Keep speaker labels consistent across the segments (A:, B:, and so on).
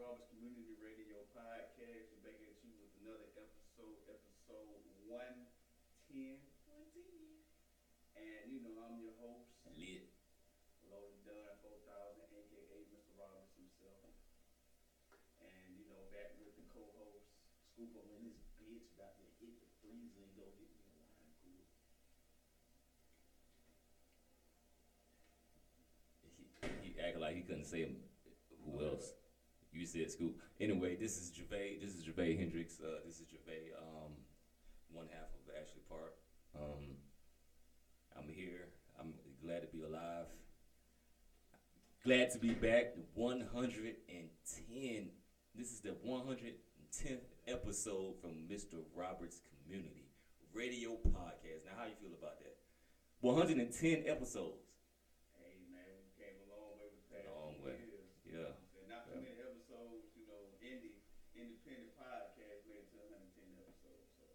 A: Roberts Community Radio Podcast. We're back at you with another episode, episode 110. 110. And you know, I'm your host,
B: Lit.
A: Loaded Dunn 4000, aka Mr. Roberts himself. And you know, back with the co host,
C: Scoop up in this bitch about to hit the freezer and go get me a wine cooler.
B: He, he acted like he couldn't say who else. You said Scoop. Anyway, this is Gervais. This is Gervais Hendricks. Uh, this is Gervais, um, one half of Ashley Park. Um, I'm here. I'm glad to be alive. Glad to be back. 110. This is the 110th episode from Mr. Roberts Community Radio Podcast. Now, how you feel about that? 110 episodes.
A: Hey man, we came a long way with that.
B: Long way. Yeah.
A: And not too many episodes, you know, indie, independent podcast made it to 110 episodes. So,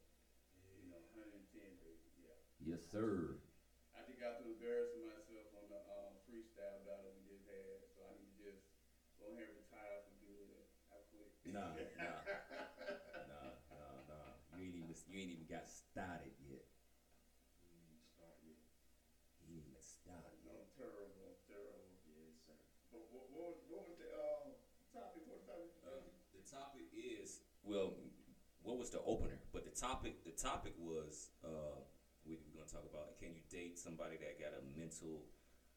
A: you know, 110, baby. Yeah.
B: Yes, sir.
A: I just got through embarrassing myself on the um, freestyle battle we just had. So I need to just go ahead and retire from doing it. I quit.
B: Nah, nah, nah, nah, nah. You ain't even you ain't even got started yet.
C: We need to start with,
B: You ain't even started
A: I'm terrible. I'm terrible.
C: yes, sir.
A: But what, what, was, what was the uh, topic? What topic?
B: yet. Uh, the topic is well, what was the opener? But the topic the topic was uh, we were gonna talk about can you date somebody that got a mental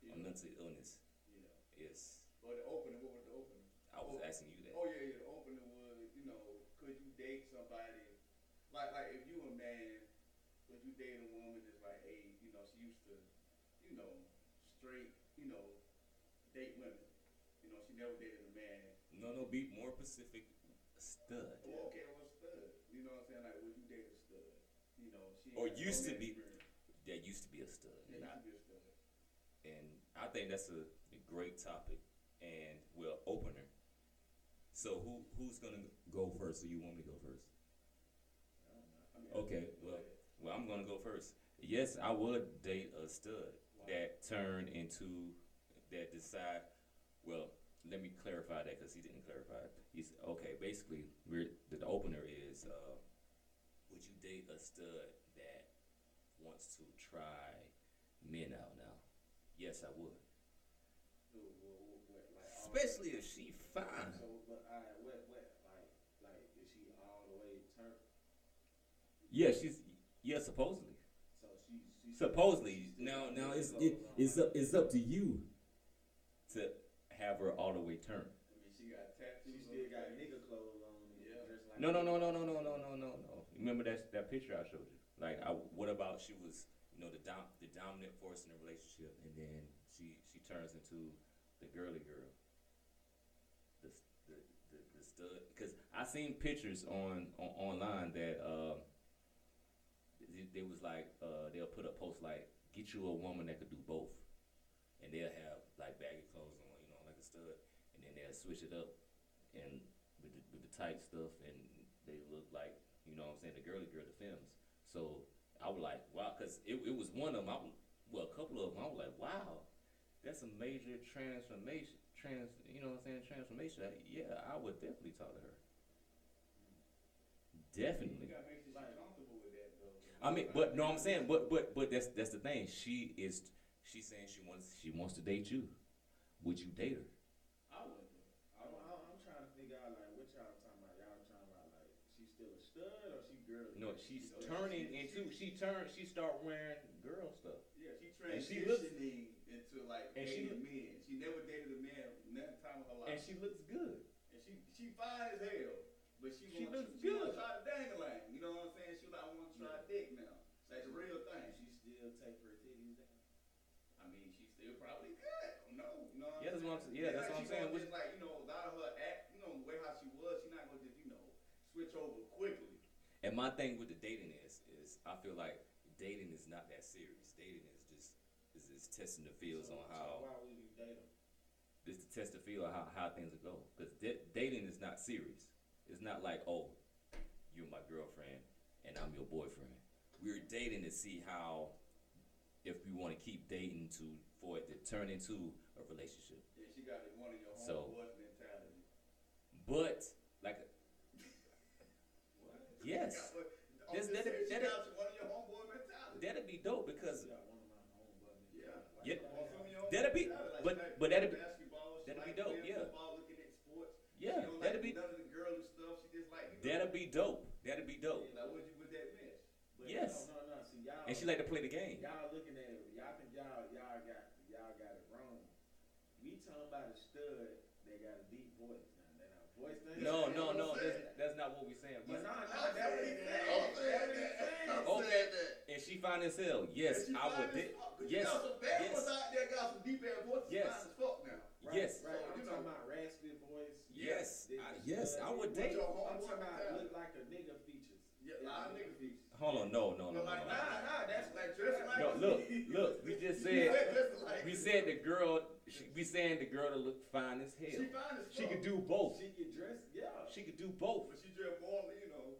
A: yeah.
B: a mental illness?
A: yeah.
B: Yes,
A: Well, the opener. What was the opener?
B: I was asking you that.
A: Oh yeah, yeah. The opener was, you know, could you date somebody? Like, like if you a man, could you date a woman that's like, hey, you know, she used to, you know, straight, you know, date women. You know, she never dated a man.
B: No, no, be more specific. Stud.
A: Oh, okay, well, stud. You know what I'm saying? Like, would you date a stud? You know, she ain't
B: Or
A: got
B: used
A: no
B: to be.
A: experience.
B: That used to be a stud.
A: Yeah,
B: and
A: used
B: I-
A: to be a stud.
B: and I think that's a, a great topic and well opener. So who who's gonna go first? Or you want me to go first?
C: I don't know.
A: I mean,
B: Okay,
A: go
B: well-
A: ahead.
B: Well, I'm gonna go first. Yes, I would date a stud
A: Wow.
B: that turned into that decide. Well, let me clarify that because he didn't clarify. it. He's okay. Basically, we're, the, the opener is: uh, Would you date a stud that wants to try men out now? Yes, I would.
C: Dude, what, what, what, like, all the-
B: Especially if she fine.
C: So, but I, what, what, like, like, is she all the way turned?
B: Yeah, she's yeah, supposedly.
C: So she, she.
B: Supposedly.
C: she's still-
B: Now, now it's
C: she's
B: it,
C: all
B: it's
C: around.
B: up it's up to you to have her all the way turned.
A: I mean, she got tattoos. on
C: She still
A: her
C: got
A: face.
C: nigga clothes on. and
A: Yeah.
C: dressed like
B: No, no,
C: a-
B: no, no, no, no, no, no, no, no. Remember that that picture I showed you? Like, I, what about she was you know the dom the dominant force in the relationship, and then she she turns into the girly girl. The the the, the stud because I seen pictures on, on online that um they, they was like uh they'll put a post like get you a woman that could do both, and they'll have like baggy clothes on, you know, like a stud, and then they'll switch it up and with the, with the tight stuff, and they look like you know what I'm saying the girly girl, the femmes. So I was like, wow, because it, it was one of them. I was, well, a couple of them. I was like, wow, that's a major transformation. Trans, you know what I'm saying? Transformation. I- yeah, I would definitely talk to her.
A: You
B: Definitely.
A: gotta make sure she's comfortable with that, though.
B: I mean, but no, I'm saying, but but but that's that's the thing. She is. She's saying she wants she wants to date you. Would you date her?
A: I wouldn't. do
C: I don't, I don't- I'm trying to figure out like what y'all talking about. Y'all talking about like she still a stud or she girly?
B: No, she's turning into she turned she start wearing girl stuff.
A: it. Yeah, she
B: And she looks-
A: transitioning into like
B: And she
A: dating men. She never dated a man none time of her life.
B: And she looks good.
A: And she she fine as hell, but she
B: She
A: wanna,
B: looks
A: she wanna
B: good.
A: try the dangling. You know what I'm saying? She like want to try dick now. That's the real
C: And
A: thing.
C: she still take her titties down.
A: I mean, she still probably good. No, you know. What I'm
B: Yeah, that's what
A: saying?
B: I'm saying. Yeah,
A: It's
B: that's
A: like
B: what I'm
A: she
B: saying.
A: gonna
B: Which-
A: Just like you know, a lot of her act, you know, the way how she was, she not gonna just you know switch over quickly.
B: And my thing with the dating is is I feel like dating is not that serious. Dating is just is is testing the fields
C: So-
B: on
C: so
B: how
C: why would you date them?
B: this to test the field on how, how things will go. Because da- dating is not serious. It's not like oh, you're my girlfriend and I'm your boyfriend. We're dating to see how if we want to keep dating to for it to turn into a relationship.
A: Yeah, she got one of your
B: So-
A: homeboys mentality.
B: But like, yes,
A: I'm
B: That's-
A: just
B: that-
A: saying, she
B: that-
A: got one of your homeboy mentality.
B: that'd be dope because
C: Yeah, one of my homeboy niggas.
A: Yeah.
C: Like,
B: Yep.
A: Or some of your
B: That'd
A: homeboy
B: be-
A: mentality,
B: but-
A: like she
B: but
A: like
B: that'd be-
A: basketball, she
B: that'd be
A: like
B: dope,
A: playing
B: yeah.
A: football, looking at sports.
B: yeah,
A: she don't
B: that'd
A: like
B: be
A: none of the girly stuff. She just like you know,
B: that'd be dope. That'd be dope.
A: Like what you with that mesh?
C: but
B: Yes.
C: No, no, no. See, y'all.
B: And she like to play the game.
C: Y'all looking at it. Y'all think y'all y'all got y'all got it wrong. We talking about a stud that got a deep voice. Now, that our voice thing.
B: No, no, no. That's, that's not what we saying.
C: But
B: But
C: nah, nah,
A: I
C: that's what
A: said that.
C: he's
A: I
C: saying.
A: said
C: That's what he's
A: that.
C: saying.
B: Oh,
A: I said that.
B: and she find herself. Yes,
A: And she
B: I
A: fine
B: would.
A: as
B: Di-
A: fuck, 'cause You
B: yes,
A: know, some bad
B: yes.
A: ones out there got some deep ass voices.
B: Yes.
A: Fine as fuck now.
C: Right,
B: Yes.
C: Right.
A: So,
C: I'm
A: you
C: talking
A: know.
C: about raspy voice.
B: Yes.
C: This
B: I-
C: is
B: yes,
C: stud.
B: I would
A: What
B: date.
A: your homeboy
C: I'm talking about
A: mentality?
C: look like a nigga features. Oh.
A: Yeah, a lot of niggas be.
B: Hold on. No, no,
A: No,
B: no. no,
A: like,
B: no.
C: Nah, nah. That's
A: Like, dress like
B: No, look, look. We just said
A: Dress like-
B: we said the girl. She, we saying the girl to look fine as
A: She
B: hell.
A: fine as fuck.
B: She could do both.
C: She get dressed. Yeah.
B: She could do both.
A: But she dress more, you know.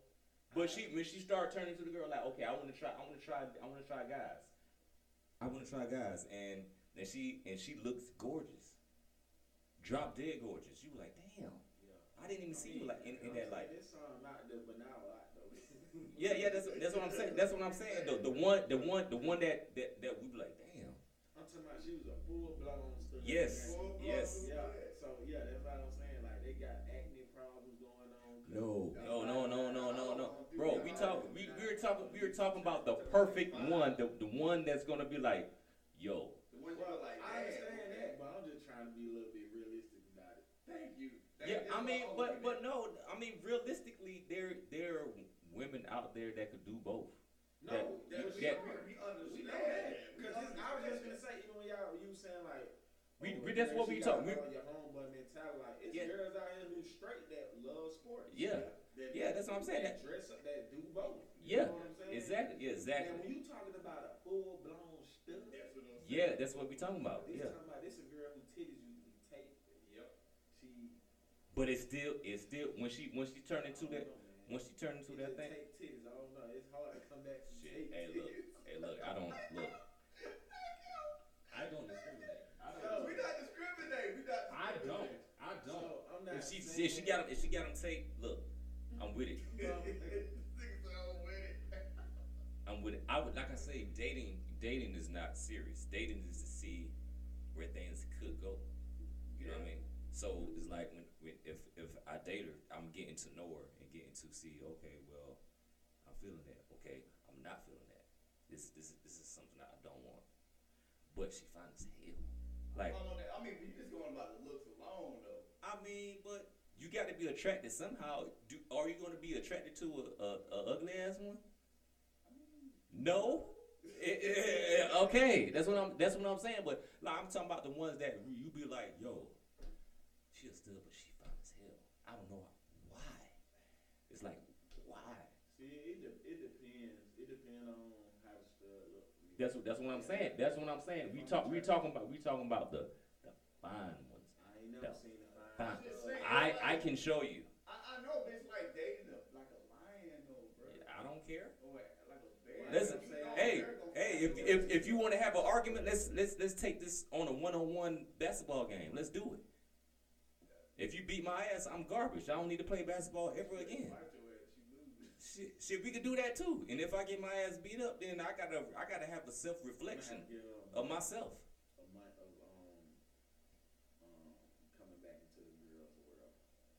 B: But she when she started turning to the girl like, okay, I want to try, I want to try, I want to try guys. I want to try guys, and and she and she looks gorgeous, drop dead gorgeous. You were like, damn,
C: Yeah.
B: I didn't even
C: I
B: see
C: mean,
B: you like in, in that light.
C: This song out there, but not a lot though.
B: Yeah, yeah, that's that's what I'm saying. That's what I'm saying. The the one, the one, the one that that that we be like, damn.
C: I'm talking about she was a full blown stud.
B: Yes.
A: Full blown
B: Yes.
A: dude.
C: Yeah. So yeah, that's what I'm saying. Like they got acne problems going on.
B: No, no, no, no, no, no, no, bro. We talk, we, we were talking, we were talking about the perfect one, the the one that's gonna be like, yo,
A: The one you
C: Well,
A: look like.
C: I understand
A: damn,
C: that, but I'm just trying to be a little bit realistic about it.
A: Thank you. Thank
B: Yeah,
A: you.
B: I mean,
A: Oh,
B: but
A: man.
B: but no, I mean realistically, there there are women out there that could do both.
C: No,
B: That-
A: That
C: that,
A: we,
B: that-
A: we, we understand.
C: we know that.
A: We
C: Because I was just gonna
A: understand
C: say, even when y'all you saying like.
B: We-
C: oh,
B: we- that's
C: man,
B: what
C: she
B: we
C: got
B: talk- we-
C: all Your homeboy mentality, like it's
B: Yeah.
C: girls out here who's straight that love sports.
B: Yeah,
A: that.
B: yeah, that's what I'm saying.
C: That
B: That,
C: dress up, that do both. You
B: Yeah,
C: know what I'm saying?
B: exactly, yeah,
C: Now,
B: exactly.
C: when you talking about a full blown stud,
A: That's what I'm saying.
B: Yeah, that's what we talking about.
C: this
B: Yeah,
C: talking about this a girl who titties usually tape.
A: Yep.
C: She
B: but it's still it's still when she when she turned into that when she turned into that thing.
C: Tape titties. I don't know. It's hard to come back from
B: Shit,
C: tape
B: hey look,
C: titties.
B: hey look, I don't look. I don't discriminate. I
A: No, we not discriminate. We not.
B: I don't.
A: discriminate.
B: I don't.
C: So, I'm not
B: If she
C: saying,
B: if she got 'em- if she got them taped, look, I'm with it.
A: Niggas all with it.
B: I'm with it. I would like I say dating dating is not serious. Dating is to see where things could go. You know what I mean? So it's like when, when if if I date her, I'm getting to know her and getting to see, okay, well, I'm feeling that. Okay, I'm not feeling that. This this this is something that I don't want. But she fine as hell. Like
A: Hold on, that- I mean, when you just going about the looks alone though.
B: I mean, but you got to be attracted somehow. Do are you going to be attracted to a, a, a ugly ass one? No. Eh, eh, eh, eh, okay, that's what I'm. That's what I'm saying. But like, I'm talking about the ones that you be like, yo, she a stud, but she fine as hell. I don't know why. It's like why.
C: See, it, de- it depends. It depends on how the stud look. for me.
B: That's what. That's what I'm saying. That's what I'm saying. We talk. We talking about. We talking about the the fine ones.
C: I ain't never
B: That's
C: seen a
B: fine.
C: fine.
A: I'm just saying,
B: I I can show you.
A: I, I know, bitch, like dating a, like a lion though, bro.
B: I don't care.
A: Or like a bear.
B: Listen,
A: You know,
B: Hey,
A: they're gonna find
B: hey, if,
A: you
B: if, if you want to have an argument, let's let's let's take this on a one-on-one basketball game. Let's do it. If you beat my ass, I'm garbage. I don't need to play basketball ever again.
A: Watch your ass, you lose.
B: Shit, shit, we could do that too. And if I get my ass beat up, then I gotta I gotta have a self-reflection of myself.
C: um, A month of um, um, coming back into the girl's world,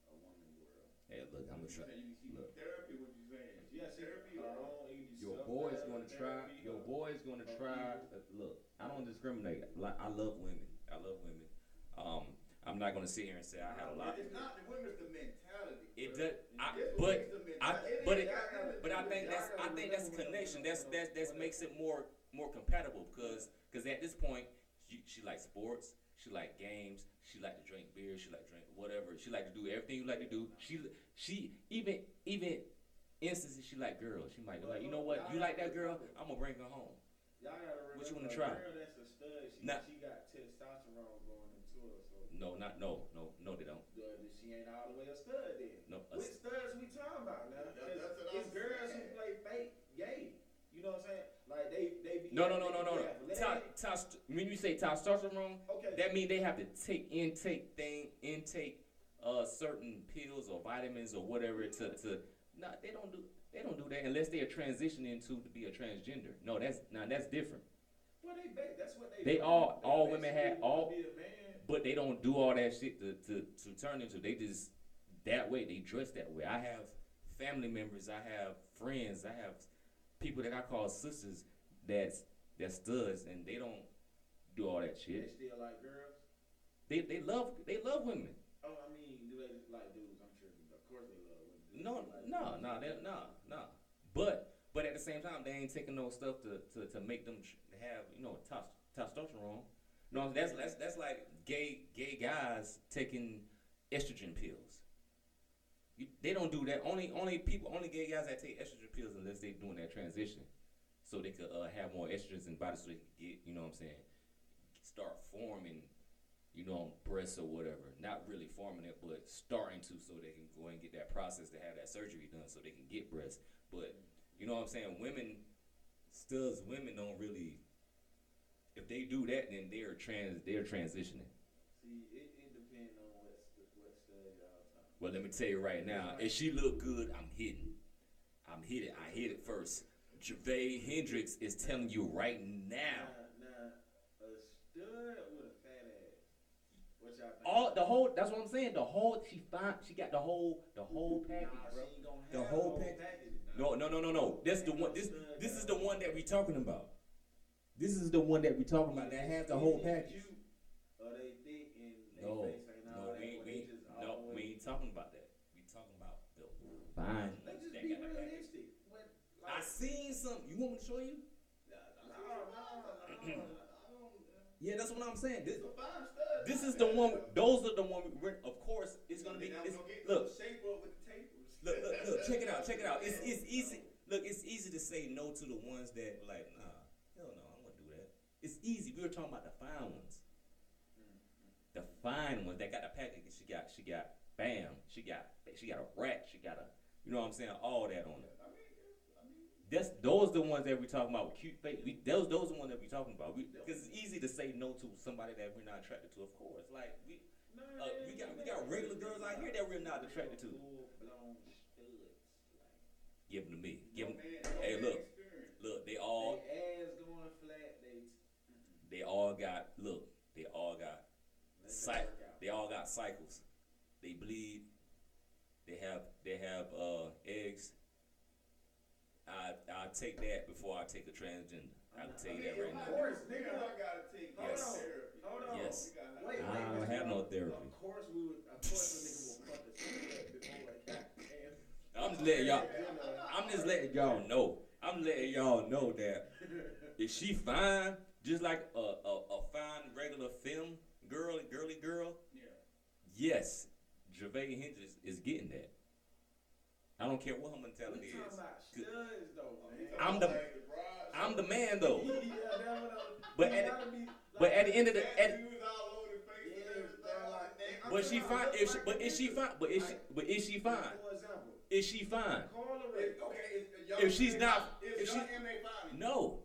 C: a woman's world.
B: Hey, look, I'm
A: You saying you keep
B: Look.
A: therapy, what you saying?
C: Yeah, see,
A: therapy.
C: her
A: or-
C: own age,
B: Your
C: self-love,
B: boy's gonna try.
C: therapy,
B: Your
C: uh,
B: boy's gonna try. Look, I don't discriminate. Like I love women. I love women. Um, I'm not gonna sit here and say I had a lot.
A: It's not the women's the mentality. bruh.
B: It does. I,
A: It's women's
B: but
A: the
B: I-
A: mentality.
B: but
A: ain't
B: it-
A: got nothing to
B: But
A: do
B: I
A: with
B: think
A: y'all
B: that's I
A: gotta
B: think
A: remember
B: that's a
A: when y'all
B: connection.
A: was
B: That's that's that's makes it more more compatible because because at this point she she likes sports, she like games, she like to drink beer, she like to drink whatever, she like to do everything you like to do. She she even even instances she like girls. She might be like you know what you like that girl, I'm gonna bring her home.
C: Y'all gotta remember,
B: What you wanna
C: a
B: try?
C: Girl, that's a stud. She,
B: Nah.
C: she got testosterone going into her, so
B: No, not no no no they don't.
C: uh, she ain't all the way a stud then.
B: No, a
C: Which studs we talking about now?
A: That- that's what
C: It's
A: I'm
C: girls who
A: saying.
C: play fake gay. You know what I'm saying? Like they they be
B: No, no, no, no,
C: they
B: no,
C: be
B: no.
C: athletic.
B: Ta- tos- when you say testosterone,
C: Okay.
B: that means they have to take intake thing, intake uh, certain pills or vitamins or whatever to to. No, they don't do they don't do that unless they are transitioning to, to be a transgender. No, that's now that's different.
C: Well, they ba- that's what they.
B: They
C: do.
B: all-
C: They
B: all women
C: basically
B: had-
C: wanna
B: all-
C: Be a man.
B: But they don't do all that shit to, to, to turn into. They just that way. They dress that way. I have family members. I have friends. I have people that I call sisters. That's that studs, and they don't do all that
C: They
B: shit.
C: still like girls.
B: They they love they love women.
C: Oh, I mean, do they like dudes? I'm sure. Of course they love women. Do
B: No,
C: they like
B: no,
C: dudes?
B: no, they, no, no. But but at the same time, they ain't taking no stuff to, to, to make them tr- have you know tos- testosterone. No, that's that's that's like gay gay guys taking estrogen pills. You, they don't do that. Only only people only gay guys that take estrogen pills unless they doing that transition, so they could uh, have more estrogens in body, so they could get you know what I'm saying, start forming, you know, breasts or whatever. Not really forming it, but starting to, so they can go and get that process to have that surgery done, so they can get breasts. But you know what I'm saying? Women, stills women don't really. If they do that, then they're trans. They're transitioning.
C: See, it, it depends on what st- what stud y'all talking.
B: Well, let me tell you right now, if she look good, I'm hitting. I'm hit it. I hit it first. Gervais Hendrix is telling you right now.
C: Now, now, a stud with a fat ass. What y'all think?
B: All the whole. That's what I'm saying. The whole. She find. She got the whole. The whole package,
C: nah,
B: bro.
C: she ain't gonna have
B: The whole pack-
C: package. nah.
B: No, no, no, no, no. That's the one. This. This is the one that we talking about. This is the one that we talking about that has the whole package.
C: Or they thick and they
B: No,
C: face ain't all
B: no,
C: that,
B: we ain't,
C: but
B: we
C: they
B: ain't,
C: just
B: no,
C: all
B: we
C: in.
B: ain't talking about that. We talking about the fine.
C: Let's just be realistic. What,
B: I
C: like,
B: seen something. You want me to show you?
C: nah, nah, nah, nah, nah, nah,
B: Yeah, that's what I'm saying. This,
C: It's a fine stud.
B: this is the one. Those are the one. We're, of course, it's gonna be.
A: Then I'm
B: It's,
A: gonna get
B: look,
A: shape up with the tapers.
B: look, look, look. Check it out. Check it out. It's it's easy. Look, it's easy to say no to the ones that like, nah, hell no, I'm gonna do that. It's easy. We were talking about the fine ones. The fine ones that got the package. She got. She got. Bam. She got. She got a rack. She got a. You know what I'm saying? All that on it.
A: I mean, yeah, I mean,
B: That's those the ones that we talking about. Cute fake. We, those those the ones that we talking about. Because it's easy to say no to somebody that we're not attracted to. Of course, like we
C: Nah,
B: uh,
C: it
B: we
C: ain't
B: got we
C: that.
B: got regular girls out here that we're not
C: Real
B: attracted to.
C: full-blown studs, like,
B: Give them to me. Give them.
A: no man- no
B: hey,
A: man
B: look.
A: experience.
B: Look, they all
C: They ass going flat. They
B: they all got look. They all got
C: let that
B: Sight.
C: work out.
B: they all got cycles. They bleed. They have they have uh, eggs. I I take that before I take a transgender. I can
C: I'm
B: tell you
A: I
B: that
A: mean,
B: right
A: my
B: now.
C: Of course,
A: nigga,
C: nigga.
A: I gotta take
C: Hold
B: on.
A: therapy.
C: Hold on.
B: Yes. Ah.
A: We gotta-
C: Wait, wait,
B: I don't
C: Mr.
B: have no
C: Bumble.
B: therapy.
C: Of course we would. Of course a nigga will fuck a stud before a goddamn.
B: I'm just letting y'all.
A: Yeah, I'm not-
B: I'm just letting y'all know. I'm letting y'all know that if she fine, just like a, a, a fine regular film girl, girly girl,
A: Yeah.
B: yes, Gervais Hendricks is getting that. I don't care what her mentality
C: We talking
B: is.
C: about studs though, man.
B: I'm the-
A: Like broad-
B: I'm the man though.
C: Yeah, that one of the-
B: But
C: you
B: at-
C: gotta be,
B: But
C: like,
B: at the end of the, at,
A: Tattoos all over the face and
C: Yeah,
A: everything
C: bro,
A: like that.
C: like,
B: but she fine. If she, but is she fine? But is she? But is she fine?
C: For example,
B: Is she fine?
C: Carla Ray.
A: If- okay, if- if y'all-
B: If she's not-
A: if,
B: if
A: y'all
B: she-
A: MA fine,
B: No.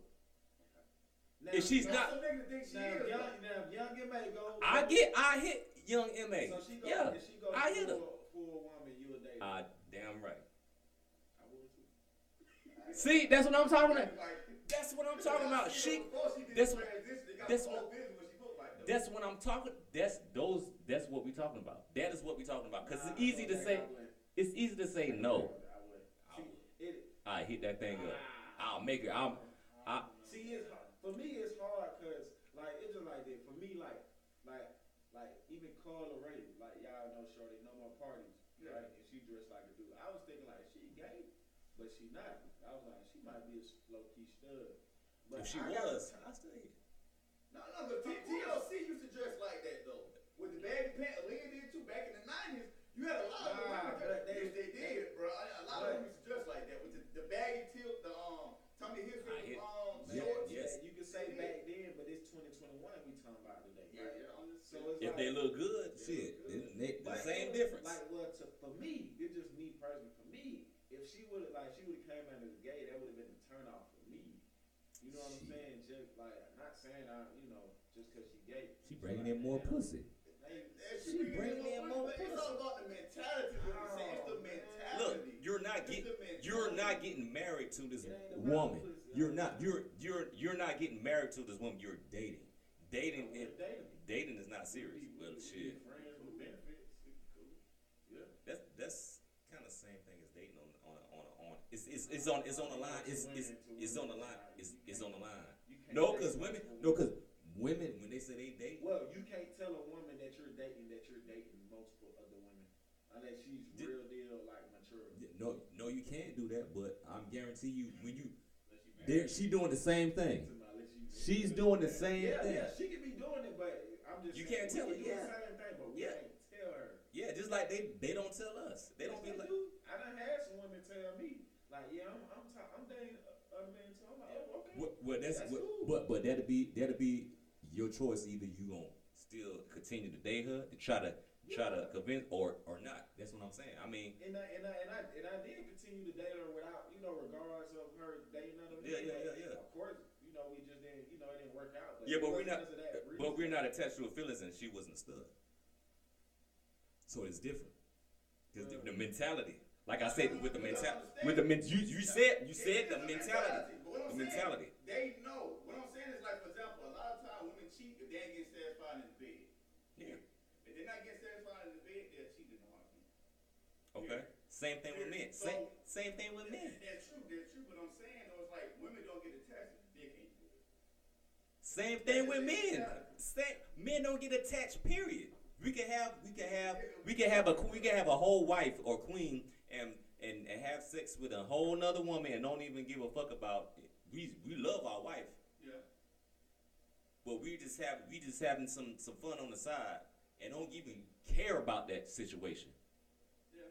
C: Now,
B: If she's
A: that's
B: not-
A: the nigga think she
C: now,
A: is.
C: if young,
A: though.
C: now if young and may go.
B: I get. I hit young ma.
C: So she go,
B: Yeah.
C: if she go
B: I hit
C: for,
B: her. Uh,
C: for a woman, you a date.
B: I damn right.
C: I would too.
B: See, that's what I'm talking about.
A: Like,
B: That's what I'm talking about. She.
A: Before she did
B: this
A: the
B: one-
A: transition, they got
B: this
A: all
B: one-
A: business what she look like, though.
B: That's what I'm talking. That's those. That's what we talking about. That is what we talking about. uh, Cause
C: Nah,
B: it's easy
C: I
B: to
C: would.
B: say.
C: I would.
B: It's easy to say no.
C: I would.
B: I
C: See,
B: would.
C: it-
B: I hit that thing up. I'll make it. I'll. I.
C: See, it's hard. for me. It's hard because like it's just like that. For me, like like like even Carla Ray, like y'all know, Shorty, no more parties,
A: Yeah.
C: right? And she dressed like a dude. I was thinking like she gay, but she not. I was like she might be a low key stud. But
B: If she
C: I gotta-
B: was, I still hit.
A: No, no, but T- TLC used to dress like that though. With the baggy pants, Aaliyah did too back in the nineties. You had a lot of
C: Nah,
A: women
C: but
A: dress. Yes,
C: they-
A: they did, bro. A lot
C: but-
A: of women used to dress like that with the, the baggy tilt, the um, Tommy
B: I hit-
A: Hilfiger um,
B: Yeah,
A: shorts.
B: yes.
C: you can say back then, but it's 2021 we talking about today.
A: Yeah,
C: right?
A: yeah, I'm just
C: So
A: saying.
C: it's
B: If
C: like,
B: they look good,
C: They
B: shit,
C: look
B: it-
C: good.
B: they- the
C: Like,
B: same
C: it-
B: difference.
C: Like, well, to, for me, it's just me personally. For me, if she would have, like, she would have came out as gay, that would have been a turn off for me. You know what I'm
B: Shit.
C: saying? Just like, I'm not saying I, you know, just because she gay.
B: She bringing in more
C: Like,
B: pussy.
C: hey,
A: And
B: She bringing in more
A: but It's
B: pussy.
A: all about the mentality. What I'm saying it's the
C: Oh, man.
A: mentality.
B: Look, you're not
A: It's
B: getting
A: the mentality.
B: you're not getting married to this
C: It ain't about
B: woman.
C: pussy,
B: You're
C: I'm
B: not
C: not.
B: you're you're you're not getting married to this woman. You're dating. Dating
C: We're
B: is,
C: dating.
B: dating is not serious. Well, shit.
C: Friends with benefits. Cool. Yeah.
B: That's that's kind of same thing as dating on on on on. It's it's it's on it's on the line. It's it's it's on the line. It's it's on the line.
C: You can't
B: No,
C: date
B: cause women
C: multiple women.
B: no, cause women when they say they date,
C: Well, you can't tell a woman that you're dating that you're dating multiple other women unless she's
B: Did-
C: real deal, like mature.
B: no no you can't do that. But I'm guarantee you when you
A: Unless you married.
B: there she doing the same thing.
C: To my- unless you-
B: She's doing the same
C: yeah,
B: thing.
C: yeah, she could be doing it, but I'm just
B: You can't
C: saying, we
B: tell
C: could
B: her,
C: do
B: yeah.
C: The same thing, but we
B: Yeah.
C: can't tell her.
B: Yeah, just like they they don't tell us. They don't be
C: Yes,
B: like
C: do. I done had some women tell me, like, yeah, I'm I'm, t- I'm dating a- other men too. I'm like, oh, okay.
B: Well, well that's,
C: That's
B: well,
C: cool.
B: but but that'd be that'd be your choice. Either you gonna still continue to date her to try to try to
C: Yeah.
B: convince or or not. That's what I'm saying. I mean,
C: And I and I and I and I did continue to date her without, you know, regardless of her dating other men.
B: Yeah, yeah,
C: but
B: yeah, yeah.
C: Of course, you know, we just didn't, you know, it didn't work out. But
B: Yeah,
C: it
B: but we're
C: wasn't
B: not-
C: because of that reason.
B: but we're not attached to her feelings, and she wasn't a stud. So it's different. Cause the- the, mentality, like I said, with the
A: Yeah, I
B: mentality,
A: understand.
B: with the men, you you said you
A: It's
B: said
A: just
B: the
A: a
B: mentality,
A: But what I'm
B: the
A: saying,
B: mentality.
A: They know. What I'm saying is, like, for example, a lot of times women cheat if they ain't getting satisfied in the bed.
B: Yeah.
A: If they're not getting satisfied in the bed, they'll cheat in the heartbeat.
B: Okay. Same thing with men. Same
A: So-
B: same thing with men.
A: That's true. That's true. But I'm saying though, it's like women don't get attached. if They can't do it.
B: Same thing with men. Same men don't get attached. Period. We can have we can have we can have a que- we can have a whole wife or queen and and, and have sex with a whole nother woman and don't even give a fuck about it. we we love our wife
A: Yeah.
B: but we just have we just having some some fun on the side and don't even care about that situation.
A: Yeah.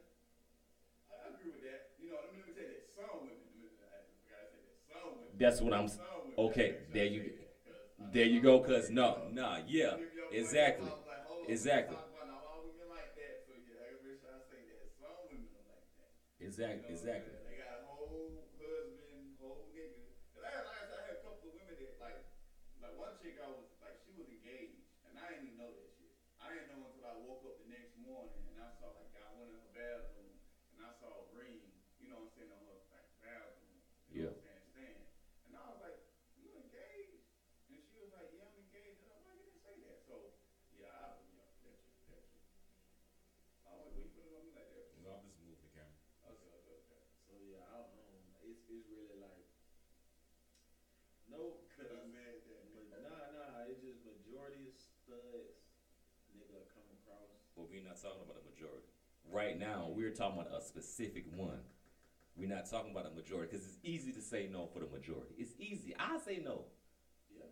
A: I I agree with that. You know, let me, let me say that some women do it. I forgot to say that some women.
B: That's what I'm. s-
A: some women.
B: okay,
A: Make sure
B: there
A: I
B: you-
A: say that, 'cause I
B: There
A: know
B: you
A: some
B: go,
A: women,
B: cause
A: you
B: no,
A: know,
B: nah, yeah,
A: If your woman
B: exactly.
A: talk like, hold on,
B: Exactly.
A: talk about now, all women like that, so yeah, I make sure I say that some women are like that. You know,
B: exactly, exactly.
A: They got a whole husband, whole nigga. Cause I, like I said, I had a couple of women that like, like one chick I was like, she was engaged, and I didn't even know that shit. I didn't know until I woke up the next morning and I saw like I went in her bathroom and I saw a ring. You know what I'm saying on her like bathroom. You know what I'm saying? Stand. And I was like, you engaged? And she was like, yeah, I'm engaged. And I'm like, you didn't say that. So yeah, I was yeah, that's it, that's it. I was like, what you putting on me like that? for?
B: I'm just moving the camera.
A: Okay, okay, okay.
C: So yeah, I don't know. It's it's really like no,
A: Cause I
C: cause
A: said that.
C: but nah nah, it's just majority of studs nigga come across.
B: But we're not talking about a majority. Right now, we're talking about a specific one. We're not talking about a majority because it's easy to say no for the majority. It's easy. I say no.
C: Yeah.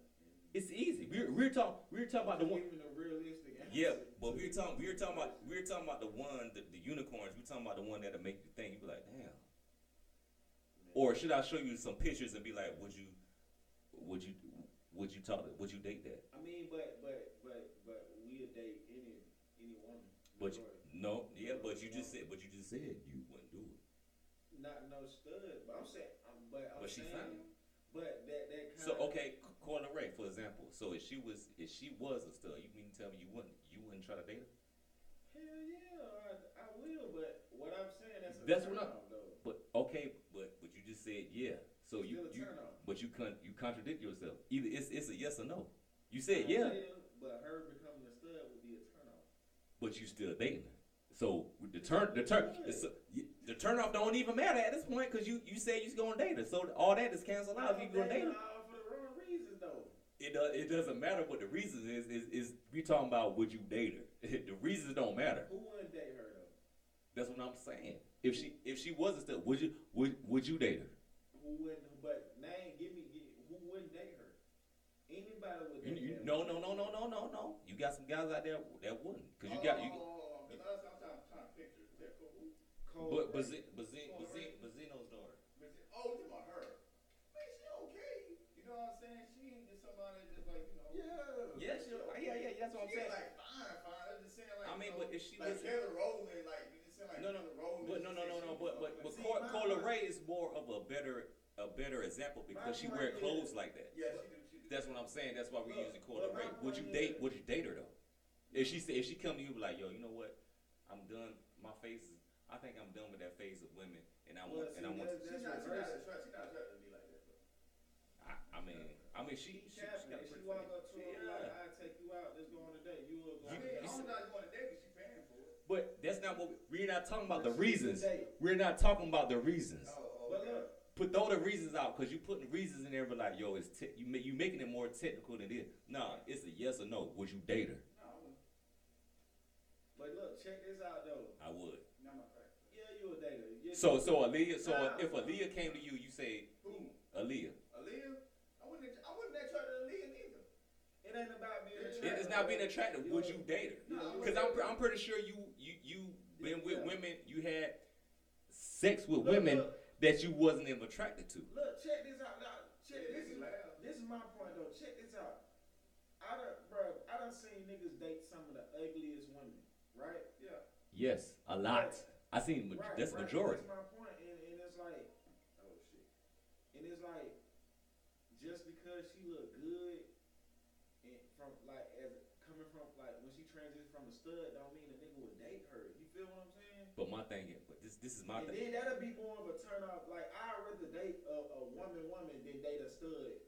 B: It's easy. We're we're talking we're talking about the one.
C: Even a realistic answer.
B: Yeah, but we're talking we're talking about we're talking about the one the, the unicorns. We're talking about the one that'll make you think. You be like, damn. Or should I show you some pictures and be like, would you, would you, would you talk? Would you date that?
C: I mean, but but but but we'll date any any woman.
B: But you,
C: majority.
B: no, yeah, but you just said, but you just said you wouldn't do it.
C: not no stud, but I'm saying, I'm, but I'm
B: But she
C: saying,
B: fine.
C: but that that kind.
B: So okay, Corner Ray, for example. So if she was, if she was a stud, you mean to tell me you wouldn't, you wouldn't try to date her?
C: Hell yeah, I, I will. But what I'm saying, that's a
B: That's what
C: turn
B: I-
C: off, though.
B: But okay, but but you just said yeah. So
C: It's
B: you,
C: still a
B: you
C: turn off.
B: but you con- you contradict yourself. Either it's it's a yes or no. You
C: I
B: said yeah,
C: will, but her becoming a stud would be a turn off.
B: but you still dating her. So the turn the turn it's- the turn off don't even matter at this point because you you said you gonna date her. So all that is canceled out. if You gonna date her?
C: all for the wrong reasons, though.
B: It does. It doesn't matter what the reason is. Is is we talking about would you date her? the reasons don't matter.
C: Who wouldn't date her though?
B: That's what I'm saying. If she if she wasn't still, would you would would you date her?
C: Who wouldn't? But name, give me, give, who wouldn't date her? Anybody would.
B: You,
C: Date
B: you,
C: that
B: no
C: woman.
B: no no no no no no. You got some guys out there that wouldn't because you got you.
A: Oh, cause I was, I'm trying, trying to picture. Is that cool?
C: Cold
B: But
C: rape.
B: Bazin Bazin Bazin Bazino's daughter.
A: But she, oh, you about her? Man, she okay. You know what I'm saying? She ain't just somebody that's just like you know.
C: Yeah.
B: Yeah, she- oh, yeah, yeah, that's what I'm
A: she ain't
B: saying.
A: Like fine, fine. I'm just saying like.
B: I mean,
A: you know,
B: but if she
A: like
B: was-
A: Taylor Rowland, like you just saying like
B: No, no,
A: Taylor Rowland.
B: But no
A: she
B: no
A: said
B: no
A: she was
B: no. But but
A: okay.
B: but
A: See,
B: Cor-
A: my
B: Cola
A: mind-
B: Ray is more of a better a better example because she wear clothes like that.
A: Yeah, she do. She do.
B: That's what I'm saying. That's why we
C: Look,
B: using Cola
C: but my
B: Ray. Would you
C: point
B: date
C: is-
B: Would you date her though? If she say, if she come to you be like, yo, you know what? I'm done. My phase is. I think I'm done with that phase of women, and I
C: Well,
B: want.
C: see,
B: and I want.
C: that's-
A: She's not, she's not, she's not, she's not attracted to me like that, bro.
B: I, I mean, I mean, she. she, she got a
C: Catherine, if she
B: pretty
C: walk
B: face.
C: up to him like,
B: Yeah.
C: I take you out, let's go on a date, you will go.
A: I
C: on a
A: mean, I
C: date.
A: don't know if you want to date, but she paying for it.
B: But that's not what we, we're not talking about. The
C: Let's choose a
B: reasons.
C: date.
B: We're not talking about the reasons.
A: Oh,
C: But look,
B: Put throw the reasons out because you putting reasons in there, but like, yo, it's te- you ma- you making it more technical than it. Nah, it's a yes or no. Would you date her?
A: No, I wouldn't.
C: but look, check this out though.
B: I would.
A: Not my type.
C: Yeah, you a dater. Yeah,
B: So
C: you-
B: so Aaliyah. So
A: Nah.
B: if Aaliyah came to you, you say
A: Who?
B: Aaliyah.
A: Aaliyah? I wouldn't, I wouldn't attract to Aaliyah neither.
C: it ain't about being
A: It-
B: It
C: attracted.
B: is not being attractive. Would you date her?
A: No, I
B: Because
A: wouldn't.
B: I'm, pre- I'm pretty sure you you you been with
C: Yeah.
B: women, you had sex with
C: Look,
B: women
C: Look,
B: that you wasn't even attracted to.
C: look, check this out. Now,
A: Yeah,
C: check
A: this is loud.
C: This is my point though. Check this out. I done, bro. I done seen niggas date some of the ugliest women, right?
A: Yeah.
B: Yes, a lot. I seen ma-
C: right
B: that's
C: right.
B: majority.
C: That's my point, and, and it's like,
A: Oh, shit.
C: and it's like, just because she look good, and from like as coming from like when she transitioned from a stud, don't mean a nigga would date her. You feel what I'm saying?
B: But my thing, is- but this this is my
C: and
B: thing.
C: then that'll be more of a turn off. Like I'd rather date a, a woman, woman than date a stud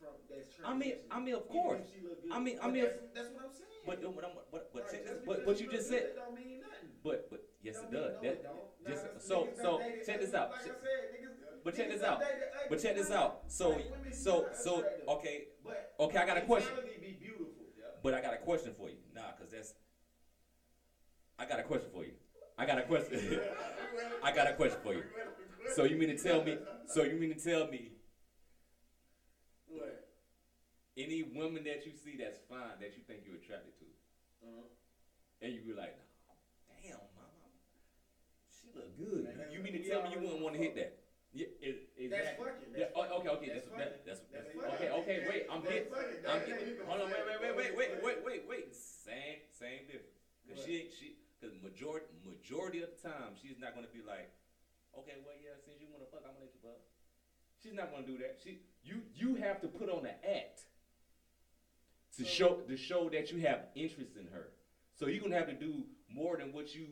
C: from that's
B: I mean,
C: transitioning.
B: I mean, of
C: Even
B: course.
C: if she look good.
B: I mean- I
C: But
B: mean,
C: that's, that's what I'm saying.
B: But but I'm- but but
C: Like,
B: check this.
C: just
B: But
C: because
B: but
C: she
B: you
C: look
B: just
C: good,
B: said.
C: it don't mean nothing.
B: But but yes,
C: Don't
B: it
C: mean-
B: does.
C: no,
B: That-
C: it don't. Nah,
B: just-
C: that's-
B: so-
C: niggas done
B: so,
C: dated
B: check this
C: ugly-
B: out.
C: Like
B: Check-
C: I said, niggas,
B: but check
C: niggas
B: this
C: done
B: out.
C: dated ugly
B: But check this
C: women.
B: out. So
C: Like, women
B: so
C: not
B: so
C: attractive.
B: okay
C: But
B: okay. I got a question.
C: mentality Be beautiful.
A: Yeah.
B: But I got a question for you. Nah, cause that's. I got a question for you. I got a question. I got a question for you. So you mean to tell me? So you mean to tell me
A: What?
B: any woman that you see that's fine that you think you're attracted to,
C: Uh-huh.
B: and you be like, nah, damn, mama, she look good.
C: Man, that's-
B: You mean to
C: we
B: tell me you
C: already
B: wouldn't want to hit that? Yeah, it,
C: That's
B: exactly.
C: fucking.
B: Yeah,
C: That's
B: oh, okay, okay, that's
C: That's funny.
B: that, that's, that's
C: That's funny.
B: okay, okay. Wait, I'm
A: That's
B: getting,
A: funny.
B: I'm
A: That's
B: getting.
A: funny.
B: Hold on, wait, wait, wait, wait, wait, wait, wait, wait. Same, same difference. Cause she ain't she, cause majority majority of the time she's not gonna be like, okay, well yeah, since you wanna fuck, I'm gonna let you fuck. She's not gonna do that. She you you have to put on an act to
C: So-
B: show to show that you have interest in her. So you're gonna have to do more than what you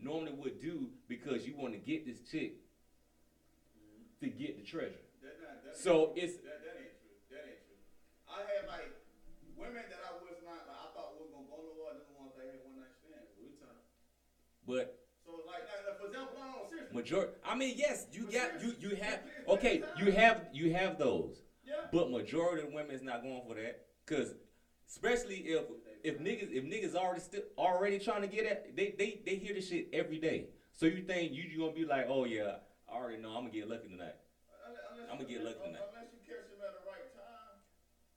B: normally would do because you want to get this chick to get the treasure.
A: That not, that
B: So
A: ain't true.
B: it's-
A: that, that ain't true. That ain't true. I had like women that I was not like I thought was gonna go nowhere. They're the ones that had one night stands.
C: We talking.
B: But
A: So like, like, like, for example, no, no, seriously.
B: Majority. I mean, yes, you
A: But
B: got you
A: seriously,
B: you have
A: it's- it's
B: okay,
A: not-
B: you have you have those,
A: Yeah.
B: but majority of women is not going for that, cause especially if if niggas if niggas already still already trying to get at they they they hear this shit every day. So you think you, you gonna be like, oh yeah, I already know I'm gonna get lucky tonight.
A: Unless- unless
B: I'ma
A: you-
B: get lucky tonight.
A: Unless you catch him at the right time.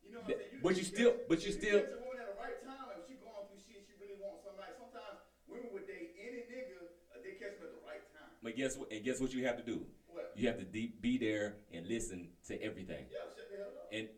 A: You know what
B: Th-
A: I'm saying?
B: but you still-
A: catch-
B: but you
A: if
B: still-
A: catch a woman at the right time, like, if she going through shit, she really wants somebody. Sometimes women would date any nigga, uh, they catch him at the right time.
B: But guess what? And guess what you have to do?
A: What?
B: You have to de- be there and listen to everything.
A: Yeah, shut the hell up.
B: And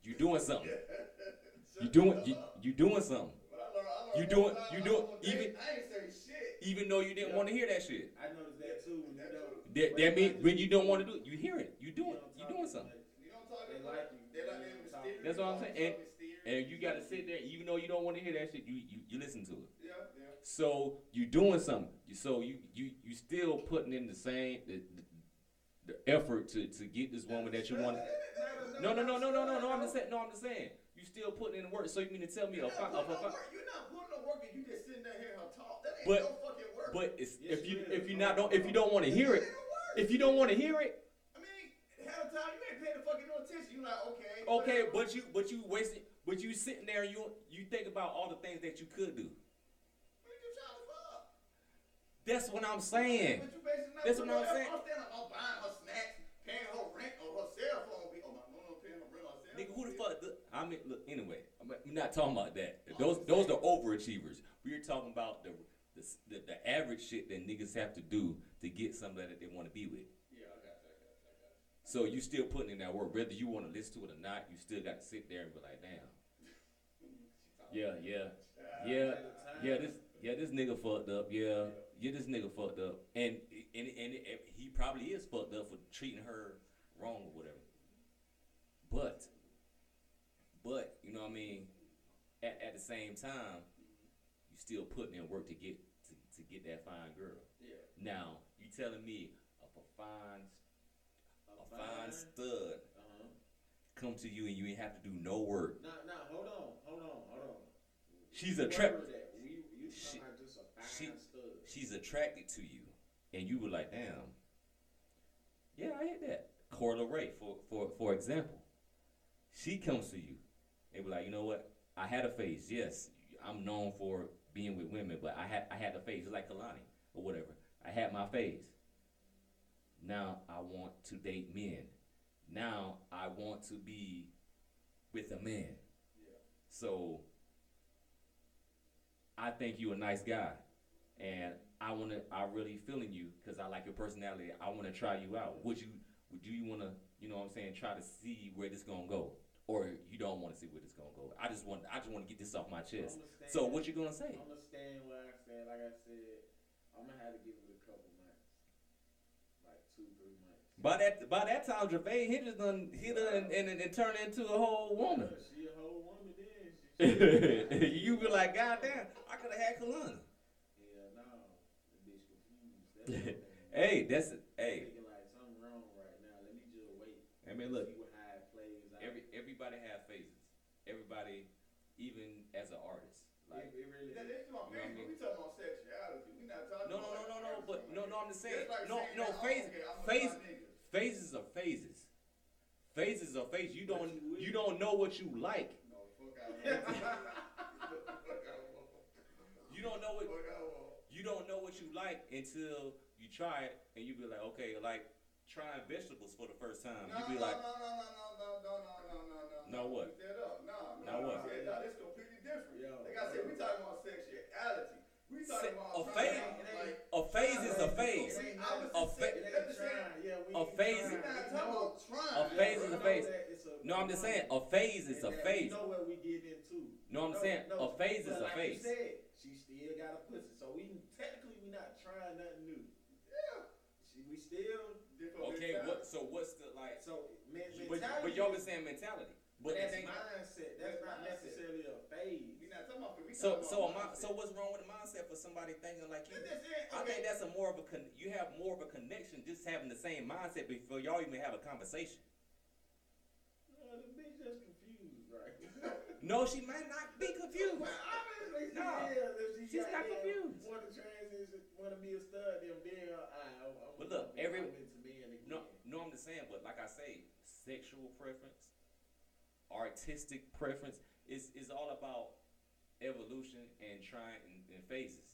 B: you doing something.
A: Shut
B: You
A: the
B: doing
A: hell
B: you,
A: up.
B: you doing something.
A: But I learned, I learned
B: you
A: one
B: doing-
A: time
B: you
A: I
B: doing-
A: was on date,
B: even-
A: I ain't say shit.
B: Even though you didn't want to hear that shit.
C: I noticed that too. When you don't.
B: That, that means when you don't want to do it, you hear it. You do it.
C: don't
B: You
C: talk
B: doing
C: to
B: something.
C: them.
A: You know what I'm
C: They
A: talking
C: like
A: about?
C: you.
A: They like that
C: You talk-
A: mysterious.
B: That's what I'm
A: all
B: saying.
A: so mysterious.
B: And you gotta sit there, even though you don't want to hear that shit, you, you you listen to it.
A: Yeah, yeah.
B: So you doing something. You- So you you you still putting in the same the, the, the effort to to get this woman that you want. No no no no no no no. I'm just saying. No, I'm just saying. You still putting in the work. So you mean to tell me a,
A: You're
B: fi-
A: not
B: a,
A: putting
B: fi-
A: no work. You're not putting no work, and you just sitting there hearing her talk. That ain't
B: But-
A: no fucking work.
B: but it's,
C: Yes,
B: if you
C: it is.
B: if you not don't if you don't want to hear
A: That
B: it
A: ain't no work.
B: if you don't want to hear it
A: I mean, half the time you ain't paying the fucking no attention. You like okay.
B: okay
A: whatever.
B: but you but you wasting but you sitting there and you you think about all the things that you could do.
A: What you trying to fuck?
B: That's what I'm saying.
A: But you basically not
B: That's what
A: putting
B: I'm
A: no effort.
B: saying.
A: I'm standing. I'm buying her snacks, paying her rent or her cell phone bill. Oh my, no, no, paying her rent or cell
B: Nigga,
A: phone
B: who the
A: bill.
B: fuck? The, I mean, look. Anyway, I'm not- I'm not talking about that. Those, those are overachievers. We're talking about the, the s- the the average shit that niggas have to do to get somebody that they want to be with.
A: Yeah, I got you. I got you. I got you.
B: So you still putting in that work, whether you want to listen to it or not. You still got to sit there and be like, damn.
A: Mm-hmm.
B: Yeah, yeah, yeah, yeah. This, yeah, this nigga fucked up. Yeah, yeah, this nigga fucked up, and and and, and he probably is fucked up for treating her wrong or whatever. But, but you know what I mean. At, at the same time, you still putting in work to get to, to get that fine girl.
A: Yeah.
B: Now you telling me if a fine
C: A
B: a
C: fine.
B: fine stud
C: Uh-huh.
B: come to you and you ain't have to do no work.
C: Nah, nah, hold on, hold on, hold on.
B: She's a
C: Word
B: trap.
C: that We, you
B: She-
C: talking about just a fine
B: she-
C: stud.
B: She's attracted to you, and you were like, damn. Yeah, I hit that. Cora Ray, for for for example, she comes to you, and be like, you know what? I had a phase. Yes, I'm known for being with women, but I had I had a phase. It's like Kalani or whatever. I had my phase. Now I want to date men. Now I want to be with a man.
A: Yeah.
B: So I think you a nice guy, and I want to. I really feeling you because I like your personality. I want to try you out. Would you? Would do you want to? You know what I'm saying? Try to see where this gonna go, or you don't want to see where this gonna go. I just want. I just want to get this off my chest.
C: Understand-
B: So what you gonna say?
C: I'm gonna stand where I stand. Like I said, I'm gonna have to give it a couple months, like two, three months.
B: By that by that time, Javay Hendrix done hit her and, and, and turned into a whole woman.
C: Yeah, she a whole woman then. She,
B: you be like, God damn, I could have had Kalana.
C: Yeah, no, the bitch confused. That's what I'm saying.
B: Hey, that's hey.
C: Thinking like something wrong right now. Let me just wait.
B: I mean, look,
C: See what how it plays out.
B: Every everybody have phases. Everybody, even as an artist, like
C: it, it really.
A: That is my
B: You know what I
A: face, but
B: mean?
A: we talking about sexuality. We not talking
B: no, no,
A: about
B: no,
A: like person
B: no, no. But
A: like
B: no,
A: that.
B: no. I'm just saying,
A: That's like
B: no,
A: saying
B: no.
A: that, oh,
B: Phase,
A: okay, I'm with
B: phase,
A: my niggas.
B: phases are phases. Phases are phases. You
C: But
B: don't
C: you will.
B: you don't know what you like.
A: No, fuck out. Fuck out.
B: You don't know what
A: Fuck out.
B: you don't know what you like until you try it and you be like, okay, like trying vegetables for the first time.
A: No,
B: You be like,
A: no, no, no, no, no, no, no, no, no.
B: Now what?
A: Keep that up. No, no,
B: Now
A: no,
B: what?
A: Yeah, no, that's completely different.
C: Yo.
A: Like I said, we talking about sexuality. We
B: Se-
A: talking about
B: a
A: trying
B: phase-
A: out, like,
B: a phase is a phase.
A: See,
B: A
A: opposite
B: fa-
A: sex- that's the same.
B: A phase-
A: We not talking about trying.
B: A phase is a
A: bro.
B: phase. No, I'm just saying a phase is a phase.
C: You know what we get into.
B: No, I'm
C: No,
B: saying
C: no,
B: a phase
C: but
B: is a
C: like
B: phase.
C: You said, she still got a pussy, so we technically we not trying nothing new.
A: Yeah.
C: She, we still
A: Different
B: Okay,
A: mentality.
B: what? So what's the like?
C: so men-
B: But,
C: mentality.
B: but y'all been saying mentality. But the
C: that's
B: thing-
C: mindset. That's not
A: Mindset.
C: necessarily a phase.
A: We not talking about. We
B: So
A: talking
B: so
A: about
B: am I,
A: mindset.
B: so what's wrong with the mindset for somebody thinking like you?
A: That's just it.
B: I
A: Okay.
B: think that's a more of a con- you have more of a connection just having the same mindset before y'all even have a conversation.
C: No, the bitch just confused, right?
B: No, she might not be confused.
C: Well, obviously she
B: Nah,
C: is. If she
B: she's not
C: goddamn
B: confused.
C: Wanna transition, wanna be a stud, then then uh, I, I, I,
B: But look, every-
C: I'm into men again.
B: No, no, I'm just saying. But like I say, sexual preference, artistic preference is is all about evolution and trying and, and phases.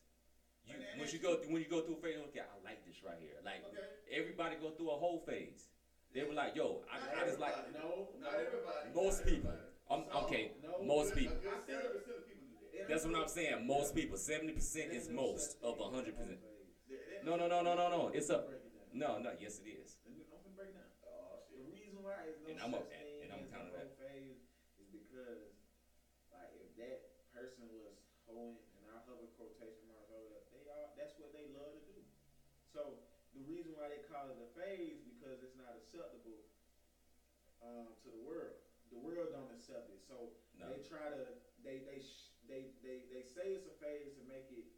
B: You
A: And- and
B: when
A: it's
B: you go through, when you go through a phase, okay, I like this right here. Like
A: Okay.
B: everybody go through a whole phase. They were like, yo, I, I just like
C: no, no.
A: Not everybody.
B: most
A: not
B: people.
A: everybody.
B: I'm,
A: Some-
B: okay,
C: No,
B: most
A: Good-
B: people.
A: A good seven percent of people do that.
B: That's what I'm saying. Most people, seventy percent is most of hundred percent.
A: That- that-
B: No, no, no, no, no, no. It's a
C: Break it
B: no,
C: down.
B: no. Yes, it is.
C: Let me- I'm gonna break it down.
A: Oh shit.
C: The reason why it's no
B: And I'm up at-
C: such thing
B: and I'm
C: as a
B: counting
C: hoe
B: that.
C: phase is because, like, if that person was hoeing, and I hover quotation marks over that, they are that's what they love to do. So the reason why they call it a phase because it's not acceptable um, to the world. The world don't accept it, so
B: No.
C: they try to they they sh- they they they say it's a phase to make it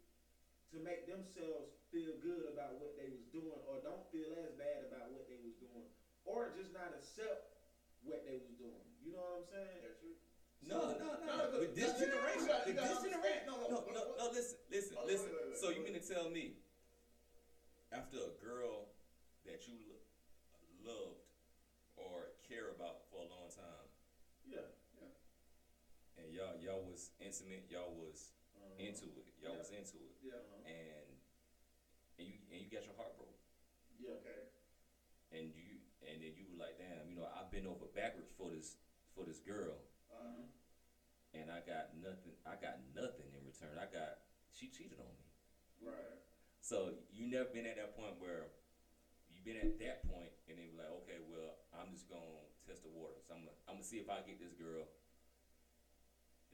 C: to make themselves feel good about what they was doing or don't feel as bad about what they was doing or just not accept what they was doing. You know what I'm saying?
A: That's true.
B: No, no, no.
A: No, no,
B: With this
A: no, no, no,
B: generation,
A: you gotta- you gotta
B: with this
A: understand.
B: generation. No,
A: No, no,
B: no, no,
A: what- what-
B: no. Listen, listen,
A: Hold on,
B: listen.
A: wait, wait, wait,
B: So you
A: wait.
B: mean to tell me after a girl that you lo- loved or care about for a long time,
C: Yeah.
B: and y'all y'all was intimate, y'all was into it, y'all was into it,
A: Yeah.
C: Uh-huh.
B: and and you and you got your heart broken.
C: Yeah.
A: Okay.
B: and you and then you were like, damn, you know, I've been over backwards for this for this girl,
A: Uh-huh.
B: and I got nothing. I got nothing in return. I got she cheated on me.
A: Right.
B: So you never been at that point where you been at that point, and then be like, okay, well, I'm just gonna test the waters. I'm gonna I'm gonna see if I get this girl.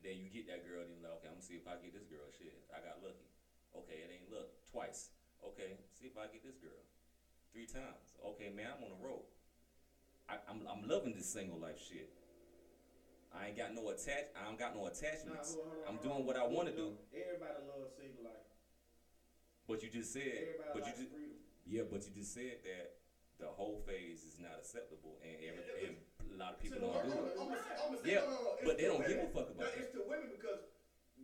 B: And then you get that girl, and you're like, okay, I'm gonna see if I get this girl. Shit, I got lucky. Okay, it ain't luck twice. Okay, see if I get this girl three times. Okay, man, I'm on the road. I, I'm I'm loving this single life shit. I ain't got no attach. I don't got no
C: Nah,
B: attachments.
C: hold on, hold on,
B: I'm
C: hold
B: doing
C: on.
B: what I want to
C: You
B: do.
C: know, Everybody loves single life.
B: But you just said,
C: Everybody
B: but you
C: likes
B: just
C: freedom.
B: yeah, but you just said that the whole phase is not acceptable, and every,
A: Yeah,
B: and a
A: To
B: lot of people
A: the women,
B: don't
A: I'm
B: do it.
A: gonna- I'm gonna say-
B: Yeah,
A: no, no, no, it's
B: but they
A: the
B: don't give
A: women.
B: a fuck
A: No,
B: about that.
A: It's to women because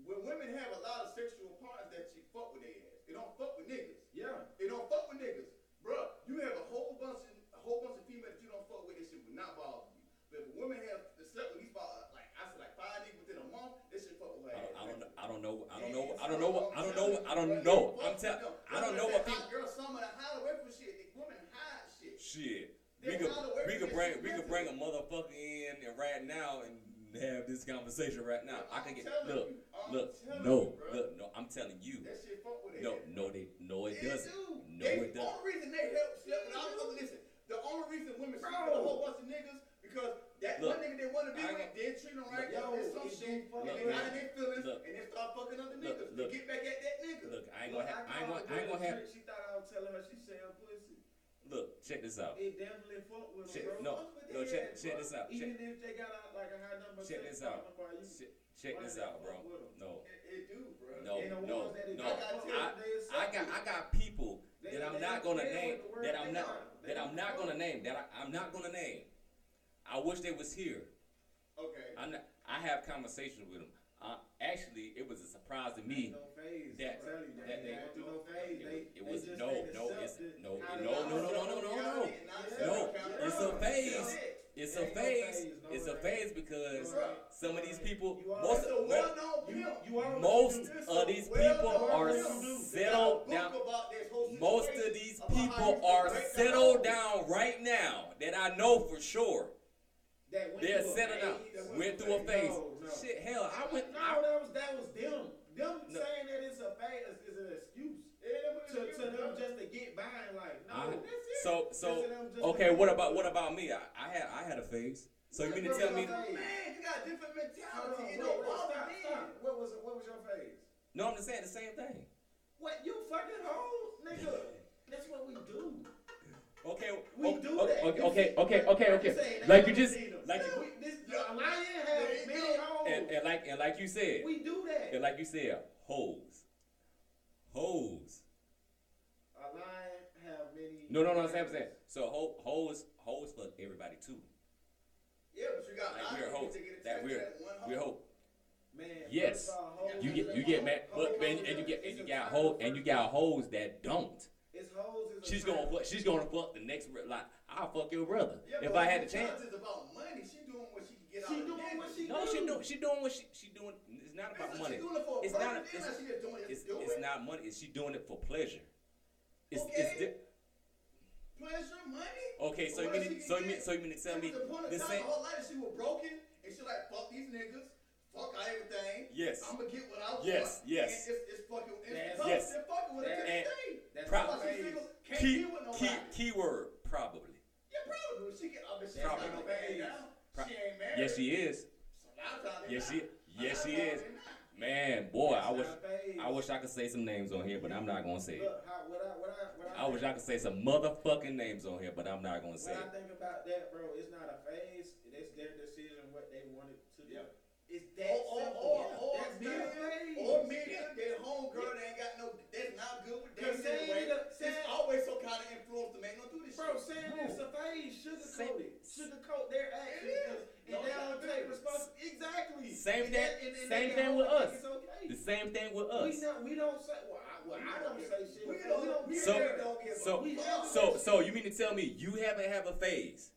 A: when women have a lot of sexual partners that she fuck with their ass. They don't fuck with niggas.
C: Yeah.
A: They don't fuck with niggas, bruh. You have a whole bunch of a whole bunch of females that you don't fuck with. This shit would not bother you. But if a woman has slept with these about like I said like five niggas within a month, this shit fuck with her.
B: I don't,
A: ass.
B: I don't, know- I don't know, I don't
A: And-
B: know,
A: and
B: I don't know,
A: so
B: what- I don't know,
A: I'm
B: what- I don't
A: telling
B: know.
A: you,
B: I'm
A: bruh,
B: telling,
A: you know,
B: I don't
A: women
B: know
A: that
B: what
A: hide-
B: people.
A: Girl, some of the hide away from shit. These women hide shit.
B: Shit,
A: They
B: we could,
A: hide away
B: we
A: from
B: could
A: that
B: bring,
A: shit
B: we could
A: mentally.
B: bring a motherfucker in and right now and have this conversation right now. I
A: I'm
B: can get
A: telling
B: look,
A: you, I'm
B: look,
A: telling you,
B: no,
A: bruh.
B: look, no. I'm telling you,
A: That shit fuck with
B: no,
A: ass.
B: no, they, no, it
A: They
B: doesn't.
A: do.
B: No,
A: They-
B: it doesn't.
A: Only reason they help slept with all the other listen. The only reason women sleep with a
C: Bro.
A: whole bunch of niggas because that
B: Look,
A: one nigga they want to be
B: I
A: with didn't treat them right.
C: Yo,
A: Yo, some
C: it
A: shit,
C: don't fuck
A: and they
B: with
A: got in
B: it.
A: their feelings
B: Look.
A: and they start fucking other
B: Look,
A: niggas
B: look.
A: to get back at that nigga.
B: Look, I ain't gonna, have, I ain't
C: called
B: gonna, I ain't
C: the
B: gonna have.
C: girl, She thought I was telling her she said her pussy.
B: Look, check this out.
C: It definitely fucked with
B: Check,
C: her, bro.
B: no,
C: Fuck with
B: no,
C: their
B: check,
C: ass,
B: check
C: bro.
B: this out. Check,
C: Even if they got out like a high number,
B: Check this
C: sex
B: out.
C: partner, bro, you-
B: check, check this out, bro. No,
A: It, it do, bro.
B: No,
C: and the
B: no,
C: ones that it
B: no.
C: got fucked with,
B: I-
C: they
B: I
C: accept
B: got,
C: it.
B: I got people
C: They-
B: that I'm
C: they
B: not
C: don't
B: gonna
C: care
B: name,
C: what the word
B: that
C: they
B: I'm not,
C: got. They
B: that
C: don't
B: I'm not
C: care.
B: gonna name, that I, I'm not gonna name. I wish they was here.
A: Okay.
B: I'm not, I have conversations with them. Uh, actually, it was a surprise to me.
C: No phase.
B: that-
C: I'm telling you,
B: that
C: they
B: they-
C: ain't going through no phase.
B: it
C: They,
B: was- it
C: they
B: was-
C: just
B: no,
C: ain't
B: no, it's-
C: accepted
B: no,
C: how
B: it-
C: to
B: no,
C: balance
B: no, no,
C: it.
B: no, no, no, no. No, it's a phase. It's a
C: Ain't no
B: phase.
C: phase, no
B: It's a
C: way.
B: phase because
A: Bruh.
B: some of these people,
C: You are
B: most,
A: It's a
B: well,
A: well-known
C: You,
A: pimp.
C: you are
B: most
A: It's a
B: of these people
A: well-known
B: are
A: pimp. They got a
B: settled
A: book
B: down.
A: about this whole
B: Most of
A: situation
B: these
A: about how he
B: people
A: used to
B: are
A: break the
B: settled
A: law.
B: down right now that I know for sure.
C: that went
B: They're
C: through a
B: settled down.
C: phase, that
B: Went through a phase.
C: No, no.
B: Shit, hell, I went.
C: No,
B: I,
C: that was that was them. Them
B: No.
C: saying that it's a phase is, is an excuse
A: Yeah, but
C: to,
A: it's
C: to them
A: good.
C: just to get by in life. No,
B: I-
C: that's it.
B: so
C: Just
B: so
C: to them just
B: okay.
C: to-
B: What about what about me? I, I had I had a phase. So you mean to tell me?
A: Man, you got a different
C: Hold
A: mentality.
C: on,
A: It
C: wait,
A: don't
C: wait,
A: bother
C: stop,
A: me.
C: stop. What was what was your phase?
B: No, I'm just saying the same thing.
C: What you fucking hoes, nigga? That's what we do.
B: Okay.
C: We
B: o-
C: do
B: o-
C: that.
B: Okay.
C: You
B: Okay.
C: see,
B: Okay.
C: but
B: Okay.
C: I'm
B: Okay.
C: saying they
B: Like you
C: don't
B: just
C: see them.
B: like
C: No,
B: you
C: we, this, a lion has
A: There you
C: many
A: go.
C: hoes.
B: and, and like and like you said
C: we do that.
B: and like you said hoes, hoes.
C: a lion have many.
B: No, no, no. I'm saying, I'm saying. So ho, hoes, hoes for everybody too.
A: Yeah, but you got
B: Like,
A: lots of
B: we're
A: people
B: hoes.
A: to get
B: That
A: attached to
B: we're-
A: that one hoe.
B: We're hoes.
C: Man,
B: Yes.
C: first of all, hoes
B: You get you get mad, but and, and you get and you got hoes and you got hoes that don't.
C: It's hoes. Is a
B: She's gonna
C: title.
B: fuck. She's gonna fuck the next. re- Like I'll fuck your brother
A: Yeah,
B: if
A: but
B: I had
A: if
B: the chance.
A: It's about money. She doing what she can get
C: She
A: out of
C: doing
A: business.
C: what she-
B: No, she
C: do.
B: doing. She doing what she she doing. It's not
A: Man,
B: about
A: so
B: money.
A: She doing it for a
B: It's
A: purpose.
B: not a-
A: It's not.
B: it's-
A: She just doing it.
B: It's
A: to do
B: it's
A: it.
B: not money. Is she doing it for pleasure? It's it's
A: Okay.
B: di-
A: pleasure, money.
B: okay. So you
A: What
B: mean
A: else
B: to-
A: she
B: so
A: can
B: you mean
A: get?
B: so you mean to tell
A: There
B: me
A: was a point in
B: this
A: time
B: ain't
A: Her whole life, she was broken, and she like fuck these niggas, fuck everything.
B: yes.
A: I'm gonna get what I want.
B: Yes, yes.
A: And it's, it's fucking. It's
C: That's-
A: tough.
B: yes.
A: They're fucking with it to
B: And-
A: this day.
C: That's
B: Pro-
C: a
A: That's why she
C: phase.
A: single. Can't
B: Key
A: deal with
B: key
A: nobody.
B: keyword probably.
A: Yeah, probably. She can. I bet she
B: Probably.
A: ain't got no bag now.
B: Pro-
A: She ain't married.
B: Yes, she is.
A: So a lot of times they
B: Yes,
A: not.
B: she
A: A lot
B: yes
A: of
B: she
A: times
B: is.
A: they not.
B: Man, boy, I wish
C: That's not a phase.
B: I wish I could say some names on here, but I'm not gonna say it.
C: Look, how, what I, what I, what I,
B: I wish I could say some motherfucking names on here, but I'm not gonna say
C: When I
B: it.
C: think about that, bro, it's not a phase. It's their decision what they wanted to do.
A: Yeah.
C: It's that
A: Or, or,
C: simple.
A: or,
C: Yeah,
A: or,
C: that's
A: media,
C: not a phase.
A: or media, that homegirl that ain't got no, that's not good with
C: Cause
A: dating
C: they ain't
A: anyway.
C: the-
A: It's
C: they-
A: always some kind of influence to make them do this
C: Bro,
A: shit.
C: saying
B: No.
C: it's a phase, sugarcoat it,
B: Same-
C: sugarcoat their actions,
A: is.
C: and- and
A: No,
C: they
A: it's
C: don't
A: not
C: take
A: good.
C: responsibility. Exactly.
B: Same
C: And
B: thing-
C: that- and- and
B: same
C: they
B: thing
C: all
B: with
C: think
B: us.
C: It's okay.
B: The same thing with
C: We
B: us.
C: not, we don't say. Well, I, well, I don't say shit.
A: We
C: but
A: don't, we
C: get
B: So-
A: really
C: it.
A: don't give
B: so-
A: a fuck.
B: So so you mean to tell me you haven't have a phase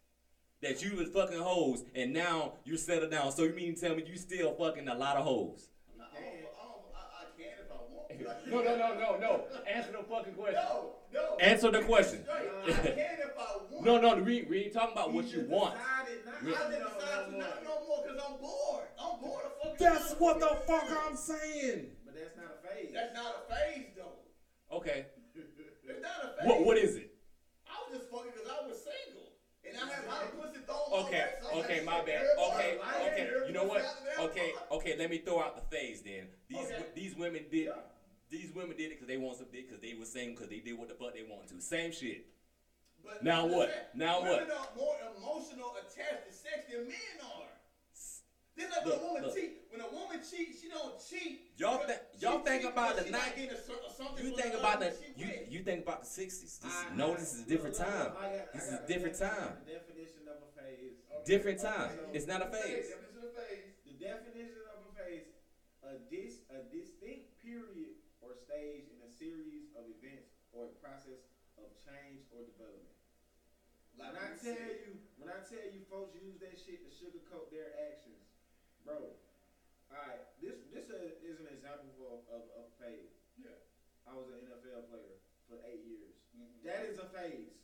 B: that you was fucking hoes and now you're settled down. So you mean to tell me you still fucking a lot of hoes?
A: I'm not- I don't- I don't- I- I can if I want.
B: No no no no no. Answer the fucking question.
A: No, no.
B: Answer the question.
A: Straight. I can if I want.
B: No no we we ain't talking about
C: He
B: what you
C: just
B: want.
C: decided not
A: I
B: We-
C: to
A: just
C: do no
A: decided to
C: more.
A: not no more because I'm bored. I'm bored of fucking.
B: That's what the fuck I'm saying.
C: But that's not a phase.
A: That's not a phase though.
B: Okay.
A: It's not a phase.
B: What what is it?
A: I was just fucking because I was single. And I had a lot of pussy thrown my
B: Okay,
A: way, so I'm like,
B: okay, my
A: shit,
B: bad.
A: everybody
B: Okay,
A: lying,
B: okay. You know
A: everybody
B: what?
A: out there,
B: Okay,
A: fuck.
B: okay. Let me throw out the phase then. These
A: Okay.
B: these women did
C: Yeah.
B: these women did it because they want some dick because they were single because they did what the fuck they want to. Same shit.
A: But
B: Now
A: I'm just
B: what?
A: saying,
B: Now
A: women are more emotional attached to sex than men are. This like when
B: Look,
A: a woman
B: look.
A: cheat. When a woman cheat, she don't cheat.
B: Y'all
A: because
B: think
A: she
B: y'all think
A: cheat
B: about
A: because
B: the
A: she not
B: night.
A: getting a cer- a something
B: You
A: for
B: think
A: the
B: about the
A: love she
B: you
A: with.
B: you think about the sixties. This
C: I-
B: no,
C: I-
B: this is a different
C: look, look,
B: time.
C: I got- I
B: This is
C: got
B: a different time.
C: The definition of a phase.
A: Okay,
B: Different
A: okay,
B: time.
A: so
B: It's not a
A: definition
B: phase.
A: of phase.
C: The definition of a phase, a dis a distinct period or stage in a series of events or a process of change or development.
A: Like
C: When I
A: we
C: tell
A: said.
C: you, when I tell you, folks use that shit to sugarcoat their actions, bro. All right, this this a, is an example of of a phase.
A: Yeah.
C: I was an NFL player for eight years.
A: Mhm.
C: That is a phase.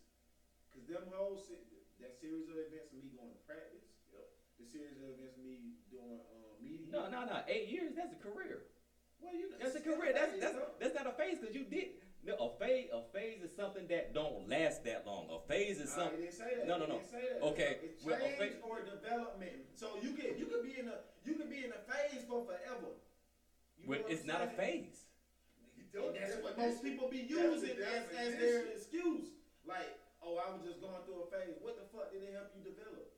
C: Cause them whole se- that series of events of me going to practice,
A: Yep.
C: the series of events of me doing um, media.
B: No, no, no. Eight years. That's a career.
C: Well, you know,
B: That's a
C: it's still
B: career. That's
C: phase,
B: that's
C: though.
B: that's not a phase because you did. No, a phase a phase is something that don't last that long. A phase is
C: I
B: something.
C: didn't say that.
B: No, no,
C: I
B: no.
C: didn't say that.
B: Okay,
C: It's
B: well, a
C: change or development. So you can you could be in a you could be in a phase for forever. You
B: Well,
C: know what
B: it's
C: I'm
B: not a
C: saying?
B: phase.
A: You don't-
C: And that's what
A: definition.
C: most people be
A: That's the
C: using as, as their
A: definition.
C: excuse. Like, oh, I was just going through a phase. What the fuck did it help you develop?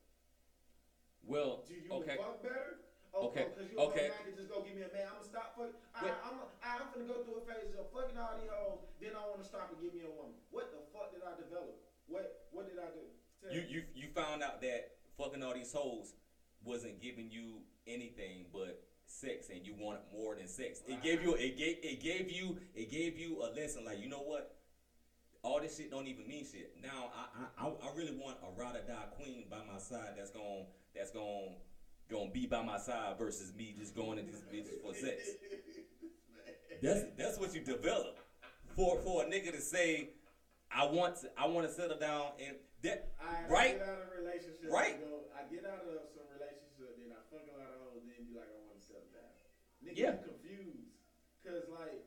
B: Well,
C: Do you
B: okay.
C: fuck better? Oh,
B: Okay,
C: Because you
B: okay.
C: I can just go give me a man. I'm gonna stop fucking. I,
B: Wait.
C: I'm a, I, I'm gonna go through a phase of fucking all these hoes. Then I want to stop and give me a woman. What the fuck did I develop? What What did I do? Tell
B: You
C: me.
B: you you found out that fucking all these hoes wasn't giving you anything but sex, and you wanted more than sex. It gave you it gave it gave you it gave you a lesson. Like you know what? All this shit don't even mean shit. Now I I, I I really want a ride or die queen by my side. That's gon' that's gon' gonna be by my side versus me just going to these bitches for sex. That's that's what you develop for for a nigga to say, I want to, I want to settle down and that
C: I,
B: right?
C: I get out of relationships.
B: Right?
C: I, go, I get out of some relationship, then I fuck a lot of hoes, then be like, I want to settle down. Nigga,
B: Yeah.
C: you confused. Cause like,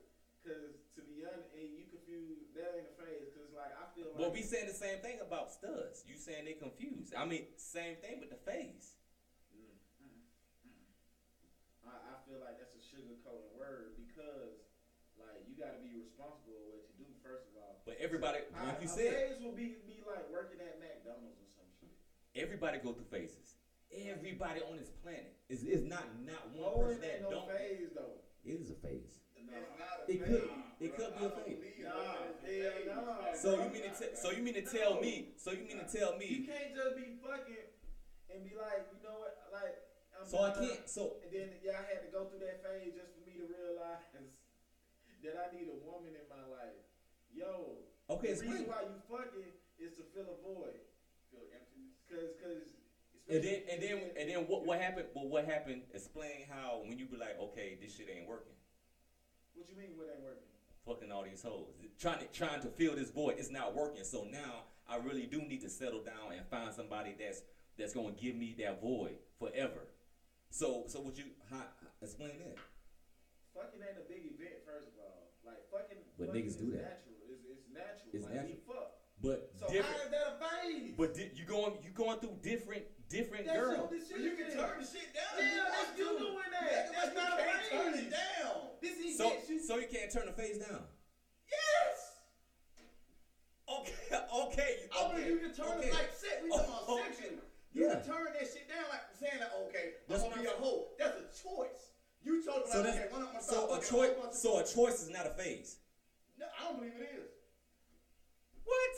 C: cause to be honest, and you confused. That ain't a phase. Cause like, I feel like.
B: well we saying the same thing about studs. You saying they confused. I mean same thing with the phase.
C: Mm. I, I feel like that's a sugarcoated word because, like, you got to be responsible of what you do first of all.
B: But everybody like
C: I-
B: you
C: a
B: said,
C: phase will be be like working at McDonald's or some shit.
B: everybody go through phases. Everybody on this planet is is not not one
C: Hoeing
B: person
C: ain't
B: that
C: no
B: don't.
C: phase though.
B: It is a phase.
A: It's not a
B: It
A: phase,
B: could-
A: bro.
B: it could
A: I
B: be a
A: don't
B: phase.
A: believe
C: Nah,
A: that it's a
C: hell
A: phase.
C: nah.
B: So you mean to te- so you mean to tell me so you mean to tell
C: You
B: me
C: can't just be fucking and be like, you know what, like. I'm
B: so I
C: done.
B: can't so
C: And then y'all had to go through that phase just for me to realize that I need a woman in my life. Yo,
B: okay
C: the
B: explain.
C: reason why you fucking is to fill a void.
A: Feel emptiness.
C: Cause, cause.
B: And then and then and then what what happened? Well, what happened? Explain how when you be like, okay, this shit ain't working.
C: What you mean? What ain't working?
B: Fucking all these hoes, trying to trying to fill this void. It's not working. So now I really do need to settle down and find somebody that's that's gonna give me that void forever. So so would you how, explain that?
C: Fucking ain't a big event, first of all. Like fucking.
B: But
C: fucking
B: niggas
C: is
B: do that.
C: Natural. It's, it's natural.
B: It's
C: like, We fuck.
B: But
C: So
B: different.
C: how is that a phase?
B: but di- you going you going through different different
C: that's your
B: girls.
A: But you can
C: decision.
A: turn the shit down.
C: Yeah,
A: if you
C: that's
A: want
C: you
A: to.
C: doing
A: You
C: that.
A: acting like you
C: That's not a
A: can't turn it
C: phase.
A: down.
C: This is
B: So
C: it. You-
B: so you can't turn the face down.
A: Yes.
B: Okay okay.
A: I want Oh, you to turn
B: okay.
A: it like sex. We talking about
B: Oh, okay.
A: sexual. You
B: Yeah.
A: can turn that shit down like saying like, okay, I'm
B: That's
A: gonna
B: what
A: be a
B: I'm-
A: hoe. That's a choice. You told
B: So
A: me like,
B: that's
A: okay, when I'm gonna stop
B: so a
A: fucking
B: choice.
A: hoe, I'm gonna-
B: So a choice is not a phase.
A: No, I don't believe it is.
B: What?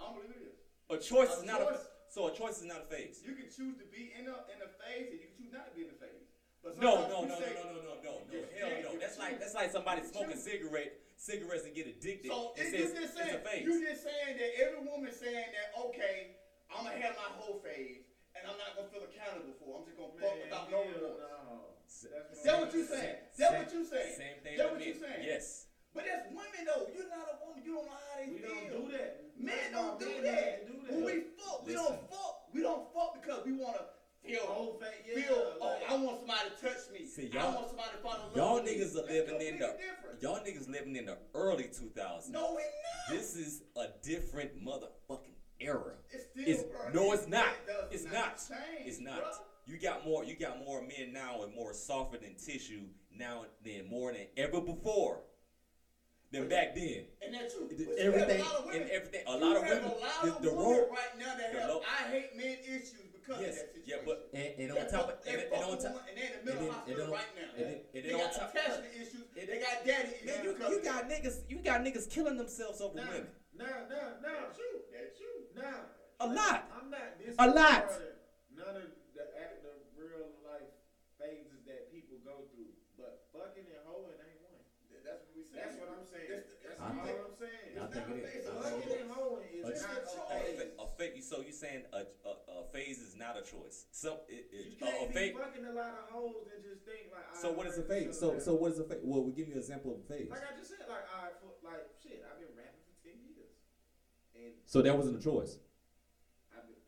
A: I don't believe it is.
B: A choice
A: A
B: is not a
A: choice.
B: so a choice is not a phase.
A: You can choose to be in a in a phase, and you can choose not to be in a phase. But
B: No,
A: sometimes
B: no,
A: you
B: no, no, no,
A: say-
B: no, no, no, no.
A: You
B: Hell
A: can't-
B: no.
A: you
B: That's like
A: can't.
B: that's like somebody
A: You
B: smoking
A: choose.
B: cigarette cigarettes and get addicted.
A: So
B: and
A: it,
B: says
A: you just saying
B: it's a phase.
A: you just saying that every woman saying that okay, I'm gonna have my whole phase, and I'm not gonna feel accountable for. it. I'm just gonna fuck
C: Man,
A: without no
C: hell
A: remorse.
C: no.
B: S-
C: That's
A: Is that
C: wrong.
A: what you saying?
B: Same-
A: Is that what you saying?
B: Same thing
A: Is that
B: with
A: what you
B: men.
A: saying?
B: Yes.
A: But that's women though. You're not a woman. You don't know how they
C: We
A: feel.
C: don't do that.
A: Men
C: That's
A: don't
C: why
A: do
C: men
A: that.
C: don't do
A: When we
C: that.
A: fuck, we
B: Listen.
A: don't fuck. We don't fuck because we wanna feel.
C: Whole fa- yeah,
A: feel. oh,
C: like-
A: I want somebody to touch me.
B: See,
A: I
B: y'all-
A: want somebody to fall in love
B: Y'all
A: with me.
B: niggas are
A: That's
B: living in the
A: completely different.
B: y'all niggas living in the early 2000s.
A: No, it's not.
B: This is a different motherfucking era.
A: it's still
B: it's-
A: burning.
B: no, it's not.
A: It does
B: It's not.
A: change,
B: It's not.
A: bruh.
B: You got more. You got more men now and more softer than tissue now than more than ever before than back then.
A: And that's true.
B: It-
A: But you have
B: Everything
A: a lot of
B: and
A: women.
B: everything. A
A: You
B: lot of
A: have
B: women.
A: A lot
B: The,
A: of
B: the
A: women
B: role.
A: right now that
B: the
A: have
B: lo-
A: I hate men issues because
B: yes,
A: of that situation.
B: yeah, but and, and on
A: They
B: top of
A: fuck-
B: and,
A: they
B: and on
A: fuck
B: top
A: with one- and they in the
B: and
A: middle
B: then-
A: of
B: and
A: hospital
B: then-
A: right now.
B: and then, and
A: They
B: then on
A: got
B: top
A: attachment issues.
B: and
A: They got daddy issues.
B: man, you,
A: because
B: you
A: of that.
B: got niggas you got niggas killing themselves over
C: Nah,
B: women
C: nah, nah, nah,
A: That's you. That's you.
C: nah.
B: a lot.
C: I'm not this
B: A lot.
C: None of the act- the real life phases that people go through, but fucking and hoeing ain't one.
A: That- That's what we saying.
C: That's what I'm saying.
A: That's the-
C: That's
A: that's
C: all
B: I'm
A: the-
B: think-
C: I'm saying.
B: I
A: it's
B: think
A: not
B: it
A: a
B: is.
A: phase.
B: I
A: Fucking
B: think it
A: and
C: Fucking and hoeing
B: A-
C: is not
B: Oh, A,
C: a
A: phase.
B: fa-
C: phase.
B: a fa- so you saying a, a, a phase is not a choice? Some it,
C: You
B: it, a,
C: can't
B: a
C: be
B: phase.
C: fucking a lot of hoes and just think like.
D: So
C: I
D: what is a
C: already
D: phase? So
C: settled
D: so what is a phase? Well, we give you an example of a phase.
C: down. Like I just said, like I for, like shit. I've been rapping for ten years, and
D: So that wasn't a choice,
C: I've been.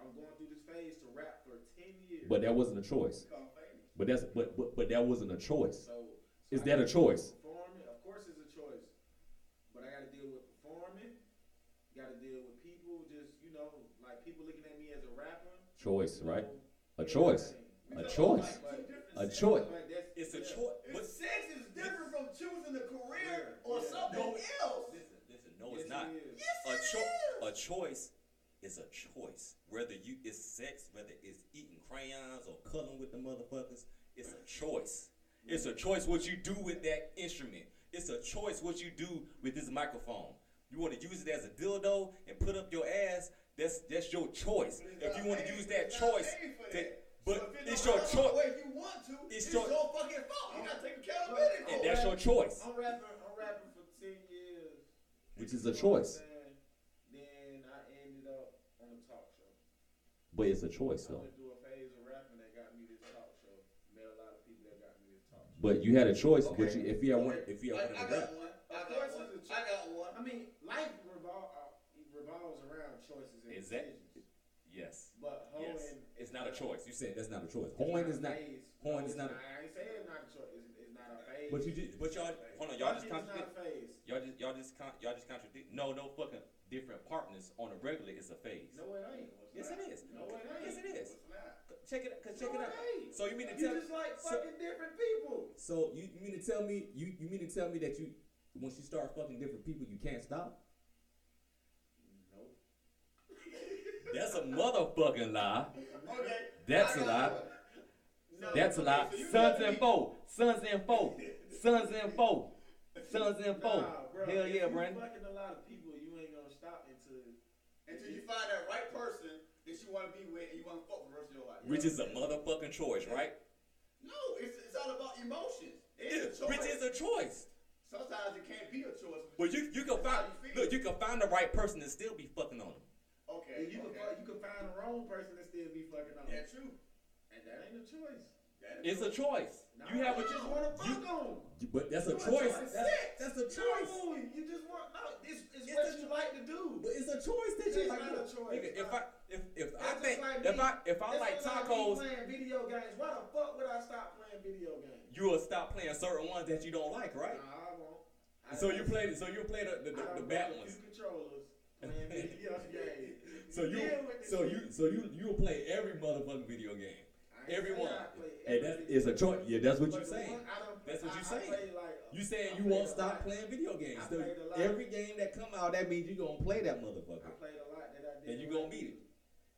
C: I'm going through this phase to rap for ten years.
D: but that wasn't a choice.
A: Become famous.
D: But that's but but, but that wasn't a choice.
C: so, so
D: Is
C: I
D: that a
C: gotta
D: choice?
C: Performing, of course, it's a choice. But I got to deal with performing. Got to deal with people. Just you know, like people looking at me as a rapper.
D: Choice,
C: you
D: right?
C: know,
D: A
C: and
D: choice.
C: everything.
A: We
D: A
A: talking
D: choice.
A: about two different
D: A
A: sexes.
D: choice.
C: Like that's,
B: It's a
C: yeah.
B: choice.
A: If
B: But
A: sex is different from choosing a career
C: Yeah,
A: or
C: yeah.
A: something else.
B: listen, listen, no,
C: Yes,
B: it's not.
C: it is.
A: Yes,
B: a
A: it
B: cho- a
A: is.
B: choice is a choice. Whether you it's sex, whether it's eating crayons or cuddling with the motherfuckers, it's a choice. It's a choice what you do with that instrument. It's a choice what you do with this microphone. You want to use it as a dildo and put up your ass. That's that's your choice.
A: But it's not
B: If you want to
A: paid-
B: use that
A: it's not
B: choice,
A: paid for
B: to-
A: that. So
B: but
A: if
B: it's
A: don't
B: your
A: come out
B: choice,
A: The way you want to,
B: It's
A: it's,
B: your-
A: your, fucking fault. You gotta take accountability
B: and
A: for it.
B: that's your choice.
C: I'm rapping. I'm rapping for ten years.
D: Which
C: You
D: is a
C: know what
D: choice.
C: I'm saying? Then I ended up on a talk show.
D: But it's a choice
C: I
D: though.
C: went through a phase of rapping that got me this talk show. Met a lot of people that got me this talk show.
D: But you had a choice.
A: Okay.
D: But you, if you had one, if you
A: I,
D: had
A: I
D: one of
A: got
D: that,
A: one. I
C: Of
A: got
C: course
A: one.
C: it's a
A: I got one.
C: I mean, life revol- uh, revolves around choices and
B: Is that-
C: decisions.
B: Yes,
C: But hoeing
B: yes. It's not a choice. You
D: you
B: said
D: said that's not a choice.
C: it's
D: Hoeing is
C: a
D: not.
C: phase.
D: hoeing
C: No,
D: is
C: it's
D: not a-
C: I ain't saying it's not a choice. It's, it's not a phase.
D: But you did.
B: but y'all hold on. Y'all just
C: Fucking is
B: contradict.
C: not a phase.
B: Y'all just y'all just con- y'all just contradict. No, no fucking different partners on a regular is a phase.
C: No, it ain't.
B: Yes, it is.
C: No, it ain't.
B: Yes, it is.
A: It's not.
B: Check it. Cause
C: No,
B: check it
C: it
B: out.
C: ain't.
B: So you mean to
C: You
B: tell?
C: just like
B: so-
C: fucking different people.
D: So you, you mean to tell me you, you mean to tell me that you once you start fucking different people you can't stop?
C: Nope.
B: That's a motherfucking lie.
A: Okay.
B: That's
A: I
B: a
A: got
B: lie.
A: one. No,
B: That's a
A: okay,
B: lie.
A: so you
B: Sons
A: telling
B: and
A: me-
B: foe. Sons and foe. Sons and foe. Sons and foe.
C: Nah, bro,
B: Hell
C: if
B: yeah,
C: you
B: Brandon.
C: Fucking a lot of people, you ain't gonna stop until
A: Until you find that right person that you want to be with and you want to fuck for the rest of your life.
B: Which is a motherfucking choice, right?
A: No, it's, it's all about emotions. It's a
B: It-
A: choice.
B: Which is a choice.
A: Sometimes it can't be a choice.
B: But you you can
A: That's
B: find
A: how you feel.
B: look you can find the right person and still be fucking on them.
A: Okay.
C: And you can
A: okay.
C: fuck, you can find the wrong person and still be fucking on.
A: Yeah, true.
C: And that ain't a choice.
A: That is
B: It's a choice. You
C: Nah,
B: have a
C: you just want to fuck on.
D: You- But that's a
A: It's a
D: choice.
A: choice.
D: That's,
A: Sex.
D: that's a choice.
C: No, you just want no. It's, it's,
D: It's
C: what
D: a-
C: you like to do.
D: But it's a choice that you
C: It's
D: like.
C: not a choice.
B: nigga, if I if if I
C: That's just
B: think
C: like
B: if
C: me.
B: I if I
C: That's
B: like
C: just like me
B: tacos,
C: playing video games. Why the fuck would I stop playing video games?
B: you will stop playing certain ones that you don't like, right?
C: Nah, I won't. I
B: So
C: don't-
B: you play the so you play the the,
C: I
B: the, the
C: don't
B: bad
C: play
B: ones.
C: Two controllers playing video games.
B: So you
C: Deal with
B: so
C: this
B: you
C: shit.
B: so you you'll play every motherfucking video game.
C: I ain't
B: everyone.
C: saying I play
D: Hey, that
C: every
D: is a
C: video
D: choice.
C: game.
D: Yeah, that's what
C: But
D: you
C: the
D: saying.
C: one I don't-
B: That's what
C: I-
B: you
C: I
B: saying.
C: play like a-
D: You saying
C: I
D: you
C: play
D: won't
C: a
D: stop
C: lot.
D: playing video games.
C: I
D: So
C: played a lot.
D: every game that come out, that means you gonna play that
C: I
D: motherfucker.
C: played a lot that I didn't.
B: Then you gonna
C: like
B: beat it.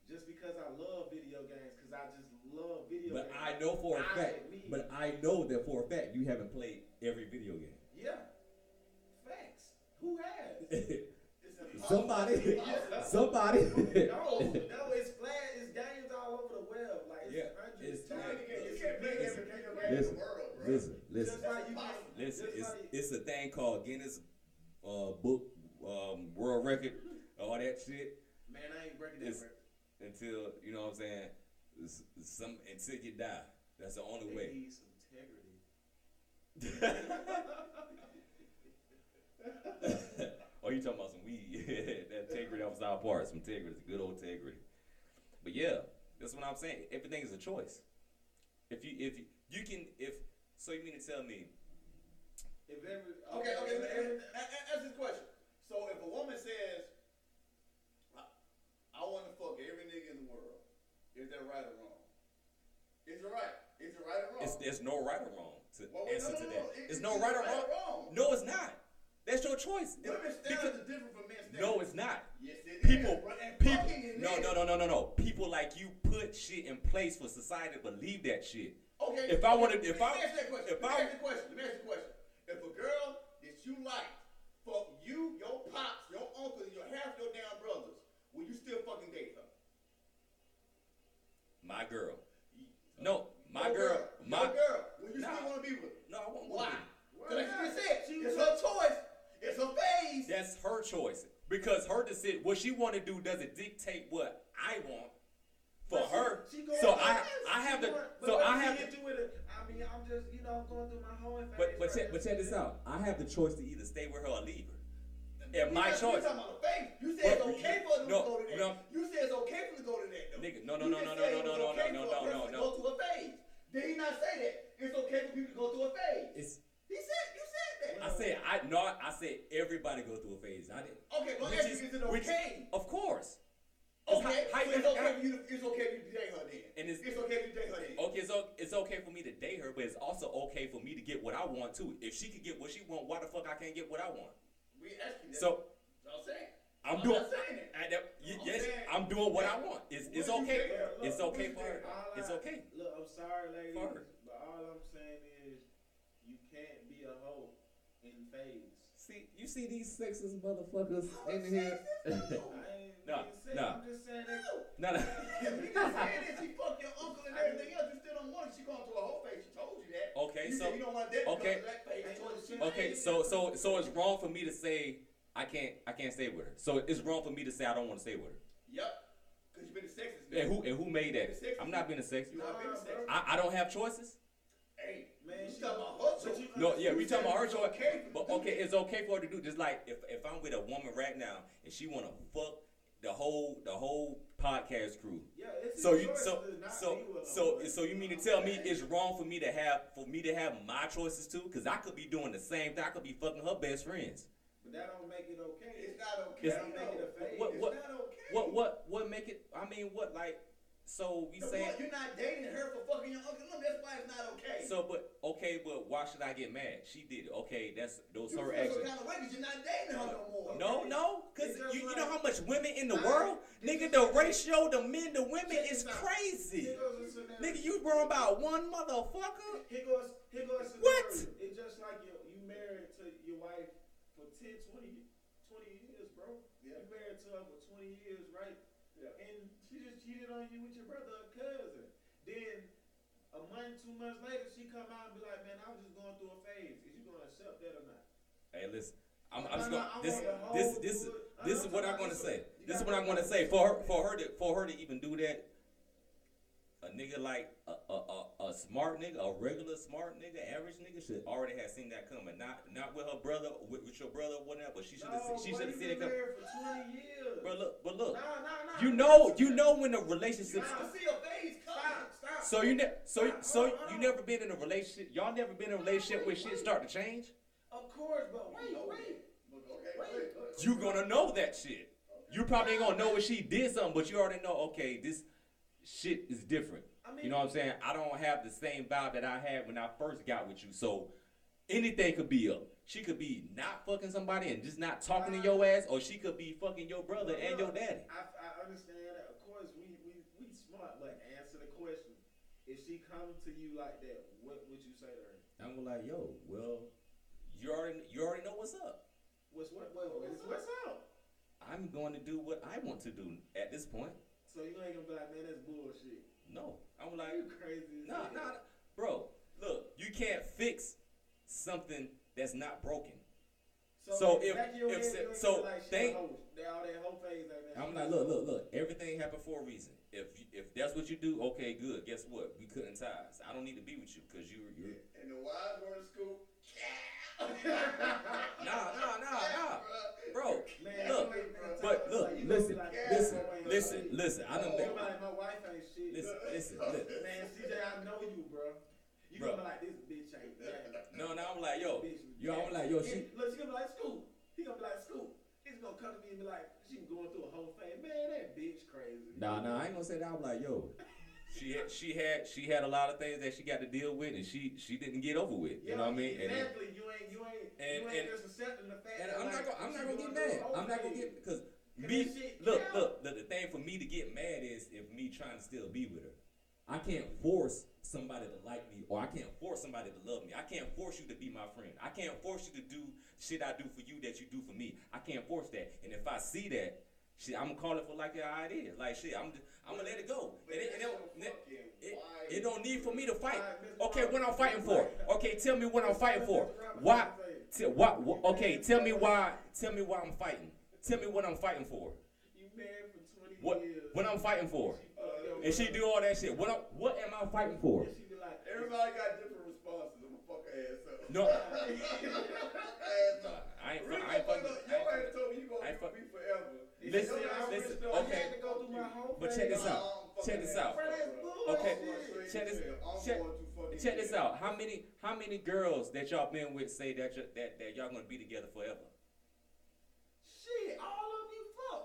C: Just because I love video games, because I just love video
B: But
C: games.
B: I know for a
C: I
B: fact.
C: believe-
D: But I know that for a fact you haven't played every video game.
C: yeah, facts. Who has?
A: It's impossible.
D: somebody,
A: Yeah.
D: somebody.
C: no, no, it's flat. It's games all over the web. Like it's
B: Yeah,
C: hundreds,
D: it's-
A: You
C: thousands.
A: can't- You can't play every video game in
D: Listen,
A: the world, bro.
D: listen, listen.
C: Just like you
A: Listen,
C: can-
B: Listen,
C: just
B: it's
C: like-
B: it's a thing called Guinness uh, Book um, World Record, all that shit.
C: man, I ain't breaking that
B: It's-
C: record.
B: Until you know what I'm saying, s- some until you die. That's the only
C: They
B: way.
C: need some integrity.
B: oh, you talking about some weed? that Tegra, that was our part. Some Tegra, it's good old Tegra. But yeah, that's what I'm saying. Everything is a choice. If you if you, you can if so, you mean to tell me?
C: If every
A: Okay, okay. let- let- let- a- Ask this question. So if a woman says, "I, I want to fuck every nigga in the world," is that right or wrong? Is it right? Is it right or wrong?
B: It's, there's no right or wrong to
A: Well, wait,
B: answer
A: no,
B: to
A: no, no,
B: that.
A: it-
B: There's
A: it's
B: no
A: either
B: right or
A: right
B: wrong.
A: or wrong.
B: No, it's not. That's your choice.
A: Women's standards
B: Because-
A: are different from men's standards.
B: no, it's not.
A: Yes, it is.
B: People,
A: bro, and
B: people,
A: fucking it
B: no,
A: is.
B: no, no, no, no, no. People like you put shit in place for society to believe that shit.
A: Okay.
B: If I wanna-
A: let
B: if
A: me
B: I-
A: ask that question.
B: if
A: let me
B: I-
A: ask the question. Let me ask the question. If a girl that you like fuck you, your pops, your uncle, your half your damn brothers, will you still fucking date her?
B: My girl. No, my
C: Oh,
A: Your
B: girl, my
A: your girl, will you still
B: Nah.
A: want to be with? her?
B: No, I won't.
A: Why?
B: want to.
A: Because like you just said, it's her choice. It's her phase.
B: That's her choice because her decision, what she want to do, doesn't dictate what I want for
C: But she-
B: her.
C: she going
B: so
C: through
B: I, I
C: this. She
B: have to.
C: going- but
B: So
C: what
B: I
C: she
B: have
C: get
B: to.
C: to with it. I mean, I'm just you know going through my whole.
B: But but
C: phase
B: check,
C: right
B: but
C: now.
B: check this out. I have the choice to either stay with her or leave her.
A: You
B: And my
A: not-
B: choice.
A: You talking about the phase. You said
B: But-
A: it's okay for them
B: no,
A: to go to that.
B: no.
A: You said it's okay for them to go to that though.
B: Nigga, no, no,
A: You
B: no,
A: just
B: no, no,
A: said
B: no,
A: it
B: no,
A: was
B: no,
A: okay
B: no,
A: for
B: no,
A: a person
B: no,
A: to
B: no.
A: Go through a phase. Did he not say that? It's okay for people to go through a phase.
B: It's.
A: He said you said that.
B: I said I no. I said everybody go through a phase. I didn't.
A: Okay, well,
B: Which
A: ask you,
B: is-
A: is it
B: which-
A: okay?
B: Of course. is
A: Okay,
B: how- how
A: so
B: you-
A: it's okay for you. To, it's okay for you to date her then.
B: And it's- Oh.
A: it's okay for you to date her then.
B: Okay, so it's okay for me to date her, but it's also okay for me to get what I want too. If she could get what she want, why the fuck I can't get what I want?
A: We asked you that.
B: So
A: I'm saying.
B: I'm
A: I'm
B: doing.
A: not saying it.
B: I- that- y-
A: I'm
B: yes,
A: saying-
B: I'm doing what I want. It's it's
A: What you
B: okay.
A: think?
C: Look,
B: It's
C: look,
B: okay
C: what
B: for
C: you
B: her.
C: think? All
B: It's
C: I-
B: okay.
C: Look, I'm sorry, ladies,
B: For her.
C: but all I'm saying is you can't be a hoe in phase.
D: See, you see these sexist motherfuckers in here.
C: I ain't
B: Nah,
C: being sick,
B: nah.
C: I'm just saying that.
B: No, no.
A: If you just said that she fucked your uncle and everything else, you still don't want it. She going through a whole phase. She told you that.
B: Okay,
A: you
B: so
A: said you don't want that
B: okay.
A: because of that phase. That's what she
B: okay, so so so it's wrong for me to say I can't I can't stay with her. So it's wrong for me to say I don't want to stay with her.
A: Yep. Because you've been a sexist.
B: And
A: nigga.
B: who and who made that?
A: Sexist.
B: I'm not being a
A: You
B: sexist.
A: not been a
C: Nah,
A: sexist.
B: I, I don't have choices.
A: Hey,
C: Man,
A: man,
C: she-
A: you talking about her
C: but
A: choice.
C: you
B: No, yeah, we
A: You
B: talking
A: said
B: about her
A: it's
B: choice.
A: okay for
B: But
A: you to
B: okay,
A: do
B: it's okay for her to do. Just like if if I'm with a woman right now and she wanna fuck the whole the whole podcast crew.
C: Yeah, it's
B: So
C: his
B: you
C: choice
B: so
C: to not
B: so
C: be with a
B: so
C: hoe.
B: so you mean to tell me it's wrong for me to have for me to have my choices too? Cause I could be doing the same thing. I could be fucking her best friends.
C: But that don't make it okay.
A: It's not okay.
B: It's-
A: That don't make it a phase.
B: What- what-
A: it's not okay.
B: What what what make it? I mean, what like? So we
A: The
B: saying
A: fuck, you're not dating her for fucking your uncle. No, that's why it's not okay.
B: so, but okay, but why should I get mad? She did it. Okay, that's those
A: you
B: her
A: feel some
B: actions.
A: kind of way 'cause you're not dating her no more.
B: No, no, cause
C: It's just
B: you, you
C: like-
B: know how much women in the
C: Nah,
B: world,
C: this
B: nigga.
C: is-
B: The ratio, the men to women
C: Check
B: is
C: this out.
B: crazy.
C: Here goes a scenario.
B: Nigga, you worry about one motherfucker.
C: Here goes, here goes the
B: What?
C: scenario. It's just like you, you married to your wife for 10, 20, ye- 20 years, bro.
A: Yeah.
C: You married to her for 20 years, right?
A: Yeah.
C: And she just cheated on you with your brother or cousin. Then a month, two months later, she come out and be like, man, I was just going through a phase. Is you going to accept that or not?
B: Hey, listen, I'm, I'm
C: No,
B: just
C: no,
B: gonna
C: I
B: this
C: want the whole
B: this this
C: good- I
B: this
C: know
B: is what I'm
C: talking
B: gonna
C: about
B: say.
C: you
B: This is
C: gotta
B: what I'm gonna
C: go-
B: say for her for her to for her to even do that. A nigga like a, a, a, a smart nigga, a regular smart nigga, average nigga should already have seen that coming. Not not with her brother, with, with your brother, or whatever. But she should have
C: No,
B: she
C: boy,
B: should have
C: you
B: seen
C: been
B: it coming.
C: married for 20 years.
B: But look, but
C: Nah,
B: look,
C: nah, nah.
B: you know you know when the
A: You
B: relationship.
A: can see a phase coming.
C: Stop, stop.
B: So you ne- so
C: Stop,
B: so
C: hold on,
B: you
C: hold on.
B: never been in a relationship. Y'all never been in a relationship where shit start to change.
C: Of course, but wait,
A: No.
C: wait.
A: But okay,
C: Wait.
A: wait, wait.
B: You gonna know that shit. You probably ain't gonna know if she did something, but you already know. Okay, this shit is different.
C: I mean,
B: You know what I'm saying? I don't have the same vibe that I had when I first got with you. So anything could be up. She could be not fucking somebody and just not talking to your ass, or she could be fucking your brother and your daddy.
C: I, I understand that. Of course, we, we we smart, but answer the question. If she come to you like that, what would you say to her?
D: I'm gonna like, yo, well,
B: You already you already know what's up.
C: What's what? Wait, wait, what's, what's up?
B: I'm going to do what I want to do at this point.
C: So you ain't gonna be like, man, that's bullshit.
B: No, I'm like,
C: You crazy? as
B: No,
C: hell.
B: no, bro. Look, you can't fix something that's not broken. so
C: in the
B: if-
C: back of your
B: if
C: head,
B: se-
C: you ain't
B: so
C: gonna be like, she a
B: think-
C: hoe. They all that whole phase like that.
D: I'm like, look, look, look.
B: Everything happened for a reason. If you, if that's what you do, okay, good. Guess what? We couldn't ties. I don't need to be with you because you you.
A: And the wise word of school.
B: Nah, nah, nah, nah, bro.
C: Man,
B: look,
C: you ain't gonna
B: but
C: tell
B: look,
C: her, like, you gonna
D: listen,
C: be like,
A: listen,
C: "Yeah, boy,
B: Listen,
C: you
B: listen. I done
C: know,
B: been.
C: you like, my wife ain't shit.
B: Listen, listen, listen.
C: Man, CJ, I know you, bro. You
B: Bro.
C: gonna be like, this bitch ain't that.
B: No, no. I'm like, yo,
C: Bitch,
D: Yo, I'm like, yo, she.
C: It- Look, she gonna be like, school. He gonna be like, school. He's gonna come to me and be like, she been going through a whole phase. Man, that bitch crazy.
D: Nah, nah, I ain't gonna say that. I'm like, yo,
B: she had she had she had a lot of things that she got to deal with, and she she didn't get over with. You know what I mean? And,
C: Exactly. you ain't, you ain't,
B: And-
C: you ain't
B: and-
C: just accepting the fact
D: I'm not gonna get because
C: Cause
B: me.
C: that shit
B: Look, look.
C: count.
B: The, the thing for me to get mad is if me trying to still be with her. I can't force somebody to like me, or I can't force somebody to love me. I can't force you to be my friend. I can't force you to do shit I do for you that you do for me. I can't force that. And if I see that, shit, I'm gonna call it for like how it is. Like shit, I'm I'm gonna let it go.
A: But
B: And it, and
A: that's so
B: it- and it-
A: fucking
B: it-
A: wild.
B: it don't need for me to fight.
A: Alright, Mr.
B: Okay, what I'm fighting for? Okay, tell me what I'm fighting for.
C: Robinson,
B: Why?
C: say it.
B: T- why wh- okay, tell me why. Tell me why I'm fighting. Tell me what I'm fighting for.
C: You married for twenty
B: What
C: years.
B: what I'm fighting for.
A: Uh,
B: And she do all that shit. What am, what am I fighting for?
C: And she be like,
A: Everybody got different responses. I'm gonna fuck her ass up.
B: No.
A: ass up.
B: I ain't, fu-
A: Rick,
B: I ain't fucking.
A: your
B: I ain't
A: ass told me you
B: I
A: gonna be with
B: ain't fuck-
A: me forever. And
B: Listen,
A: you know I'm
B: listen,
A: rich, though.
B: okay.
C: I had to go through my whole
B: But
C: thing.
B: check this
A: Nah,
B: out.
A: I'm fucking
B: Check this
A: ass up,
B: out.
C: Bro, that's
A: bro.
C: bullshit.
B: Okay,
A: I'm going straight
B: check
A: to
B: this-
A: jail. I'm
B: check-
A: going to fucking
B: fucking- check this
A: jail.
B: out. How many how many girls that y'all been with say that you that that y'all gonna be together forever?
C: Shit, all of you fuck.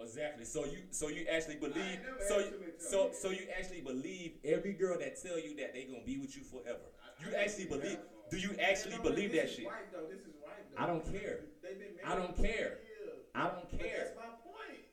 B: Exactly. So you so you actually believe
A: ain't never
B: so
A: had
B: you,
A: too many
B: so
A: times.
B: so you actually believe every girl that tell you that they gonna be with you forever.
A: I-
B: You
A: I
B: actually
A: don't
B: believe?
A: have
B: Do you actually
C: No, no,
B: believe
C: this
B: that
C: is
B: shit?
C: Wife, though. This is wife, though.
B: I don't care.
C: They've been married
B: I don't
C: for
B: care.
C: years.
B: I don't
C: But
B: care.
C: that's my point.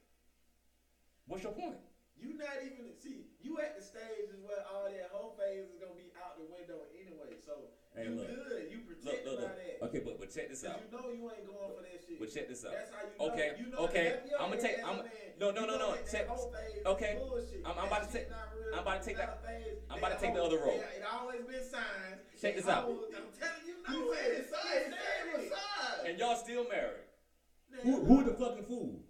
B: What's your point?
C: You not even see. You at the stage is where all that whole phase is gonna be out the window anyway. So
B: Hey,
C: you
B: look.
C: good. You
B: Look,
C: protected
B: look,
C: by
B: look.
C: that.
B: Okay, but but check this
C: 'Cause
B: out.
C: you know you ain't going for that shit.
B: But check this out.
C: That's how you know.
B: Okay,
C: You know
B: okay.
C: that your
B: I'ma
C: ass
B: take-
C: as a
B: I'ma-
C: man,
B: no, no, no,
C: you know
B: no,
C: that that
B: check-
C: whole phase is
B: okay.
C: bullshit.
B: I'm- I'm
C: That
B: about to
C: shit
B: take-
C: not real.
B: I'm about to
C: It's
B: take
C: not a phase.
B: I'm
C: They
B: about to take the
C: whole-
B: other road.
C: It, it always been signs.
B: Check
C: They
B: this out.
C: always- I'm telling you, no.
A: You said it's
C: it's
A: side, it's
C: insanity.
A: side, it's side.
B: And y'all still married.
C: Man,
D: Who, who the fucking fool?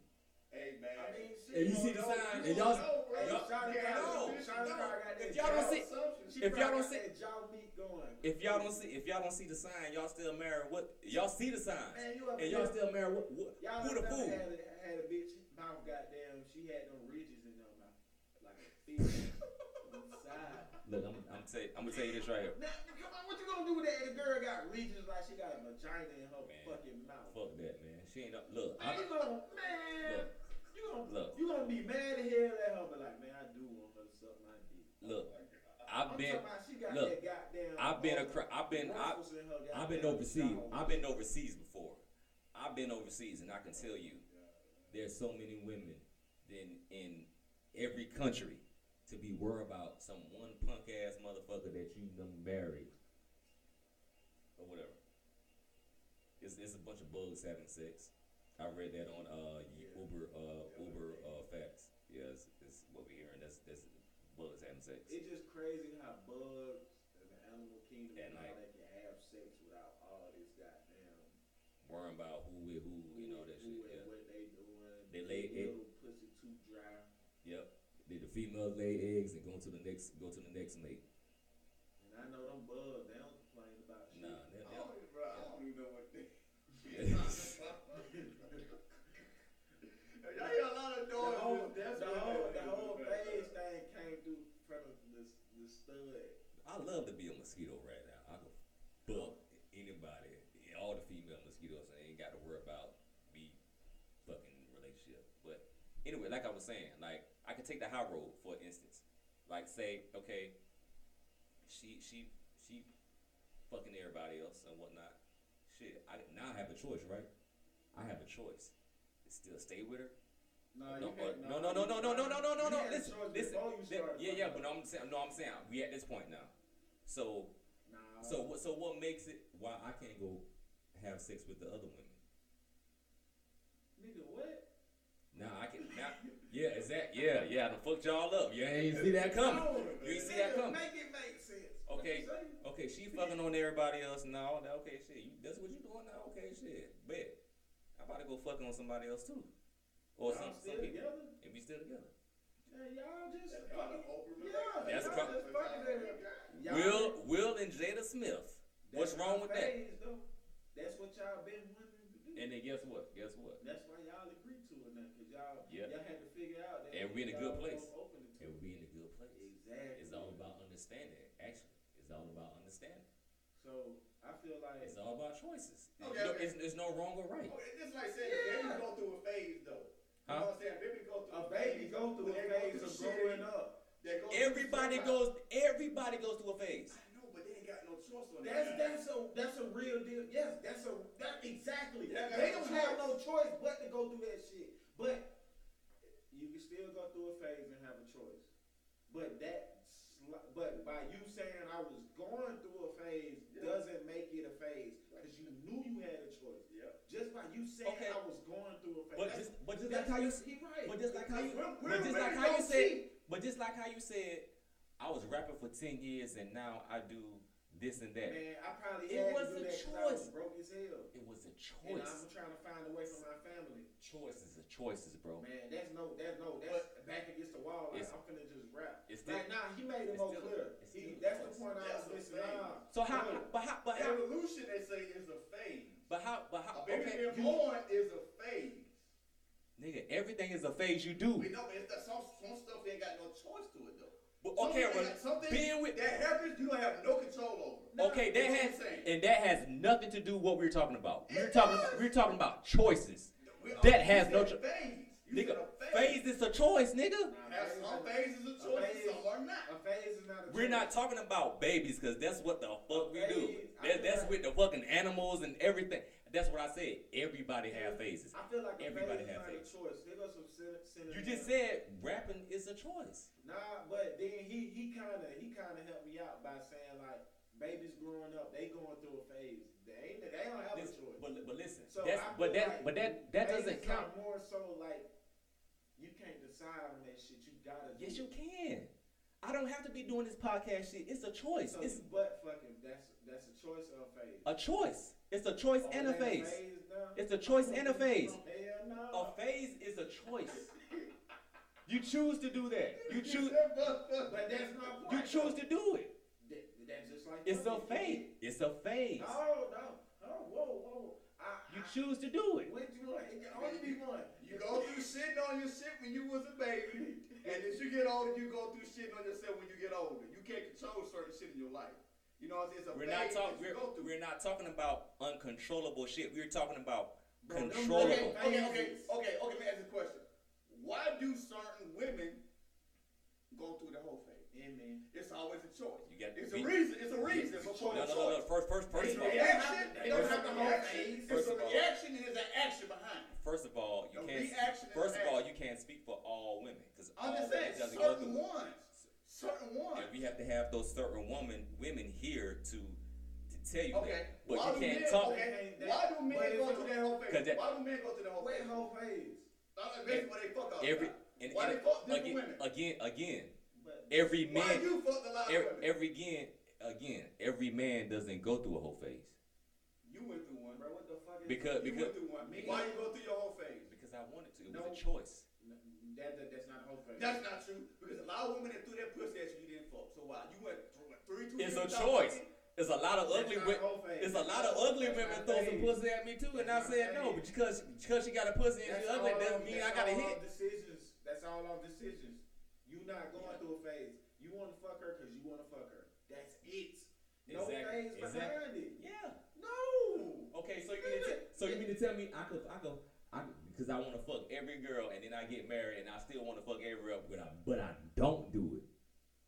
A: Hey man.
C: I mean, shit,
D: And you
C: don't
D: see the
C: know.
D: sign,
C: You
D: and
C: don't
D: y'all-
C: know, bro.
B: and y'all-
C: Shawty
A: Yeah,
C: probably-
A: no,
C: Shawty
B: no.
C: probably got
B: If
C: that
B: y'all don't
C: jaw-
B: see-
C: she
B: if y'all don't
C: probably got
B: see-
C: that jaw meat going.
B: If y'all don't see if y'all don't see the sign, y'all still married. What y'all see the sign?
C: Man, you up
B: And y'all
C: there-
B: still married. What, what
C: Y'all
B: who the
C: ever
B: fool?
C: Had a, had a bitch mouth, goddamn. She had them ridges in her mouth, like a fish inside.
B: Look, I'm I'm tell I'm gonna tell you this right here.
C: Now, come on, what you gonna do with that? The girl got ridges like she got a vagina in her
B: Man.
C: fucking mouth.
B: Fuck that, man. She ain't up. Look,
C: Man,
B: I,
C: you gonna man,
B: Look.
C: you gonna
B: Look.
C: you gonna be mad as hell at her, but like, man, I do want her to suck my dick.
B: look.
C: I'm
B: I've been
C: talking about she got
B: look,
C: that goddamn.
B: I've been
C: uh,
B: a cr- I've been I,
C: ruffles in her
D: I've been
C: goddamn
D: overseas.
C: jaw.
B: I've been overseas before. I've been overseas, and I can tell you, there's so many women than in every country to be worried about some one punk ass motherfucker that you done married or whatever. It's, it's a bunch of bugs having sex. I read that on uh,
A: Yeah.
B: Uber uh,
A: Yeah.
B: Uber uh, facts. Yes, yeah, it's, it's what we hearing. That's that's bugs having sex.
C: It's just crazy how bugs and the animal kingdom
B: And
C: and all
B: like-
C: that can have sex without all this goddamn.
B: Worrying about who with who, you know that
C: who
B: shit.
C: and
B: Yeah.
C: What they doing?
B: They lay
C: They
B: egg-
C: little pussy too dry.
B: Yep. Did the females lay eggs and go to the next go to the next mate?
C: And I know them bugs. They don't complain about shit.
B: Nah, that,
A: I
B: that,
A: don't even- bro, I don't even know what they- Y'all hear a lot of
C: The whole,
A: noises.
C: the whole, the whole phase thing came through from the the stud.
B: I love to be a mosquito right now. I can fuck anybody, all the female mosquitoes, and ain't got to worry about me fucking relationship. But anyway, like I was saying, like I could take the high road for instance. Like say, okay, she she she fucking everybody else and whatnot. Shit, I now I have a choice, right? I have a choice. Still stay with her,
C: Nah,
B: No, uh,
C: you had-
B: no, no, no, no, no, no, no, no, no,
C: you
B: no.
C: had a
B: Listen,
C: choice
B: listen.
C: before you
B: That-
C: started
B: yeah, yeah,
C: fucking.
B: but I'm saying, no, I'm saying we at this point now. So
C: Nah,
B: so what? So what makes it why I can't go have sex with the other women?
C: nigga, what?
B: Now I can. Now, yeah, is that? Yeah, yeah. I done fucked y'all up. Yeah, ain't see that coming. You ain't see that
C: Nigga,
B: coming.
C: Make it make sense. What
B: Okay.
C: you say?
B: Okay, she fucking on everybody else now. That okay, shit. You, that's what you doing now. Okay, shit. Bet. I'm about to go fucking on somebody else too, or
C: Y'all
B: some, some
C: still
B: people,
C: together?
B: and we still together.
C: Yeah, y'all just
A: That's called an
C: fucking.
A: open
C: Yeah,
A: relationship.
B: That's
A: Y'all
B: called-
A: just fucking everybody.
C: Y'all-
B: Will Will and Jada Smith, what's
C: that's
B: wrong
C: y'all
B: with that?
C: phase, though. That's what y'all been wanting to do.
B: and then guess what? Guess what?
C: that's why y'all agreed to it now, cause y'all
B: Yeah.
C: y'all had to figure out that.
B: And we in a
C: y'all
B: good
C: was
B: place.
C: Open to
B: It will be in a good place.
C: Exactly.
B: It's all about understanding. Actually, it's all about understanding.
C: So I feel like
B: It's all about choices.
A: Okay,
B: No-
A: okay.
B: It's, it's no wrong or right.
A: Oh, it's just like saying a baby
C: Yeah.
A: go through a phase though. You
B: Huh?
A: know what I'm saying? Baby go
C: a
A: through
C: baby go through a
A: They
C: phase
A: through
C: of
A: shit.
C: growing up.
A: They go through
B: Everybody
A: shit.
B: goes. Everybody goes through a phase.
A: I know, but they ain't got no choice on
C: That's
A: that.
C: that's a that's a real deal. Yes, that's a that Exactly.
A: Yeah,
C: they
A: that's
C: don't
A: a
C: have no choice but to go through that shit. But you can still go through a phase and have a choice. But that, sli- but by you saying I was going through a phase
A: Yeah.
C: doesn't make it a phase because you knew you had a choice.
A: Yep.
C: Just by you saying
B: Okay.
C: I was going through a phase.
B: But just, but just like
D: That's
B: how you,
D: just-
C: he right.
B: but just like how you,
C: We're-
B: but
C: we're
B: just like
C: very
B: how you
C: low
B: said,
C: key.
B: but just like how you said, I was rapping for ten years and now I do this and that.
C: Man, I probably
B: It
C: had
B: was
C: to do
B: a
C: that 'cause I was
B: choice.
C: broke as hell.
B: It was a
C: And
B: choice.
C: I'm trying to find a way for my family.
B: Choices are choices, bro.
C: Man, that's no, that's no, that's back against the wall. Like,
B: It's-
C: I'm finna just rap.
B: it's still-
C: like, nah, he made it
B: it's
C: more
B: still-
C: clear.
B: it's
C: He,
B: still
C: that's the
B: choice.
C: point I
A: That's
C: was
A: the
C: missing
A: thing.
C: out.
B: So how,
C: Look,
B: but how, but how,
A: Evolution, they say, is a phase.
B: but how, but
A: A
B: how?
A: baby
B: Okay,
A: being born is a phase.
B: nigga, everything is a phase you do.
A: We know, but it's that some, some stuff ain't got no choice to it though.
B: But okay,
A: something,
B: well,
A: that- something
B: being with
A: that happens, you don't have no control over.
B: okay, that
A: That's what
B: has
A: I'm saying.
B: and that has nothing to do with what we were talking about. We
A: It
B: were talking,
A: does.
B: we were talking about choices.
A: We-
B: that
A: you
B: has
A: said
B: no cho-
A: phase. You
B: Nigga,
A: said a
B: Phase is a choice, nigga.
C: Nah,
A: Have
C: phase
A: some
C: is-
A: phases of choice,
C: phase-
A: and some are not.
C: A phase is not a
B: We're not
C: choice.
B: talking about babies because that's what the fuck we do.
C: Babies, I
B: That,
C: feel
B: that's
C: like-
B: with the fucking animals and everything. That's what I said. Everybody have phases.
C: I feel like
B: Everybody
C: a phase
B: has
C: is not
B: phases.
C: a choice. There goes some sin- sin-
B: You just said rapping is a choice.
C: Nah, but then he he kind of he kind of helped me out by saying like babies growing up, they going through a phase. They ain't they don't have
B: Listen,
C: a choice.
B: but, but listen,
C: So
B: that's,
C: I
B: but
C: feel
B: that
C: like
B: but that that
C: phases
B: doesn't count.
C: Are more so like you can't decide on that shit. You gotta. do
B: Yes,
C: it.
B: you can. I don't have to be doing this podcast shit. It's a choice.
C: So
B: It's
C: you butt fucking. That's that's a choice or a phase.
B: a choice. It's a choice
C: Oh,
B: and a
C: that
B: phase.
C: now?
B: It's a choice
C: Oh,
B: and a phase. Oh,
C: Hell
B: A
C: no.
B: phase is a choice. You choose to do that. You choose.
C: But that's my point.
B: You choose to do it.
C: That, that's just like
B: It's a
C: fucking-
B: phase. It's a phase.
C: No, no. Oh, whoa, whoa. I,
B: You choose to do it.
C: I, which one? It can only be one.
A: You go through shitting on your shit when you was a baby, and as you get older, you go through shitting on yourself when you get older. You can't control certain shit in your life. You know, it's, it's a
B: We're
A: phase
B: not
A: that
B: talking.
A: you
B: We're,
A: go through.
B: we're not talking about uncontrollable shit. We're talking about
C: Bro, them
B: controllable.
C: little-
A: Okay, okay, okay, okay. Let me ask you a question. Why do certain women go through the whole phase?
C: Yeah, man.
A: It's always a choice.
B: You got
A: It's
B: be-
A: a reason. It's a reason. It's a
B: No,
A: choice.
B: no, no, no. First, first,
A: It's
B: first of
A: a
B: all,
C: Yeah.
A: reaction. They don't have the whole
C: phase.
A: phase. It's
B: First
A: a
B: of all-
A: reaction and there's an action behind it.
B: first of all, you
A: The
B: can't.
A: reaction is
B: First of all,
A: action.
B: you can't speak for all women because all
A: I'm just
B: women
A: saying,
B: doesn't go
A: certain
B: through.
A: ones, certain ones.
B: And we have to have those certain women, women here to to tell you
A: Okay.
B: that. But
A: Why do
B: you
A: men?
B: can't talk.
A: Okay.
C: That-
A: Why do men
C: but it's
A: go
C: a-
A: through that whole
B: Cause
A: phase?
B: that-
A: Why do men go through that whole
C: Wait,
A: phase?
C: whole phase.
A: That's basically where they fuck all the
B: Every
A: time.
B: and,
A: Why
B: and
A: they fuck different
B: again,
A: women?
B: again, again,
C: But
B: every
A: Why
B: man,
A: you fuck a lot of
B: every,
A: women?
B: every again, again, every man doesn't go through a whole phase
A: you went through one.
C: bro, what the fuck is
B: because
A: You
B: because
A: went through one.
C: Me-
A: Why you go through your whole phase?
B: because I wanted to. It
C: No.
B: was a choice.
C: That, that, that's not whole phase.
A: That's not true because a lot of women that threw their pussy at you, you didn't fuck. So why? You went through what, three, two years
B: It's a
A: without
B: choice.
A: fucking?
B: There's a lot of
C: That's
B: ugly
C: not
B: women.
C: whole phase.
B: There's a lot of ugly
C: That's
B: women
C: not
B: throw some
C: phase.
B: pussy at me too, and I
C: That's not
B: said no
C: phase.
B: because because she got a pussy and
C: That's
B: she ugly
C: all
B: doesn't
C: on-
B: mean I
C: that's
B: got a
C: all
B: hit.
C: on Decisions. That's all on decisions. You not going
B: Yeah.
C: through a phase. You want to fuck her because you want to fuck her. That's it. No
B: Exactly.
C: phase
B: Exactly.
C: behind it.
B: Yeah.
C: No.
B: Okay. So you mean to, so you mean to tell me I could I could I because I want to fuck every girl and then I get married and I still want to fuck every girl but I but I don't do it.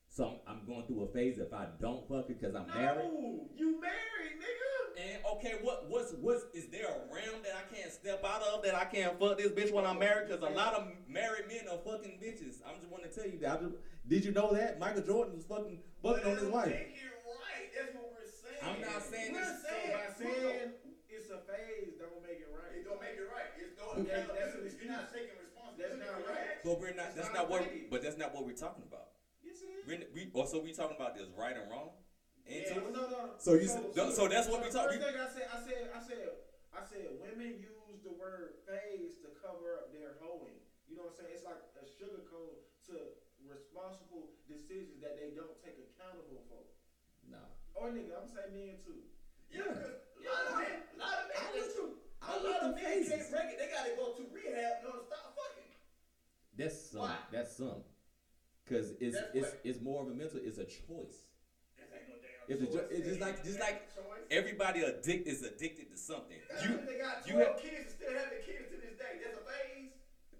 B: So I'm, I'm going through a phase if I don't fuck it because I'm
C: No.
B: married.
C: You married, nigga.
B: And okay, what what's what's is there a realm that I can't step out of that I can't fuck this bitch when I'm married? Because a lot of married men are fucking bitches. I'm just want to tell you that. I just, did you know that Michael Jordan was fucking
A: But
B: bucking on his
A: I'm
B: wife?
A: thinking right. That's what we're saying.
B: I'm not saying
A: we're
B: this-
C: So by
A: saying,
C: saying it's a phase, don't make it right.
A: It don't make it right. It's no
C: Okay,
A: accountability.
C: that's an
A: You're not taking responsibility.
C: That's not
A: for your
C: right.
A: actions.
B: But we're not.
C: It's
B: That's not
C: not a
B: what.
C: phase.
B: But that's not what we're talking about.
C: Yes, it is.
B: We're, we also we talking about this right and wrong. And
C: Yeah,
B: two-
C: well, no, no.
B: So you said- so- so that's what we
C: the
B: talk-
C: First
B: you-
C: thing I said, I said, I said, I said, women use the word phase to cover up their hoeing. You know what I'm saying? It's like a sugar coat to responsible decisions that they don't take accountable for.
D: Nah.
C: Or nigga, I'm saying men too.
A: Yeah, 'cause a lot of men, a lot of men,
D: I
A: that's true.
D: I
A: a lot
D: looked
A: of
D: at
A: men
D: phases.
A: can't break it. They gotta go to rehab in order to stop fucking.
D: That's some.
A: Why?
D: That's some. Cause it's
A: That's
D: it's
A: what-
D: it's more of a mental. It's a choice.
A: This ain't no damn
D: It's a
A: choice.
D: jo- it's just
A: Ain't
D: like-
A: no
D: just
A: damn
D: like-
A: choice.
B: Everybody addict is addicted to something. You
A: they got
B: you
A: 12
B: have-
A: kids and still having kids to this day. That's a phase.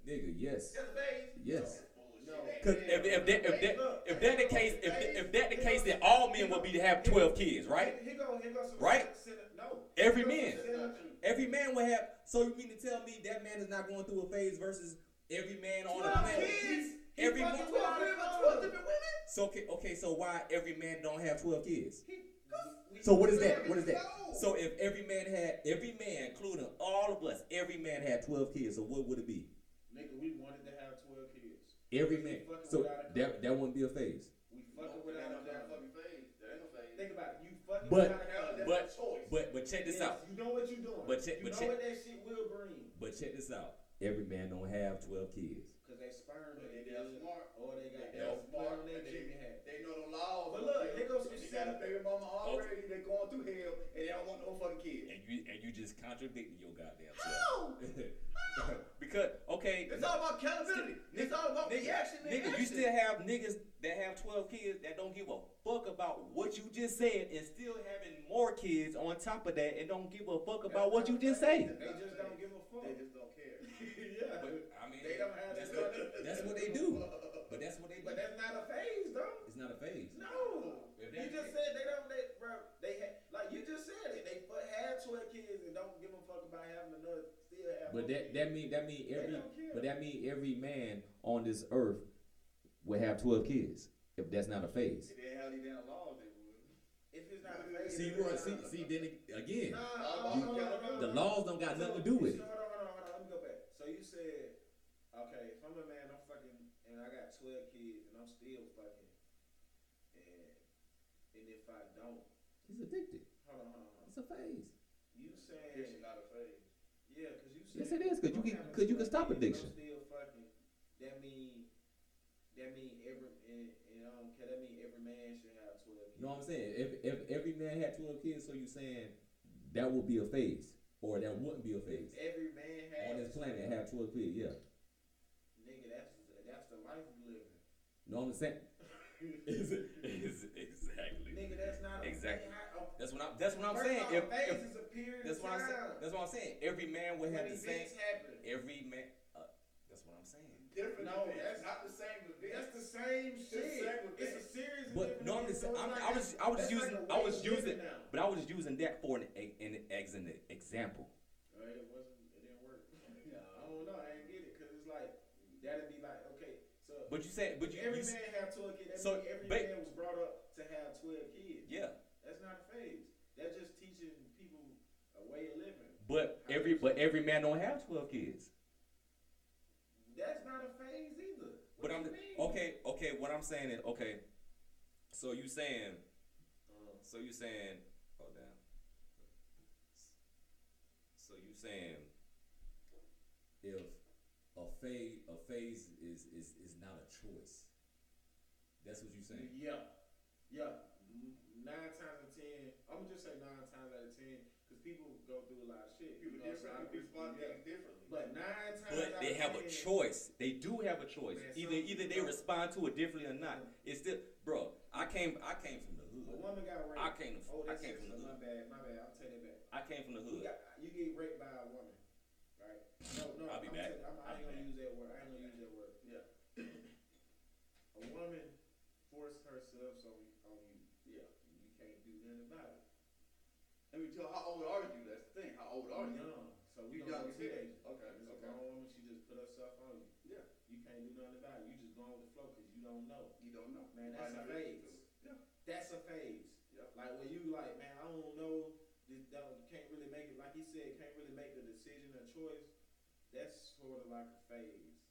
D: Nigga, yes.
A: That's a phase.
D: Yes.
A: That's bullshit.
C: No,
B: Cause if, if that if that if that the case if if that the case then all men will be to have twelve kids, right?
C: Here go, here go some
B: Right?
C: sen- No.
B: Every
C: Here go some
B: man.
A: That's not
C: senator-
A: true.
D: Every man will have. So you mean to tell me that man is not going through a phase versus every man on the
C: Twelve
D: planet?
C: kids. He
D: Every
C: fucking
D: man-
C: twelve women, twelve different women?
D: So okay, okay, so why every man don't have twelve kids?
C: He- 'cause we-
D: So what is that? What is that?
C: No.
D: So if every man had every man, including all of us, every man had twelve kids, so what would it be?
C: Nigga, we wanted to have twelve kids.
D: Every man. So that that wouldn't be a phase.
C: We
A: Fucking
C: fucking without a
A: that fucking
C: condom.
A: phase. That ain't no phase.
C: Think about it. You fucking
D: But-
C: without a
A: Now,
C: condom.
A: that's
B: but-
A: a choice.
B: But but check this
C: Yes,
B: out.
C: You know what you're doing.
B: But check- but
C: you know
B: check-
C: what that shit will bring.
D: But check this out. Every man don't have twelve kids.
C: Cause they sperm
A: But
C: they
A: they damn
C: good,
A: smart.
C: or they got
A: They
C: that
A: damn smart.
C: on their
A: and They
C: Jimmy hat.
A: they know the laws.
C: But look, here goes some
A: She got a
C: senator.
A: baby mama already. They going through hell, and they don't want no fucking kids.
B: Oh. And you and you just contradicted your goddamn self.
A: How?
B: because okay,
A: It's all about accountability. It's all about
B: nigga,
A: reaction. and
B: nigga, you
A: action.
B: still have niggas that have twelve kids that don't give a fuck about what you just said, and still having more kids on top of that, and don't give a fuck about what you just say.
C: They just don't give a fuck.
A: They just don't care.
C: yeah.
B: But I mean,
C: they don't have
B: that's,
C: that.
B: what, that's what they do. But
A: But
B: that's what they do.
C: But that's not a phase, though.
D: It's not a phase.
C: No.
B: If
C: You
B: that-
C: just said they don't. They, bro, they had like you just said it. They fu- had twelve kids and don't give a fuck about having another. Still have.
D: But
C: more
D: that
C: kids.
D: that mean that mean
C: They
D: every
C: don't care.
D: but that mean every man on this earth will have twelve kids. If that's not a phase.
A: if they had these damn laws, they would.
C: if it's not a phase,
D: See, you want see see then ag- again,
C: Nah,
A: You-
C: hold on, hold on, hold
D: the
C: on.
D: laws don't got nothing to do with
C: So,
D: it.
C: Hold on, hold on, hold on. Let me go back. So you said, okay, if I'm a man, I'm fucking, and I got 12 kids, and I'm still fucking, and and if I don't,
D: He's addicted.
C: hold on, hold on, hold on.
D: It's a phase.
C: You
A: It's
C: saying,
A: not a phase.
C: yeah, because you said.
D: Yes, it is, 'cause you
C: I'm
D: can-
C: having
D: 'cause you can
C: 12
D: stop
C: kids, and
D: addiction.
C: I'm still fucking. That mean, that mean every, and, and I don't care. That mean every man should have 12 kids.
D: You know what I'm saying? If if every man had twelve kids, so you saying that would be a phase. Or that wouldn't be a phase.
C: Every man has.
D: On this planet have twelve kids, yeah.
C: Nigga, that's that's the life we living.
D: You know what I'm saying? Is it-
B: Ex- exactly.
C: Nigga, that's not a
B: Exactly.
C: How,
B: That's what I'm. That's what I'm
C: First
B: saying.
C: off,
B: If,
C: phase
B: if
C: is a period
B: that's
C: of
B: what I'm saying.
C: time.
B: That's what I'm saying. Every man would
C: when
B: have the
C: events
B: same.
C: happen.
B: Every man. Uh, that's what I'm saying.
A: Different.
C: No,
A: events,
C: that's-
A: not the same event.
C: That's the same shit.
A: segment.
C: It's a series. of
B: But
C: different
B: no, I'm just.
C: events, so it's
B: I'm,
C: like
B: I was.
C: it's-
B: I was
C: that's
B: just using.
C: like a
B: I
C: way
B: was
C: of living
B: using.
C: now.
B: But I was using that for an, e- an, ex- an example.
C: Uh, it wasn't. It didn't work. I don't know. I didn't get it because it's like that'd be like okay. So
B: But you said. But you.
C: every
B: you s-
C: man have twelve kids. That
B: so,
C: mean every
B: but-
C: man was brought up to have twelve kids.
B: yeah.
C: That's not a phase. That's just teaching people a way of living.
B: But every. But every man don't have twelve kids.
C: That's not a phase either.
B: But
C: What do
B: I'm.
C: you mean?
B: Okay. Okay. What I'm saying is okay. So you saying.
C: Uh,
B: So you saying, hold down. So you saying,
D: if a phase a phase is is is not a choice. That's what you're saying.
C: Yeah, yeah. M- Nine times out of ten, I'm gonna just say nine times out of ten, because people go through a lot of shit.
A: People
C: You know, so
A: different.
C: I
A: People respond
C: agree, yeah.
A: things differently.
C: But nine times,
B: but
C: out
B: they
C: of
B: have a
C: 10,
B: choice. They do have a choice.
C: Man,
B: Either
C: some
B: either they
C: people-
B: respond to it differently or not. It's still, bro. I came I came from the
C: A
B: hood.
C: woman got raped.
B: I came
C: oh,
B: I
C: that's
B: came from the hood.
C: serious. my bad. My bad. I'll take that back.
B: I came from the
C: You,
B: hood.
C: got, you get raped by a woman, right? No, no.
B: I'll be
C: I'm
B: back.
C: Telling, I'm, I
B: I'll
C: ain't
B: be
C: gonna
B: back.
C: use that word. I ain't gonna use that word.
A: Yeah.
C: A woman forced herself on you. On you.
A: Yeah.
C: You can't do nothing about it.
A: I mean, tell how old are you? That's the thing. How old are
C: I'm
B: Mm-hmm.
A: you?
C: young, so
A: You
C: we don't
A: young
C: know
A: as
C: teenagers.
A: hell. Okay. Okay.
C: It's a grown woman. She just put herself on you.
A: Yeah.
C: You can't do nothing about it. You just going with the flow because you don't know.
A: You don't know.
C: Man,
A: Might
C: that's a
A: not be
C: phase.
A: able to. Yeah.
C: That's a phase.
A: Yep.
C: Like when you like, man, I don't know. This don't can't really make it. Like he said, can't really make a decision or choice. That's sort of like a phase.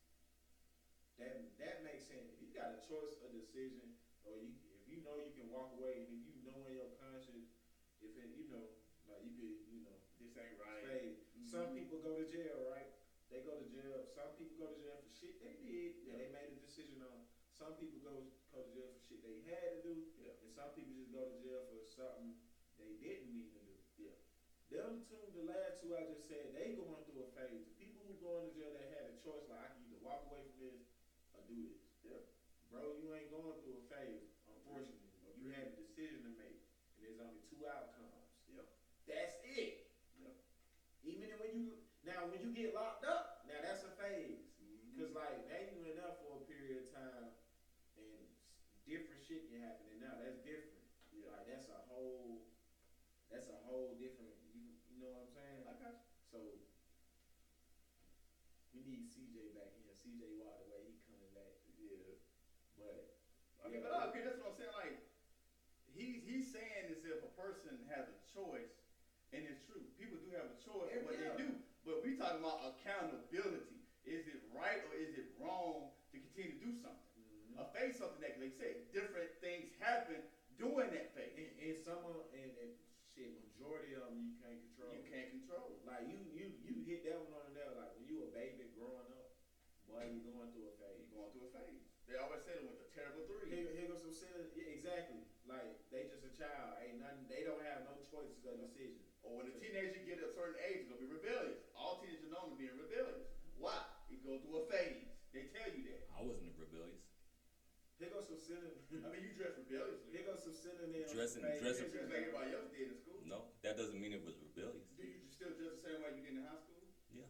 C: That that makes sense. If you got a choice, a decision, or you if you know you can walk away, and if you know in your conscience, if it, you know, like you could, you know,
A: This ain't right.
C: phase. Some
A: Mhm.
C: people go to jail, right? They go to jail. Some people go to jail for shit they did and
A: Yeah.
C: they made a decision on. Some people go go to jail for shit they had to do,
A: Yeah.
C: and some people just go to jail for something they didn't mean to do.
A: Yeah.
C: Them two, the last two I just said, they going through a phase. The people who going to jail that had a choice, like I can either walk away from this or do this.
A: Yeah.
C: Bro, you ain't going through a phase, unfortunately. You had a decision to make, and there's only two outcomes.
A: Yeah.
C: That's it.
A: Yeah.
C: Even when you now when you get locked up, now that's a phase.
A: Mhm.
C: Cause like now you in there for a period of time, whole that's a whole different you you know what I'm saying?
A: I got
C: So we need CJ back here. CJ Watt the way he coming back,
A: you. Yeah.
C: but
A: I mean, but I agree. That's what I'm saying. Like, he's he's saying as if a person has a choice, and it's true. People do have a choice in what
C: Yeah.
A: they do. But we talking about accountability. Is it right or is it wrong to continue to do something?
C: Mhm.
A: A face something that, like you said, different things happen during that phase.
C: and, and some of and, and shit majority of them you can't control.
A: You can't control.
C: Like you you you hit that one on the nail. Like when you a baby growing up, boy you going through a phase.
A: You're going through a phase. They always said it was a terrible
C: Here,
A: three.
C: here goes some sin. Yeah, exactly. Like they just a child. Ain't nothing. They don't have no choices or decisions.
A: Or when a teenager get a certain age, they're gonna be rebellious. All teenagers known to be rebellious. Why? It go through a phase. They tell you that.
B: I wasn't rebellious.
C: Here goes some sin.
A: I mean, you dress rebelliously.
C: Here goes some sin in there.
B: Dressing-
C: Phase.
A: You
B: dressing-
A: dress like everybody else did in school.
B: No, that doesn't mean it was rebellious.
A: Do you still dress the same way you did in high school?
B: Yeah.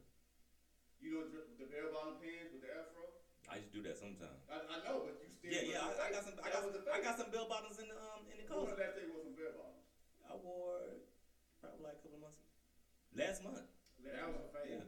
A: You don't dress with the bare bottom pants with the afro.
B: I used to do that sometimes.
A: I, I know, but you still.
B: Yeah, yeah, I, I got some, I got,
A: that was the
B: I got some bell bottoms in the um in the
A: When was
B: closet.
A: the last day you wore some bare bottoms?
B: I wore probably like a couple of months. Last month.
C: That was a phase.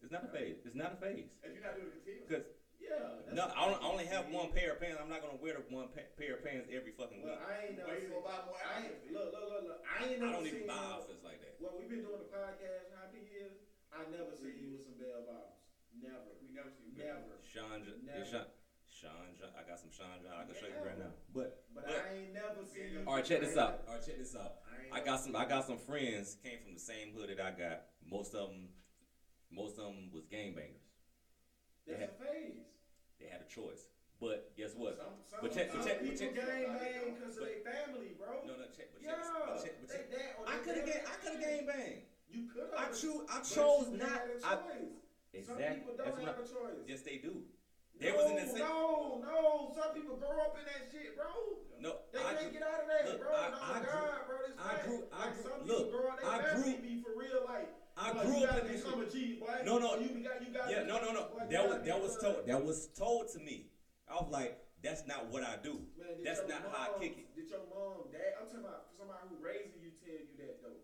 B: It's not a phase. It's not a phase.
A: If you're not doing it continuously.
B: Cause
C: Yeah. that's
B: no,
C: a
B: I only, I
C: phase.
B: only have one pair of pants. I'm not gonna wear the one pa- pair of pants every fucking
C: Well,
B: week.
C: I ain't never
A: Why you
C: seen.
A: gonna buy more
C: I ain't,
A: outfits?
C: look, look, look, look. I
B: I
C: ain't never
B: don't even
C: seen
B: buy
C: you-
B: outfits like that.
C: Well, we've been doing the podcast how many years? I never seen you with some bell bottoms. Never.
A: We never see. you.
C: Never.
B: Sean, J-
C: Never.
B: Sean, Sean, J- I got some Sean. J- I can show you
C: Never.
B: right now. But
C: But
B: But-
C: I ain't never seen you.
B: all right, check this out.
D: All right, check this out.
C: I, ain't
B: I got some. I got some friends came from the same hood that I got. Most of them, most of them was gangbangers.
C: That's a phase.
B: They had a choice, but guess what?
A: Some, some,
B: But check- but
A: some
B: check- but
A: people
B: check-
C: People
A: gang bang
C: gangbang
A: 'cause-
C: because of their family, bro.
B: No, no, check, but
C: yeah,
B: check, this- but check, but
C: they,
B: check.
C: that or
B: I
C: they
B: could have,
C: family.
B: I could have gangbanged.
C: You could
B: I
C: have.
B: choose. I chose
C: you
B: not.
C: Had a
B: I,
C: choice. Some
B: exactly.
C: people don't
B: That's what.
C: have
B: I-
C: a choice.
B: Yes, they do. They was in the
C: No,
B: same.
C: No, no. Some people grow up in that shit, bro.
B: No,
C: They
B: I,
C: can't
B: grew-
C: get out of that,
B: look,
C: bro.
B: I-
C: no,
B: I grew-
C: God, bro. This
B: I
C: fact.
B: grew- I
C: like
B: grew-
C: some
B: look,
C: people grow up, they
B: I
C: family
B: grew-
C: be for real, like.
B: I
C: Like,
B: grew
C: you
B: up
C: gotta
B: in
C: be
B: this.
C: some G, boy.
B: No, no.
C: You got, you got.
B: Yeah, no, no, no.
C: boy, you
B: That was
C: gotta be
B: that was
C: good.
B: told. That was told to me. I was like, that's not what I do.
C: Man, did
B: That's
C: your
B: not how I
C: mom-
B: kick it.
C: Did your mom, dad? I'm talking about somebody who raising you tell you that though.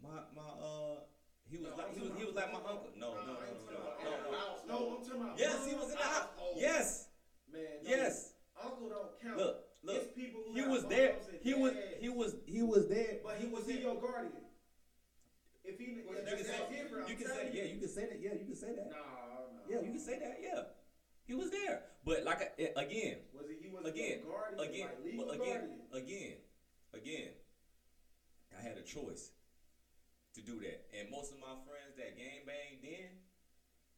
B: My my uh, he was
C: No,
B: like
C: I'm
B: he was he was like my uncle. No, no, no,
C: I ain't
B: no,
C: talking about
B: no, no. no.
C: that.
A: no.
C: No, I'm talking about.
B: Yes, he was in the house. Yes,
C: Man, no,
B: yes.
C: Uncle don't count.
B: Look, look.
C: It's people who
B: He
C: have
B: was there.
C: moms and
B: He was
C: dads.
B: he was he was there.
C: But he was he your guardian. If he,
A: Well,
B: You can
C: if that's
B: say
C: different.
B: you
C: I'm
B: can
C: telling
B: say
C: you.
B: yeah. You can say that yeah. You can say that
C: Nah, nah.
B: yeah. You can say that yeah. He was there, but like I, eh, again,
C: Was it he was
B: Again,
C: your guardian?
B: again,
C: like legal
B: well, again,
C: guardian.
B: again, again. I had a choice to do that, and most of my friends that gang banged then,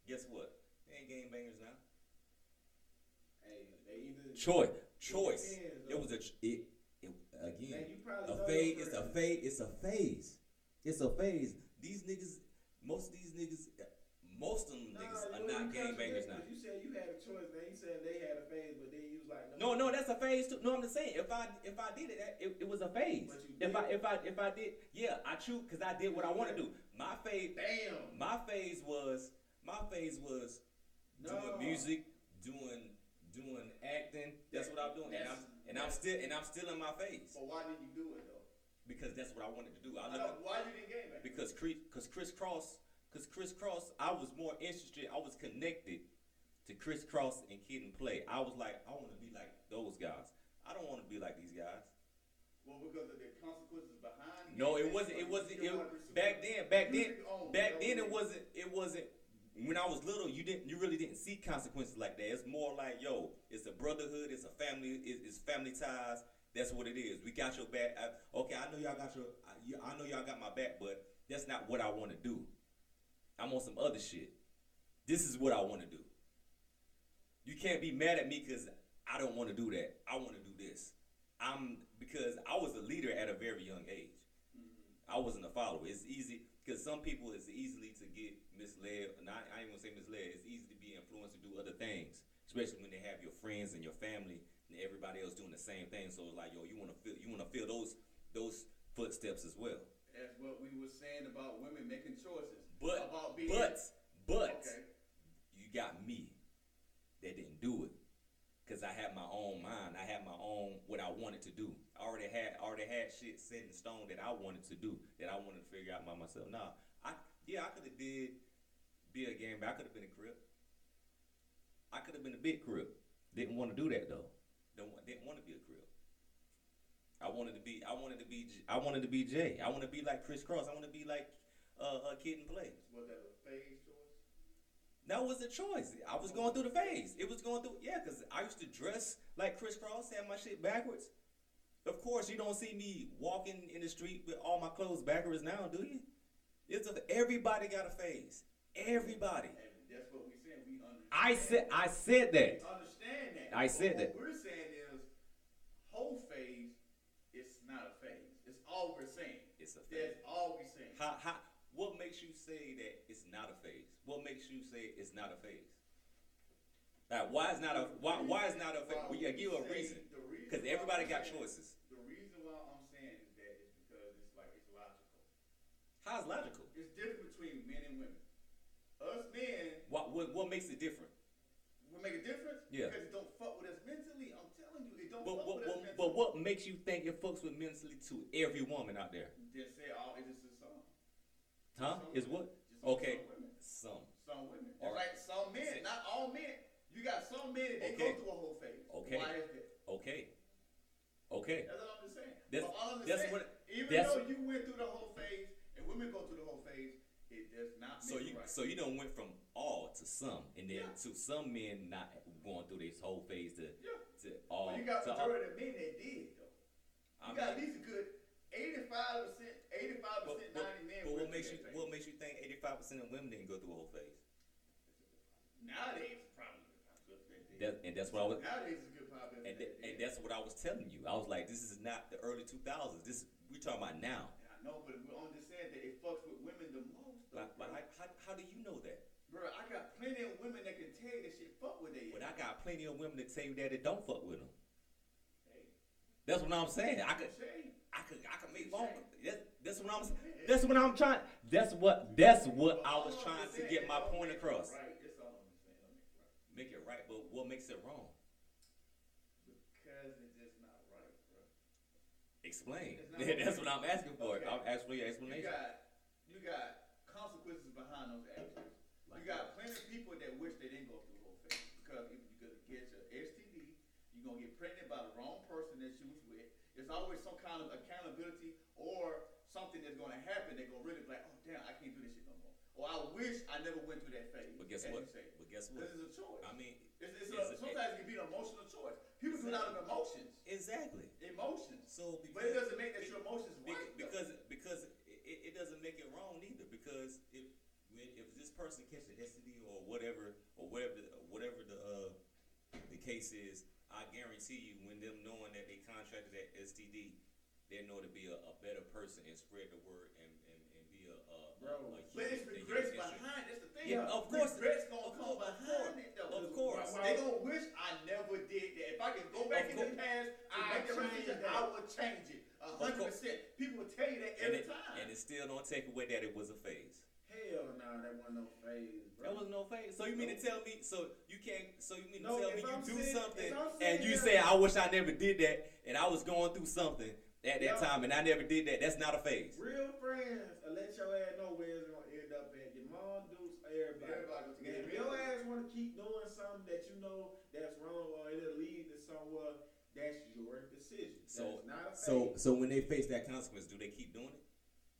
B: guess what? They ain't gang bangers now.
C: Hey, they either
B: Choice, choice.
C: depends,
B: It was a ch- it, it
C: man,
B: again.
C: you probably know
B: A phase.
C: your
B: It's a
C: friends.
B: phase. It's a phase. It's a phase. These niggas, most of these niggas, most of them
C: Nah,
B: niggas
C: you
B: are not
C: contradict
B: gangbangers now.
C: because You said you had a choice. Now you said they had a phase, but then you was like,
B: No, no, that's a phase too. No, I'm just saying, if I if I did it, that- it, it was a phase.
C: But you
B: If I
C: did.
B: if I if I did, yeah, I choose because I did what I want to do. My phase,
C: Damn.
B: my phase was my phase was
C: No.
B: doing music, doing doing acting. That's what I'm doing, and I'm and I'm still and I'm still in my phase
A: But why did you do it though?
B: because that's what I wanted to do. I
A: I
B: look
A: know,
B: up,
A: why you didn't game bang?
B: because Chris because Chris Cross because Chris Cross I was more interested. I was connected to Chris Cross and Kid and Play. I was like, I want to be like those guys. I don't want to be like these guys.
A: Well, because of the consequences behind. gang
B: No, it
A: bang,
B: wasn't.
A: or
B: It
A: you
B: wasn't.
A: still
B: It,
A: wanna pursue
B: back
A: it?
B: then, back
A: You oh,
B: then,
A: did your own,
B: back
A: you
B: then,
A: know
B: it
A: what
B: wasn't. It wasn't. When I was little, you didn't. You really didn't see consequences like that. It's more like, yo, it's a brotherhood. It's a family. It's, it's family ties. That's what it is. We got your back. I, okay, I know y'all got your. I, you, I know y'all got my back, but that's not what I want to do. I'm on some other shit. This is what I want to do. You can't be mad at me because I don't want to do that. I want to do this. I'm because I was a leader at a very young age. I wasn't a follower. It's easy because some people it's easily to get misled. Not I ain't gonna say misled. It's easy to be influenced to do other things, especially when they have your friends and your family and everybody else doing the same thing. So it's like, yo, you wanna feel you wanna feel those those footsteps as well.
A: That's what we were saying about women making choices.
B: But
A: about being
B: but but
A: okay.
B: you got me that didn't do it because I had my own mind. I had my own what I wanted to do. I already had already had shit set in stone that I wanted to do that I wanted to figure out by myself. Nah, I yeah I could have did be a game, but I could have been a crip. I could have been a big crip. Didn't want to do that though. Don't wa- didn't want to be a crip. I wanted to be I wanted to be J- I wanted to be Jay. I want to be like Chris Cross. I want to be like uh, a kid and play.
A: Was that a phase choice?
B: That was a choice. I was going through the phase. It was going through, yeah, because I used to dress like crisscross, had my shit backwards. Of course, you don't see me walking in the street with all my clothes backwards now, do you? It's a, everybody got a phase. Everybody.
A: And that's what we saying. We understand.
B: I said I said
A: We
B: that.
A: understand that.
B: I
A: But
B: said
A: what
B: that.
A: We're saying is whole phase. It's not a phase. It's all we're saying.
B: It's a phase.
A: That's all we're saying.
B: How, how, what makes you say that it's not a phase? What makes you say it's not a phase? Like why is not a why why is not a phase?
A: Why
B: Well, yeah, give
A: we
B: a
A: say-
B: reason.
A: the reason
B: Because
A: why
B: everybody
A: I'm
B: got
A: saying-
B: choices.
A: The reason why I'm saying is that is because it's like it's logical.
B: How's logical?
A: It's different between men and women. Us men,
B: What what what makes it different?
A: we make a difference
B: Yeah.
A: because it don't fuck with us mentally. I'm telling you, it don't
B: But
A: fuck
B: what,
A: with us
B: what,
A: mentally.
B: but what makes you think it fucks with mentally to every woman out there?
A: Just say all it's just a song.
B: Huh?
A: Some women.
B: Is what?
A: Just some-
B: Okay.
A: Some women.
B: Some.
A: Some women. Just
B: All right.
A: like some men, not all men. You got some men that they
B: Okay.
A: go through a whole phase.
B: Okay.
A: Why is that?
B: Okay. Okay.
A: That's all I'm just saying.
B: That's-
A: but all I'm just
B: that's
A: saying,
B: what-
A: even
B: that's-
A: though you went through the whole phase and women go through the whole phase, it does not
B: So
A: make
B: you
A: it right.
B: so you done went from all to some, and then
A: Yeah.
B: to some men not going through this whole phase to
A: yeah.
B: to all.
A: Well, you got
B: to all-
A: majority of men that did though. You
B: Oh, I
A: got at
B: mean,
A: least a good eighty-five percent, eighty-five
B: but,
A: percent,
B: but,
A: ninety men.
B: but
A: went
B: what
A: through
B: makes you
A: that phase.
B: what makes you think eighty five percent of women didn't go through a whole phase?
A: Nowadays, it's probably a good probability.
B: That, and that's what I was
A: Nowadays, it's a good probability.
B: and, tha-
A: that
B: and
A: they did.
B: that's what I was telling you. I was like, this is not the early two thousands. This we talking about now.
A: I know, but we're on just saying that it fucks with women the most. Though,
B: But, but
A: bro.
B: how, how, how do you know that?
A: Bro, I got plenty of women that can tell you that shit fuck with they.
B: But I got plenty of women that tell you that it don't fuck with them.
A: Hey,
B: That's what I'm saying. I could,
A: shame.
B: I could, I could make phone. That's that's what I'm. That's what I'm trying. That's what. That's what
A: But
B: I
A: all
B: was
A: I'm
B: trying
A: just
B: to
A: saying,
B: get
A: it
B: my
A: don't
B: point
A: make it
B: across.
A: Right, that's all I'm saying. Don't make it right.
B: Make it right, but what makes it wrong?
A: Because it's just not right, bro.
B: Explain.
A: It's not-
B: that's what I'm asking for.
A: Okay.
B: I'm asking for your
A: You
B: explanation.
A: got, you got consequences behind those actions. You got plenty of people that wish they didn't go through whole phase because if you're gonna get your STD, you're gonna get pregnant by the wrong person that you was with. There's always some kind of accountability or something that's gonna happen. They're gonna really be like, oh damn, I can't do this shit no more. Or I wish I never went through that phase.
B: But
A: as
B: guess
A: you
B: what?
A: say.
B: But guess
A: This
B: what?
A: is a choice.
B: I mean,
A: It's, it's,
B: It's
A: a,
B: a-
A: sometimes it can be an emotional choice. People do it out of emotions.
B: exactly.
A: Emotions.
B: So
A: But it
B: because
A: doesn't make that your emotions
B: be-
A: right. though.
B: because because it- it, it doesn't make it wrong either. Because if when, if this person catches STD or whatever or whatever the, whatever the uh, the case is, I guarantee you, when them knowing that they contracted that STD, they know to be a, a better person and spread the word and, and, and be a, a,
C: Bro,
B: a, a
A: But it's
B: human- a human
A: regrets
B: instrument.
A: behind. That's the thing.
B: Yeah, of course.
A: Regrets gonna
B: Of
A: come
B: course, of
A: behind
B: course.
A: it though.
B: Of course.
A: They gonna wish I never did that. If I could go back
B: Of
A: in the
B: course.
A: past, I make the
C: I
A: right
C: change
A: decision,
C: that.
A: I would change it. A hundred
B: course.
A: percent. People will tell you that
B: and
A: every
B: it,
A: time.
B: and it still don't take away that it was a phase.
C: Hell nah, that wasn't no phase, bro.
B: That was no phase. So you mean to
C: No.
B: tell me? So you can't? So you mean
C: No,
B: to tell
C: if
B: me you
C: I'm
B: do
C: saying-
B: something
C: if I'm
B: and
C: saying
B: you
C: that-
B: say, "I wish I never did that," and I was going through something at that
C: No.
B: time and I never did that. That's not a phase.
C: Real friends, will let your ass know where it's gonna end up at. Your mom, dudes, everybody.
A: Everybody
C: And if your ass want to keep doing something that you know that's wrong or it'll lead to somewhere, that's your decision.
B: So-
C: that's not a
B: So,
C: phase.
B: so when they face that consequence, do they keep doing it?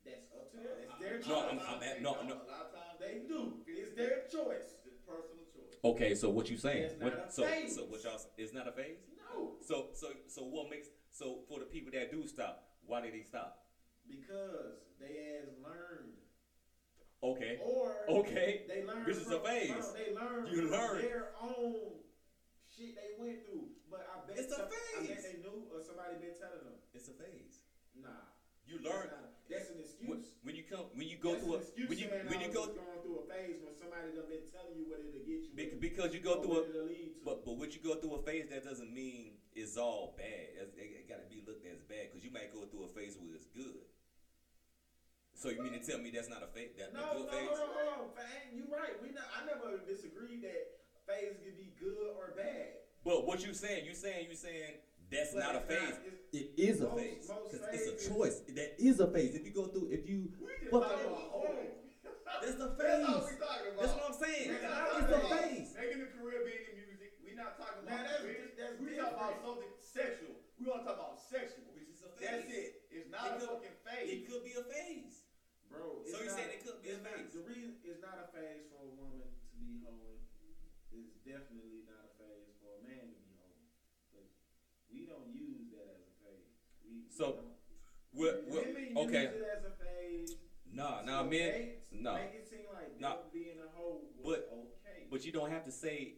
C: that's up to them. It's
B: Uh,
C: their
B: No,
C: choice.
B: I'm- I'm at- no, no.
A: A lot of times
C: they do. It's their choice.
A: It's a personal choice.
B: Okay, so what you saying?
C: It's not
B: What,
C: a
B: so,
C: phase.
B: so what y'all? s- It's not a phase.
C: No,
B: So, so, so what makes? So for the people that do stop, why did they stop?
C: because they ass learned,
B: Okay,
C: or
B: okay.
C: they learned.
B: This is a
C: from-
B: phase.
C: no, they learned.
B: You
C: from
B: learn.
C: their own shit they went through. But I bet
B: It's a
C: some- I bet
B: phase.
C: they knew or somebody been telling them.
B: It's a phase.
C: Nah,
B: You learn
C: That's, not, that's an
B: when,
C: excuse.
B: when you come when you go
C: That's
B: through a
C: an excuse
B: when you
C: saying
B: when
C: I
B: you
C: was
B: go
C: just going through a phase when somebody done been telling you what it'll get you.
B: bec-
C: in,
B: because you
C: or
B: go through a
C: what it'll lead to.
B: But but what you go through a phase that doesn't mean it's all bad. It's- It, it got to be looked at as bad because you might go through a phase where it's good. So you mean to tell me that's not a phase? That
C: no,
B: a
C: no,
B: good
C: no,
B: phase?
C: no, no, Fang, you right. We not, I never disagreed that phase could be good or bad.
B: But what you saying? You saying you saying That's
C: But
B: not a
C: it's
B: phase.
C: it's-
D: It is a
C: Most-
D: phase
C: most
D: because it's
C: phases-
D: a choice. That is a phase. If you go through, if you
A: We just
D: But-
A: talking about old.
D: that's the
A: That's all we
D: phase.
A: talking about.
D: That's what I'm saying.
A: We're not
D: It's
A: talking
D: a
A: about
D: phase.
A: Making the Caribbean in music. We're not talking
C: Now,
A: about
C: that's-
A: religious.
C: that's
A: we talking about
C: different.
A: something sexual. We want to talk about sexual.
B: Which is a phase.
A: That's it. It's
B: It
A: not a
B: could-
A: fucking
B: It
A: phase.
B: could be a phase.
C: Bro,
B: So
C: it's
B: you're
C: not-
B: saying it could be a
C: it's not-
B: phase?
C: The reason it's not a phase for a woman to be hoeing is definitely not a phase for a man to be hoeing. But we don't use that as a phase. We,
B: So,
C: we don't.
B: What, what,
C: women
B: okay.
C: use it as a phase.
B: Nah,
C: so
B: nah, man.
C: they
B: no.
C: Make it seem like
B: No.
C: them being a hoe was
B: But-
C: okay.
B: But you don't have to say,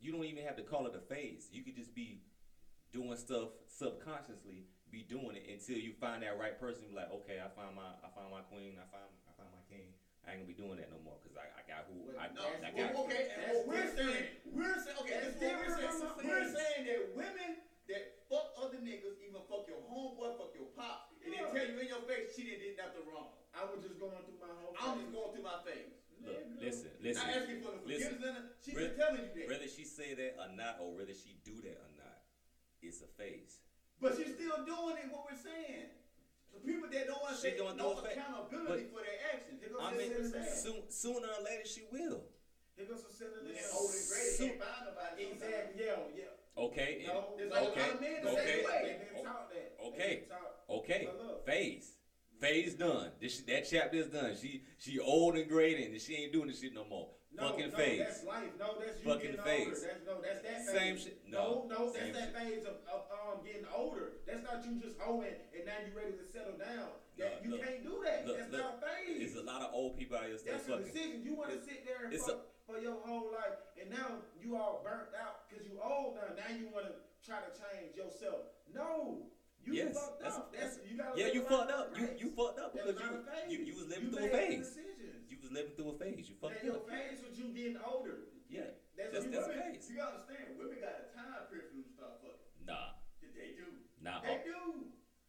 B: you don't even have to call it a phase. You could just be doing stuff subconsciously, be doing it until you find that right person. Be like, okay, I found my, I found my queen, I found, I found my king. I ain't gonna be doing that no more because I, I got who
C: Well,
B: I,
A: No,
B: I
C: that's-
B: got.
A: well, okay, and what we're
C: That's
A: saying, we're saying, okay, this is what we're
C: That's different
A: saying.
C: from a
A: We're
C: phase.
A: saying that women that fuck other niggas, even fuck your homeboy, fuck your pop, and they
C: Yeah.
A: tell you in your face she didn't did nothing wrong.
C: I was just going through my whole.
A: I'm
C: phase.
A: just going through my phase.
B: Look,
C: Nigga.
B: listen,
A: Not
B: listen.
A: asking for the
B: listen.
A: forgiveness, Linda. she's
B: Re-
A: just telling you that.
B: Whether she say that or not, or whether she do that or not, it's a phase.
A: But she's still doing it, what we're saying. The people that don't want to
B: She
A: take
B: doing
A: no
B: no fa-
A: accountability for their actions, they're
B: I
A: going
B: mean,
A: to say,
B: soon, sooner or later she will.
C: Here goes some silly
A: when they're
C: little-
A: old and gray, they
B: Soon-
A: can't find nobody.
C: Exactly. Yeah, yeah.
B: Okay. and-
C: No,
A: There's
C: no,
A: a lot
B: okay.
A: of men the same
B: Okay.
A: way.
C: They've been taught that. They've
B: Okay.
C: been taught
B: Okay,
C: But look.
B: phase, phase done. This that chapter is done. She she old and gray and she ain't doing this shit no more.
C: No,
B: Fucking
C: no,
B: phase.
C: That's life. No, that's you
B: Fucking
C: getting older.
B: phase.
C: That's no, that's that phase.
B: Same shit- no,
C: no, that's
B: same
C: that phase of, of um getting older. That's not you just hoeing and now you ready to settle down.
B: No,
C: That, you
B: look,
C: can't do that.
B: look,
C: that's
B: look.
C: not a phase.
B: There's a lot of old people out here still
C: that's a
B: fucking.
C: decision. You want to
B: it's-
C: sit there and
B: it's
C: fuck for your whole life, and now you all burnt out because you old now. Now you want to try to change yourself. No, you
B: Yes,
C: fucked
B: that's-
C: up. That's, you gotta
B: Yeah,
C: live
B: you
C: life
B: fucked up. You
C: right.
B: you fucked up
C: That's
B: because
C: not a phase.
B: you, you you was living
C: You
B: through a
C: made bad
B: phase.
C: Decisions.
B: You was living through a phase. You
C: That
B: fucked
C: your
B: up.
C: phase was you getting older.
B: Yeah,
C: That's,
B: That's-
C: you
B: that's
C: women.
B: okay.
A: You gotta understand, women got a time period for them to start fucking.
B: Nah,
A: Did They do.
B: nah.
A: They do.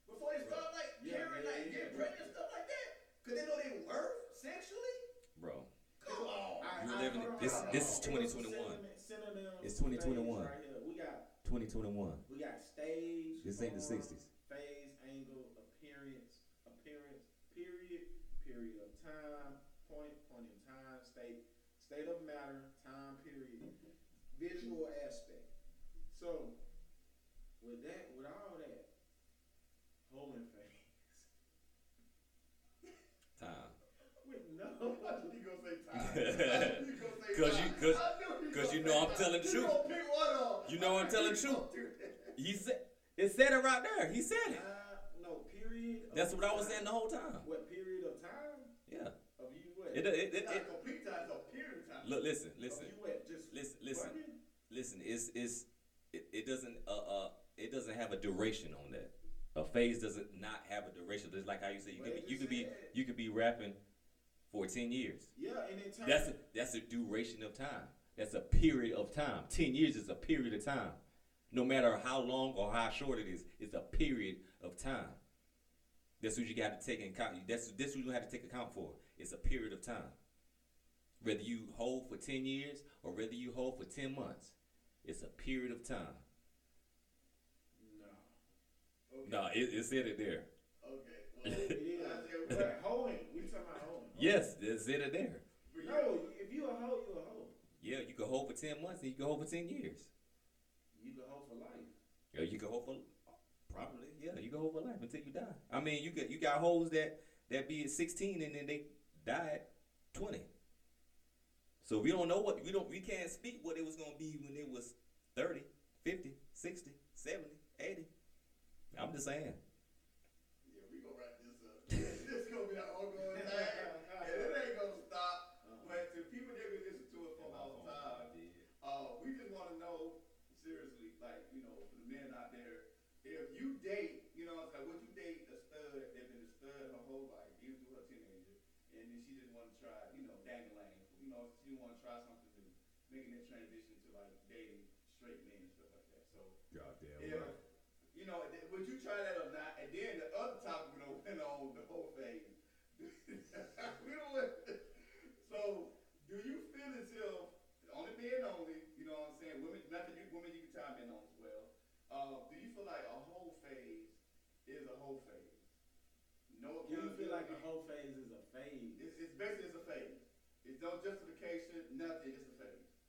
A: Before they start like
C: Yeah,
A: carrying,
C: yeah,
A: like
C: yeah.
A: getting pregnant and stuff like that, because they know they worth sexually.
B: bro.
A: Come on.
C: I-
B: You're
C: I-
B: living it-
C: hold on,
B: this-
C: hold on,
B: this is
C: hold on. Here goes some
B: 2021.
C: synonym- synonym
D: It's 2021.
C: phase Right here. We got
D: 2021.
C: we got stage.
D: This ain't the
C: form,
D: 60s.
C: Phase, angle, appearance, appearance, period, period of time, point, point in time, state, state of matter, time period, visual aspect. So with that, with all that, holding phase.
B: Time.
C: With
A: You
C: no
A: gonna say time. You gonna say
B: 'Cause you-
A: time.
B: 'cause-
A: I knew you
B: 'cause
A: gonna say
B: you know I'm
A: time.
B: telling the
A: You
B: truth.
A: gonna pick one up.
B: You know I'm
A: I
B: telling
A: knew
B: the
A: you
B: truth.
A: gonna do that.
B: He said it said it right there. He said
C: time,
B: it.
C: Uh, no period. of
B: That's what I was
C: time.
B: saying the whole time.
C: What period of time?
B: Yeah.
C: Of you what?
B: It, it, it,
A: It's
B: it,
A: not complete time. It's a period time.
B: look, listen,
C: Of
B: listen,
C: you what? Just
B: listen, listen.
C: fucking?
B: Listen, it's it's it, it doesn't uh uh it doesn't have a duration on that. A phase doesn't not have a duration. Just like how you said, you
C: Well,
B: could
C: it
B: be, you
C: just
B: could be
C: said-
B: you could be rapping for ten years.
C: Yeah, and it turns.
B: That's a, that's a duration of time. That's a period of time. Ten years is a period of time. No matter how long or how short it is, it's a period of time. That's what you got to take in account. That's that's what you have to take account for. It's a period of time. Whether you hold for ten years or whether you hold for ten months, it's a period of time.
C: no.
A: Okay.
B: No, it, it said it there.
A: Okay. Well,
C: It is.
A: I said, well,
C: But hoeing, we talking about hoeing.
B: Yes, it said it there.
A: for you.
C: No, if you a hoe, you a hoe.
B: Yeah, you can hold for ten months and you can hold for ten years.
C: You can hoe for life.
B: Yeah, you can hold for probably. Yeah, you can hold for life until you die. I mean, you got you got hoes that that be at sixteen and then they die at twenty. So we don't know what we don't we can't speak what it was gonna be when it was 30, 50, 60, 70, 80. I'm just saying.
A: Yeah, we gonna wrap this up. this gonna be an ongoing thing. And it ain't gonna stop. But to people that we listen to it from all the time, uh, we just want to know, seriously, like, you know, for the men out there, if you date, you know, it's like, would you date a stud that been a stud her whole life, even through her teenager, and then she just want to try, you know, dangling, you know, she want to try something new, making that transition to, like, dating straight men and stuff like that. So,
D: Goddamn
A: if, you know, th- would you try that or not? And then the other topic would went on the whole thing. we don't let, so, do you feel as if only men only? You know what I'm saying? Women, not that you women, you can chime in on as well. Uh, do you feel like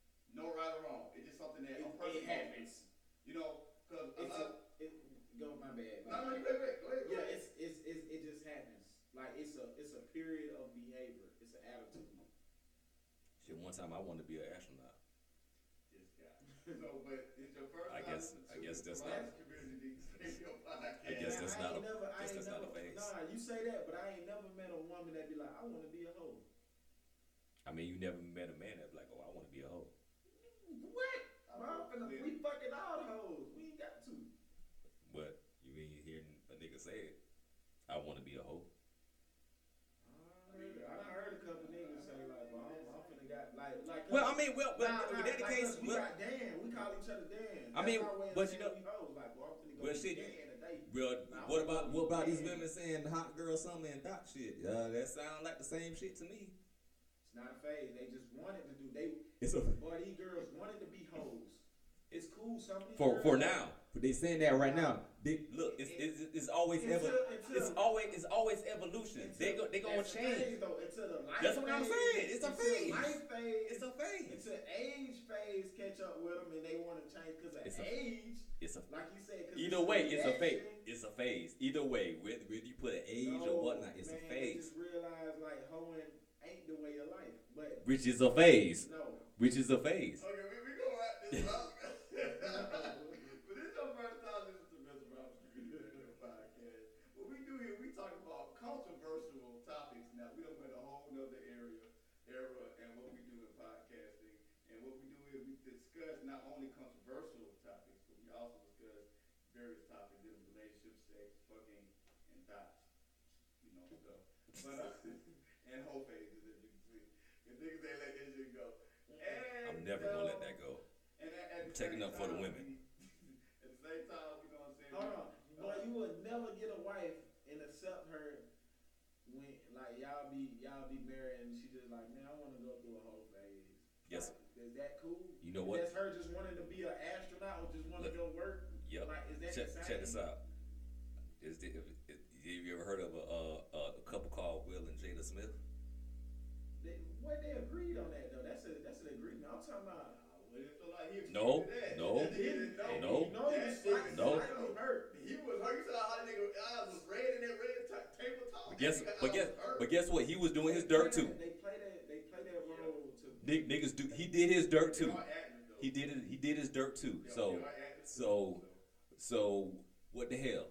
A: is something that a
C: It-
A: person
C: it happens.
A: You know, because a
C: It's a,
A: lot.
C: it, go my bad.
A: No, no, you wait, wait, go ahead. go
C: yeah,
A: ahead.
C: it's, it's it's it just happens. Like it's a it's a period of behavior. It's an attitude.
B: Shit, one time I wanted to be an astronaut.
A: This guy. So, but it's your first.
B: I guess-
A: time
B: I guess
A: to
B: that's
A: the
B: not-
A: black Community, in your podcast.
B: I guess that's
C: I
B: not
C: ain't
B: a-
C: never, I
B: guess
C: ain't
B: that's not a
C: never-
B: phase.
C: Nah, you say that, but I ain't never met a woman that be like, I want to be a hoe.
B: I mean, you never met a man that's like, oh, I want to be a hoe.
C: What? Bro,
A: I'm
C: we fucking all the hoes. We ain't got to.
B: But you mean you hearing a nigga say it? I want to be a hoe.
C: I done heard- I done heard a couple niggas say like, well, I'm, I'm finna got like like.
B: Well, I mean, well, but
C: Nah, nah,
B: in that
C: like
B: case,
C: us, we
B: well,
C: got Dan. We call each other Dan.
B: I mean,
C: That's our way of
B: but you
C: saying
B: know-
C: we hoes. like, well, I'm finna go
B: Well,
C: be
B: shit,
C: Dan
B: you-
C: today.
B: Well,
C: Nah,
B: what
C: I'm
B: about
C: gonna
B: what about these
C: be
B: women saying hot girl summer and doc shit? Uh, that sound like the same shit to me.
C: It's not a phase. They just wanted to do. They
D: It's a,
C: boy, these girls wanted to be hoes. It's cool. Some of these
B: For
C: girls,
B: for now,
D: but they saying that right now. They,
B: look, it's it's, it's always
C: Until-
B: ever
C: until-
B: it's always it's always evolution.
C: until-
B: They go they gonna
C: that's the
B: change.
C: phase, though, until the life
B: That's what I'm
C: phase-
B: saying, it's a
C: until
B: phase.
C: Life phase.
B: It's a phase.
C: until age phase catch up with them and they want to change because of
B: It's a-
C: age.
B: It's a
C: Like you said, 'cause
B: either way, it's a phase.
C: reaction.
B: It's a phase. Either way, whether whether you put an age
C: No,
B: or whatnot, it's
C: man,
B: a
C: they
B: phase.
C: Just realize like hoeing ain't the way of life, but
B: Which is a phase.
C: no.
B: Which is a phase.
A: Okay, we, we go out this out. but this your first time listening to Mr. Robinson Community Radio Podcast. What we do here, we talk about controversial topics. Now we don't went a whole nother area, era, and what we do in podcasting. And what we do here, we discuss not only controversial topics, but we also discuss various topics in relationships, sex, fucking, and dots. You know, so. But, uh, and whole phases, as you can see. If niggas ain't let that shit go. And,
B: I'm never gonna let
A: um,
B: that go.
A: and at, at the
B: Taking
A: same
B: up for the
A: time,
B: women.
A: we- At the same time, you know what I'm saying?
C: Hold on, boy, you would never get a wife and accept her when like y'all be y'all be married and she just like, man, I want to go through a whole phase.
B: Yes.
C: Like, is that cool?
B: You know what?
C: That's her just wanting to be an astronaut or just wanting to go work.
B: Yep.
C: Like, is that
B: Check,
C: the
B: check this
C: same?
B: out. Is the, if, if, have you ever heard of a, uh, uh, a couple called Will and Jada Smith?
C: They, what they agreed on that though? That's a that's an agreement. I'm talking about.
A: But it feel like he was into
B: No,
A: that.
B: no,
A: He didn't know.
B: no,
C: you know,
A: That
C: you
A: shit was
C: slight-
B: no.
A: psycho.
C: slightly hurt.
A: He was hurt. You saw how that nigga eyes was red in that red ta- table top.
B: But guess,
A: That nigga
B: but guess,
A: eyes was hurt.
B: but guess what? He was doing his dirt too.
C: They play that. They play that role to.
B: Nick, niggas do. He did his dirt
A: They
B: too.
A: are actors, though.
B: He did it. He did his dirt too.
A: They are-
B: So,
A: they are actors,
B: so-
A: too.
B: so what the hell?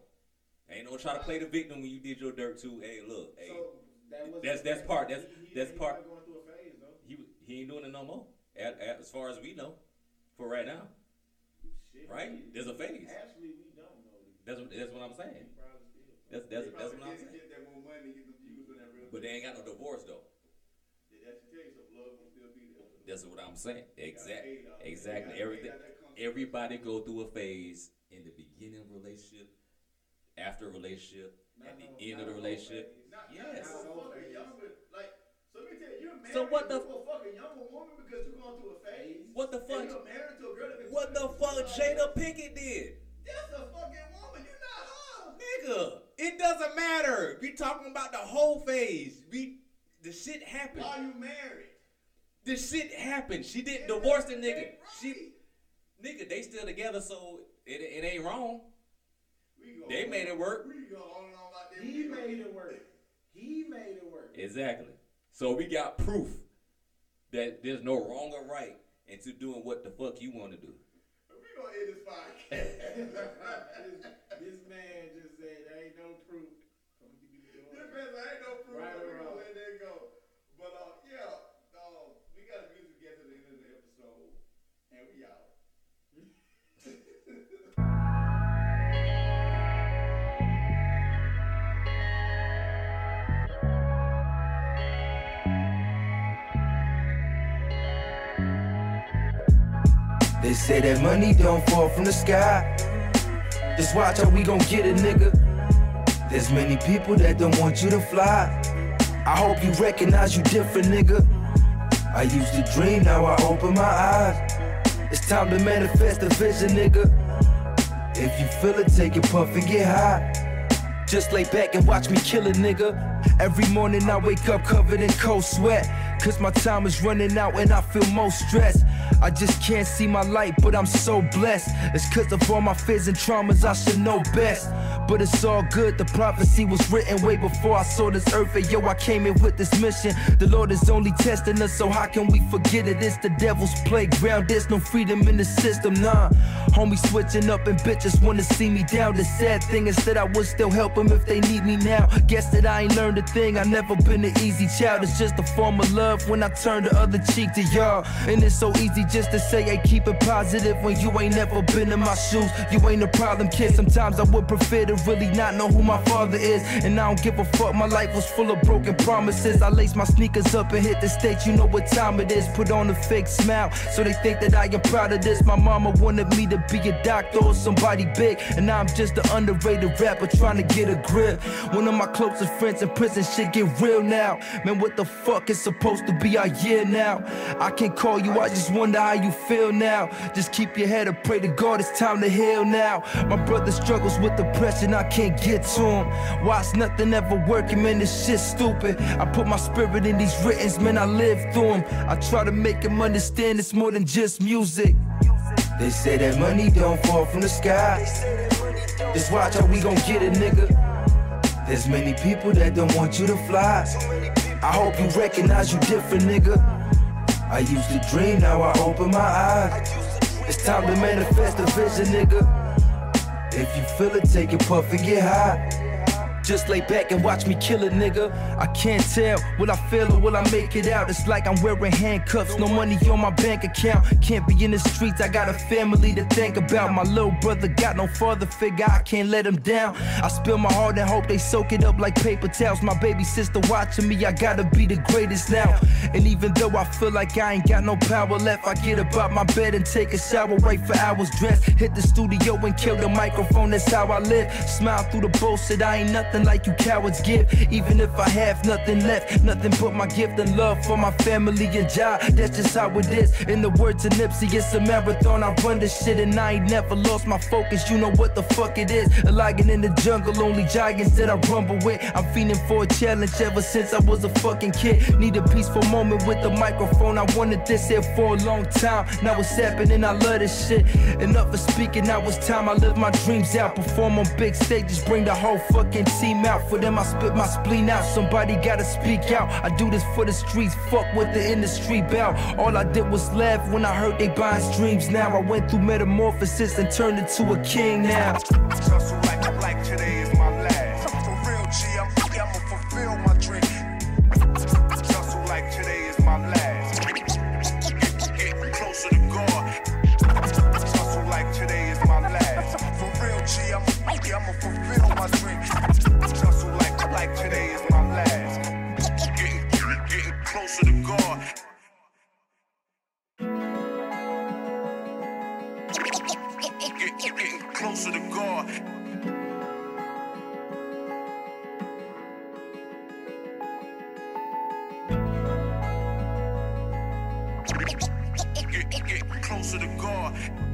B: Ain't no try to play the victim when you did your dirt too. Hey, look, hey,
C: So that was
B: That's- that's part- that's-
C: he, he,
B: that's
C: he
B: part-
C: Going through a phase though.
B: he he ain't doing it no more. At, at, as far as we know, for right now,
C: Shit,
B: right? There's a phase.
C: Actually, we don't know.
B: That's what that's what I'm saying.
C: He probably still.
B: That's
A: They
B: that's that's
A: probably
B: what I'm
A: didn't
B: saying.
A: Get that more money, get them views on that real
B: But they ain't got no divorce though.
A: That should tell you some love will still be there.
B: That's what I'm saying.
A: They got
B: Exactly.
A: paid out. They got
B: Exactly.
A: paid
B: Everything.
A: out that contract.
B: Everybody go through a phase in the beginning of relationship, after relationship, at the end of the relationship.
A: Not,
B: Yes.
A: Not no fucking younger. Like, so let me tell you, you're married
B: So what
A: to
B: the-
A: a fucking younger woman because you're going through a phase.
B: What the
A: And
B: fuck?
A: you're married to a girl that been
B: What the fuck Jada Pickett did?
A: That's a fucking woman. You're not her.
B: Nigga, it doesn't matter. We talking about the whole phase. We the shit happened.
A: Are you married?
B: The shit happened. She didn't
A: It
B: divorce the
A: ain't
B: nigga.
A: right.
B: She nigga, they still together, so it, it ain't wrong.
A: We go
B: They
A: on.
B: made it work.
A: We go on and on about that.
C: He made it work. He made it work.
B: Exactly. So we got proof that there's no wrong or right into doing what the fuck you want to do.
A: We gonna end this podcast.
C: this, this man just said there ain't no proof.
A: This man said, ain't no proof.
C: Right or
A: we gonna
C: wrong.
A: let that go. But uh, yeah, uh, we got a music guest at the end of the episode, and we out.
E: They say that money don't fall from the sky. Just watch how we gon' get it, nigga. There's many people that don't want you to fly. I hope you recognize you different, nigga. I used to dream, now I open my eyes. It's time to manifest a vision, nigga. If you feel it, take a puff and get high. Just lay back and watch me kill a nigga. Every morning I wake up covered in cold sweat. Cause my time is running out and I feel most stressed. I just can't see my light, but I'm so blessed. It's cause of all my fears and traumas, I should know best. But it's all good, the prophecy was written way before I saw this earth. And yo, I came in with this mission. The Lord is only testing us, so how can we forget it? It's the devil's playground, there's no freedom in the system, nah. Homie switching up and bitches wanna see me down. The sad thing is that I would still help them if they need me now. Guess that I ain't learned a thing, I never been an easy child. It's just a form of love when I turn the other cheek to y'all. And it's so easy just to say, hey, keep it positive when you ain't never been in my shoes. You ain't a problem, kid. Sometimes I would prefer to really not know who my father is. And I don't give a fuck, my life was full of broken promises. I lace my sneakers up and hit the stage, you know what time it is. Put on a fake smile, so they think that I am proud of this. My mama wanted me to be a doctor or somebody big. And now I'm just an underrated rapper trying to get a grip. One of my closest friends in prison, shit get real now. Man, what the fuck is supposed to be our year now? I can't call you, I just wonder how you feel now. Just keep your head up, pray to God, it's time to heal now. My brother struggles with depression, I can't get to him. Why it's nothing ever working, man, this shit's stupid. I put my spirit in these writtings, man, I live through them. I try to make him understand it's more than just music. They say that money don't fall from the sky. Just watch how we gon' get it, nigga. There's many people that don't want you to fly. I hope you recognize you different, nigga. I used to dream, now I open my eyes. It's time to manifest a vision, nigga. If you feel it, take a puff and get high. Just lay back and watch me kill a nigga. I can't tell, will I fail or will I make it out? It's like I'm wearing handcuffs, no money on my bank account. Can't be in the streets, I got a family to think about. My little brother got no father figure, I can't let him down. I spill my heart and hope they soak it up like paper towels. My baby sister watching me, I gotta be the greatest now. And even though I feel like I ain't got no power left, I get up out my bed and take a shower, right for hours dressed. Hit the studio and kill the microphone, that's how I live. Smile through the bullshit, I ain't nothing like you cowards give. Even if I have nothing left, nothing but my gift and love for my family and job. That's just how it is. In the words of Nipsey, it's a marathon. I run this shit and I ain't never lost my focus. You know what the fuck it is. A lion in the jungle, only giants that I rumble with. I'm fiending for a challenge ever since I was a fucking kid. Need a peaceful moment with the microphone. I wanted this here for a long time. Now it's happening, I love this shit. Enough of speaking, now it's time I live my dreams out. Perform on big stages, bring the whole fucking team out. For them, I spit my spleen out. Somebody gotta speak out. I do this for the streets, fuck what the industry bout. All I did was laugh when I heard they buying streams now. I went through metamorphosis and turned into a king now.
F: Hustle like, like today is my last. For real, G, I'm, I'ma fulfill my dream. Hustle like today is my last. Getting closer to God. Hustle like today is my last. For real, G, I'm, I'ma fulfill my dream. Hustle like, like today is my last. Getting, getting closer to God. Get, getting closer to God. Get, get closer to God.